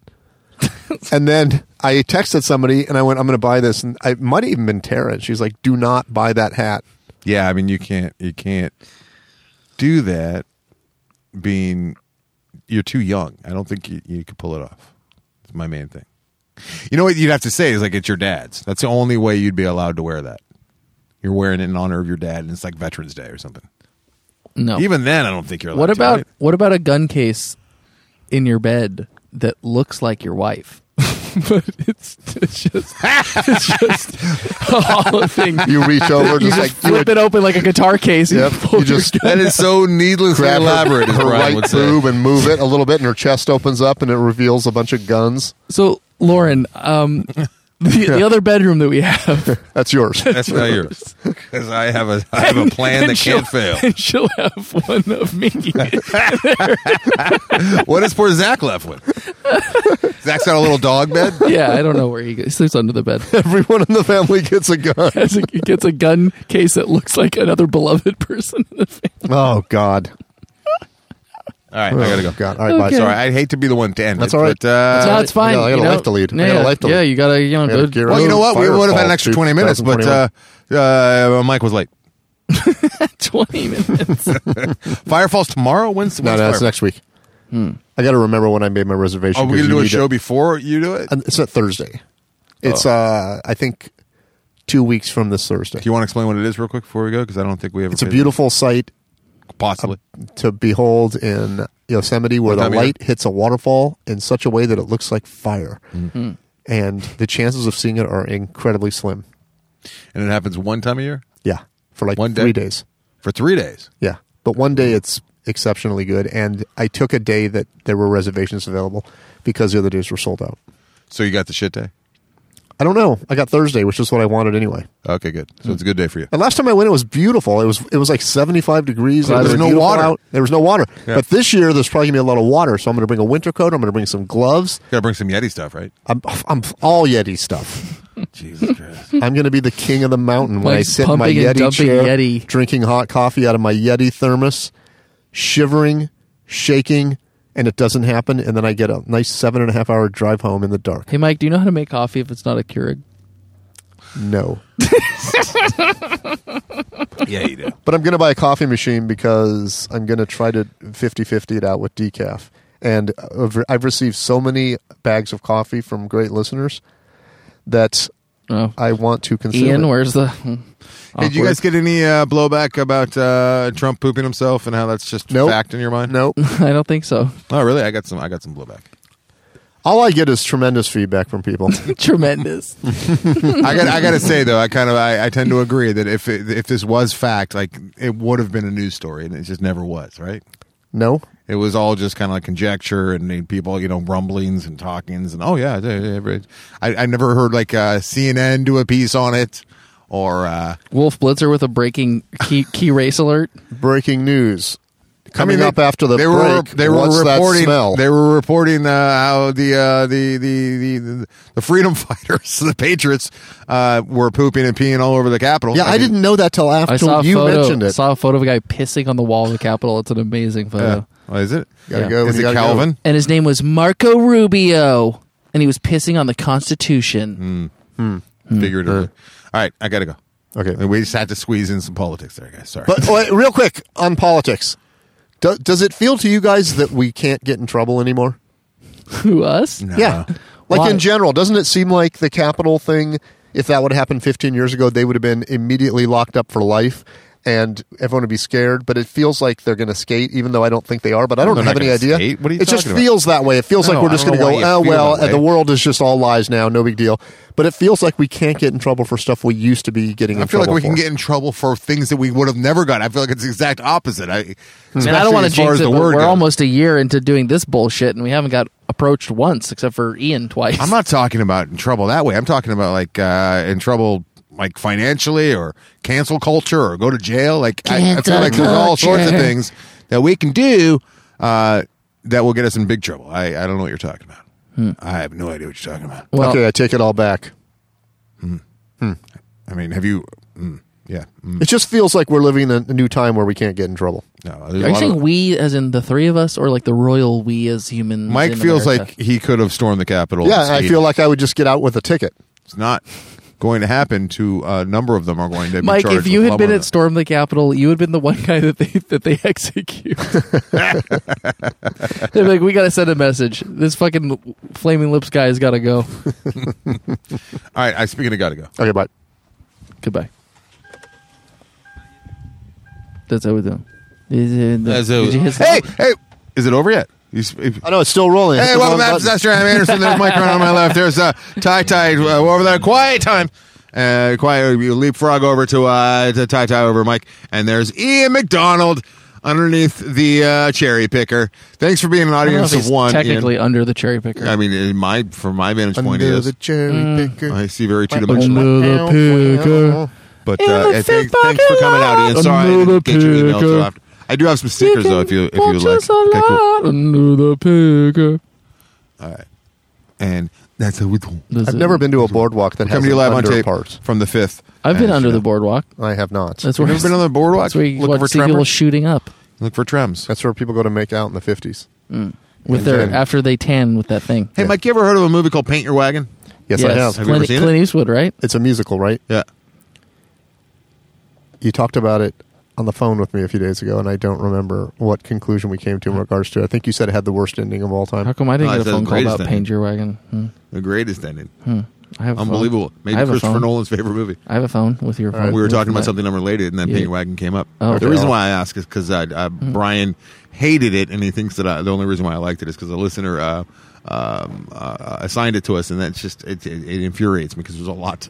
E: and then I texted somebody, and I went, "I'm going to buy this," and I it might have even been Tara. and She's like, "Do not buy that hat."
D: Yeah, I mean you can't you can't do that. Being you're too young. I don't think you, you could pull it off. It's my main thing. You know what you'd have to say is like it's your dad's. That's the only way you'd be allowed to wear that. You're wearing it in honor of your dad, and it's like Veterans Day or something.
C: No.
D: Even then, I don't think you're. allowed
C: Oh. what
D: to,
C: about
D: right?
C: what about a gun case in your bed that looks like your wife? but it's, it's just it's just a hollow thing.
E: You reach over, just like you
C: Flip it open like a guitar case. and
E: Yep,
C: pull
E: you
C: your
E: just-
D: That is so needlessly
E: grab her-
D: elaborate. is
E: her
D: what Ryan
E: right
D: would say.
E: boob and move it a little bit, and her chest opens up, and it reveals a bunch of guns.
C: So, Lauren, um, the, the other bedroom that we have,
E: That's yours.
D: That's not yours. Because I have a I have a plan
C: and
D: that
C: she'll-
D: can't fail.
C: and she'll have one of me.
D: What is poor Zach left with? Zach's got a little dog bed.
C: yeah, I don't know where he goes. He sleeps under the bed.
E: Everyone in the family gets a gun.
C: Has a, he gets a gun case that looks like another beloved person in the family.
E: Oh God!
D: Oh, All right, I gotta go.
E: God, all right, bye.
C: Okay.
E: Sorry.
D: Sorry, I hate to be the one to end.
E: That's
D: it,
E: all right.
D: But, uh,
C: no, it's fine.
E: I got a
C: you know?
E: life to lead. I
C: Yeah,
E: got a life to
C: yeah,
E: lead.
C: you gotta, you know,
E: gotta
C: go,
E: gear
D: well, you know what? We would have had an
E: Fireball,
D: extra twenty minutes, but uh,
E: 2021.
D: uh, Mike was late.
C: twenty minutes.
D: Fire falls tomorrow. When's,
E: No,
D: when's
E: no,
D: Fire
E: it's next week. I got to remember when I made my reservation.
D: Are Hmm. Oh, we gonna
E: 'cause you
D: do a
E: need
D: show
E: It.
D: before you do it? Do
E: And It's a Thursday. It's uh, I think two weeks from this Thursday.
D: you want to explain what it is real quick before we go? Because I don't think we have.
E: It's a beautiful sight
D: possibly.
E: to behold in Yosemite
D: What
E: where the
D: time of
E: light hits a waterfall in such a way that it looks like fire.
D: Mm-hmm.
E: And the chances of seeing it are incredibly slim.
D: and it happens one time a year
E: Yeah. For like
D: One day?
E: three days.
D: for three days.
E: Yeah. But one day it's exceptionally good. And I took a day that there were reservations available because the other days were sold out.
D: So you got the shit day.
E: I don't know. I got Thursday, which is what I wanted anyway.
D: Okay, good. So it's a good day for you.
E: And last time I went, it was beautiful. It was it was like seventy five degrees.
D: There
E: It
D: was no
E: beautiful
D: water.
E: Out. There was no water.
D: Yeah.
E: But this year, there's probably gonna be a lot of water. So I'm gonna bring a winter coat. I'm gonna bring some gloves.
D: Gotta bring some Yeti stuff, right?
E: I'm I'm all Yeti stuff.
D: Jesus Christ.
E: I'm gonna be the king of the mountain when
C: Like
E: I sit in my
C: pumping and
E: Yeti
C: dumping
E: chair,
C: Yeti.
E: drinking hot coffee out of my Yeti thermos, shivering, shaking, and it doesn't happen. And then I get a nice seven and a half hour drive home in the dark.
C: Hey, Mike, do you know how to make coffee if it's not a Keurig?
E: No.
D: yeah, you do.
E: But I'm going to buy a coffee machine because I'm going to try to 50 50 it out with decaf. And I've I've received so many bags of coffee from great listeners that
C: Oh.
E: I want to consume.
C: Ian,
E: it.
C: where's the? hmm,
D: Hey, did you
C: Awkward.
D: guys get any uh, blowback about uh, Trump pooping himself and how that's just
E: Nope.
D: fact in your mind?
E: Nope.
C: I don't think so.
D: Oh, really? I got some. I got some blowback.
E: All I get is tremendous feedback from people.
C: Tremendous.
D: I got. I got to say though, I kind of. I, I tend to agree that if it, if this was fact, like it would have been a news story, and it just never was. Right?
E: no.
D: It was all just kind of like conjecture and uh, people, you know, rumblings and talkings, and oh yeah, they- they- every- I, I never heard like uh, CNN do a piece on it, or uh,
C: Wolf Blitzer with a breaking key, key race alert.
E: Breaking news.
D: I
E: Coming
D: mean, they-
E: up after the
D: they
E: break,
D: were they were
E: what's
D: reporting
E: that smell?
D: they were reporting uh, how the, uh, the the the the freedom fighters, the patriots, uh, were pooping and peeing all over the Capitol.
E: yeah, I,
D: mean,
E: didn't know that till
C: I
E: after
C: saw a
E: you
C: photo.
E: mentioned it.
C: Saw a photo of a guy pissing on the wall of the Capitol. It's an amazing photo.
D: Yeah. What oh, is it?
E: Gotta
C: Yeah.
E: go when
D: Is
E: you
D: it
E: gotta go.
D: Calvin?
C: And his name was Marco Rubio, and he was pissing on the Constitution.
D: Figured. it out. Hmm. All right, I gotta go.
E: Okay.
D: We just had to squeeze in some politics there, guys. Sorry.
E: But wait, real quick on politics, Do, does it feel to you guys that we can't get in trouble anymore?
D: Hmm.
C: Who us?
E: Yeah,
D: Uh,
E: like
C: Why?
E: in general, doesn't it seem like the Capitol thing? If that would have happened 15 years ago, they would have been immediately locked up for life, and everyone would be scared. But it feels like they're going to skate, even though I don't think they are. But I don't
D: They're
E: have
D: not
E: any
D: gonna
E: idea.
D: skate? What are you
E: it just
D: talking about?
E: feels that way. It feels
D: No,
E: like we're
D: I
E: just
D: don't
E: going
D: know
E: to go,
D: why you
E: oh
D: feel
E: well,
D: that way."
E: the world is just all lies now. No big deal. But it feels like we can't get in trouble for stuff we used to be getting.
D: I
E: in
D: feel like
E: trouble
D: we can
E: for.
D: get in trouble for things that we would have never got. I feel like it's the exact opposite. I,
C: Hmm. Man, I
D: especially
C: don't want to
D: as far
C: jinx
D: as
C: it,
D: the
C: but
D: word
C: we're
D: goes.
C: almost a year into doing this bullshit, and we haven't got approached once, except for Ian twice.
D: I'm not talking about in trouble that way. I'm talking about like uh, in trouble like financially or cancel culture or go to jail. Like I, I feel like there's all sorts of things that we can do uh, that will get us in big trouble. I, I don't know what you're talking about.
C: Hmm.
D: I have no idea what you're talking about.
C: Well,
E: okay, I take it all back.
D: I mean, have you? Mm, yeah. Mm,
E: It just feels like we're living in a new time where we can't get in trouble.
D: no. there's a
C: are you
D: lot
C: saying
D: of-
C: we as in the three of us, or like the royal we as humans?
D: Mike
C: in
D: feels
C: America?
D: like he could have stormed the Capitol.
E: Yeah,
D: and
E: I
D: skied.
E: feel like I would just get out with a ticket.
D: it's not going to happen. To a number of them are going to be
C: Mike,
D: charged
C: if you
D: with
C: had been
D: lumber-
C: at Storm the Capitol, you would have been the one guy that they that they execute. They're like, we gotta send a message. This fucking flaming lips guy's gotta go.
D: All right. I speaking of gotta go.
E: Okay, bye.
C: Goodbye. That's how we do. it.
D: That's
C: Did
D: it.
C: you hit stop?
D: hey, hey, is it over yet? You sp- if-
E: I know it's still rolling.
D: hey, welcome back, Disaster. I'm Anderson. There's Mike Brown on my left. There's uh, Ty Ty uh, over there. Quiet time. Uh, quiet. You leapfrog over to uh, to Ty Ty over Mike, and there's Ian McDonald underneath the uh, cherry picker. Thanks for being an
C: I don't know
D: audience
C: if he's
D: of one. Ian.
C: technically under the cherry picker.
D: I mean, in my from my vantage point, he
E: Under the
D: is.
E: cherry picker.
D: I see very too
C: Under
D: dimensional.
C: the picker.
D: But
C: In
D: uh,
C: the
D: hey, thanks,
C: fifth
D: thanks for
C: parking
D: coming out, Ian.
C: lot.
D: Sorry, I
C: Under
D: didn't
C: the
D: get your email till
C: picker.
D: after. I do have some stickers though, if you if you would like. Okay, cool.
C: Under the picker.
D: and that's how we do.
C: Does
E: I've
C: it-
E: never been to a boardwalk that
D: Come
E: has
D: to you live on
E: under
D: tape
E: parts.
D: from the fifth.
C: I've been
D: And,
C: under
D: you
C: the
D: know,
C: boardwalk.
E: I have not.
C: That's
D: You've
C: where
D: never been on the boardwalk.
C: That's where you
D: Look
C: what,
D: for
C: see people
D: Tremor.
C: shooting up
D: Look for Trems.
E: That's where people go to make out in the fifties.
C: with their
E: Tan.
C: after they tan with that thing.
D: Hey, Mike, you ever heard of a movie called Paint Your Wagon?
E: Yes, I have.
D: Have you ever
C: Clint,
D: seen it?
C: Clint Eastwood, right?
E: It's a musical, right?
D: Yeah.
E: You talked about it on the phone with me a few days ago, and I don't remember what conclusion we came to in regards to. it. I think you said it had the worst ending of all time.
C: How come I didn't
D: No, it's
C: get a
D: the
C: phone call
D: greatest
C: about
D: thing.
C: Paint Your Wagon? Hmm.
D: The greatest ending.
C: I have a Hmm, phone.
D: Unbelievable. Maybe
C: I have a
D: Christopher
C: phone.
D: Nolan's favorite movie.
C: I have a phone with your phone.
D: We were
C: with
D: talking about
C: that.
D: something unrelated, and then
C: Yeah.
D: Paint Your Wagon came up.
C: Oh, okay. Hmm.
D: The reason why I ask is because uh, Brian hated it, and he thinks that I, the only reason why I liked it is because a listener uh, um, uh, assigned it to us, and that's just it, it, it infuriates me because there's a lot.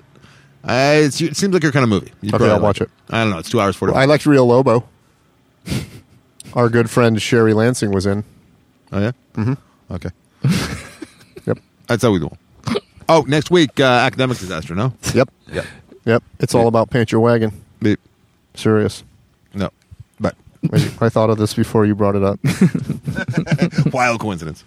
D: Uh, it's, it seems like your kind of movie. You'd
E: Okay,
D: probably
E: I'll
D: like
E: watch
D: it. I don't know. It's two hours forty.
E: I liked Real Lobo. Our good friend Sherry Lansing was in.
D: Oh yeah. Mm-hmm. Okay.
E: Yep.
D: That's how we do. it. Oh, next week, uh, academic disaster. No,
E: Yep.
D: Yep.
E: Yep. It's all about paint your wagon.
D: Beep.
E: Serious.
D: no, but
E: I I thought of this before you brought it up.
D: wild coincidence.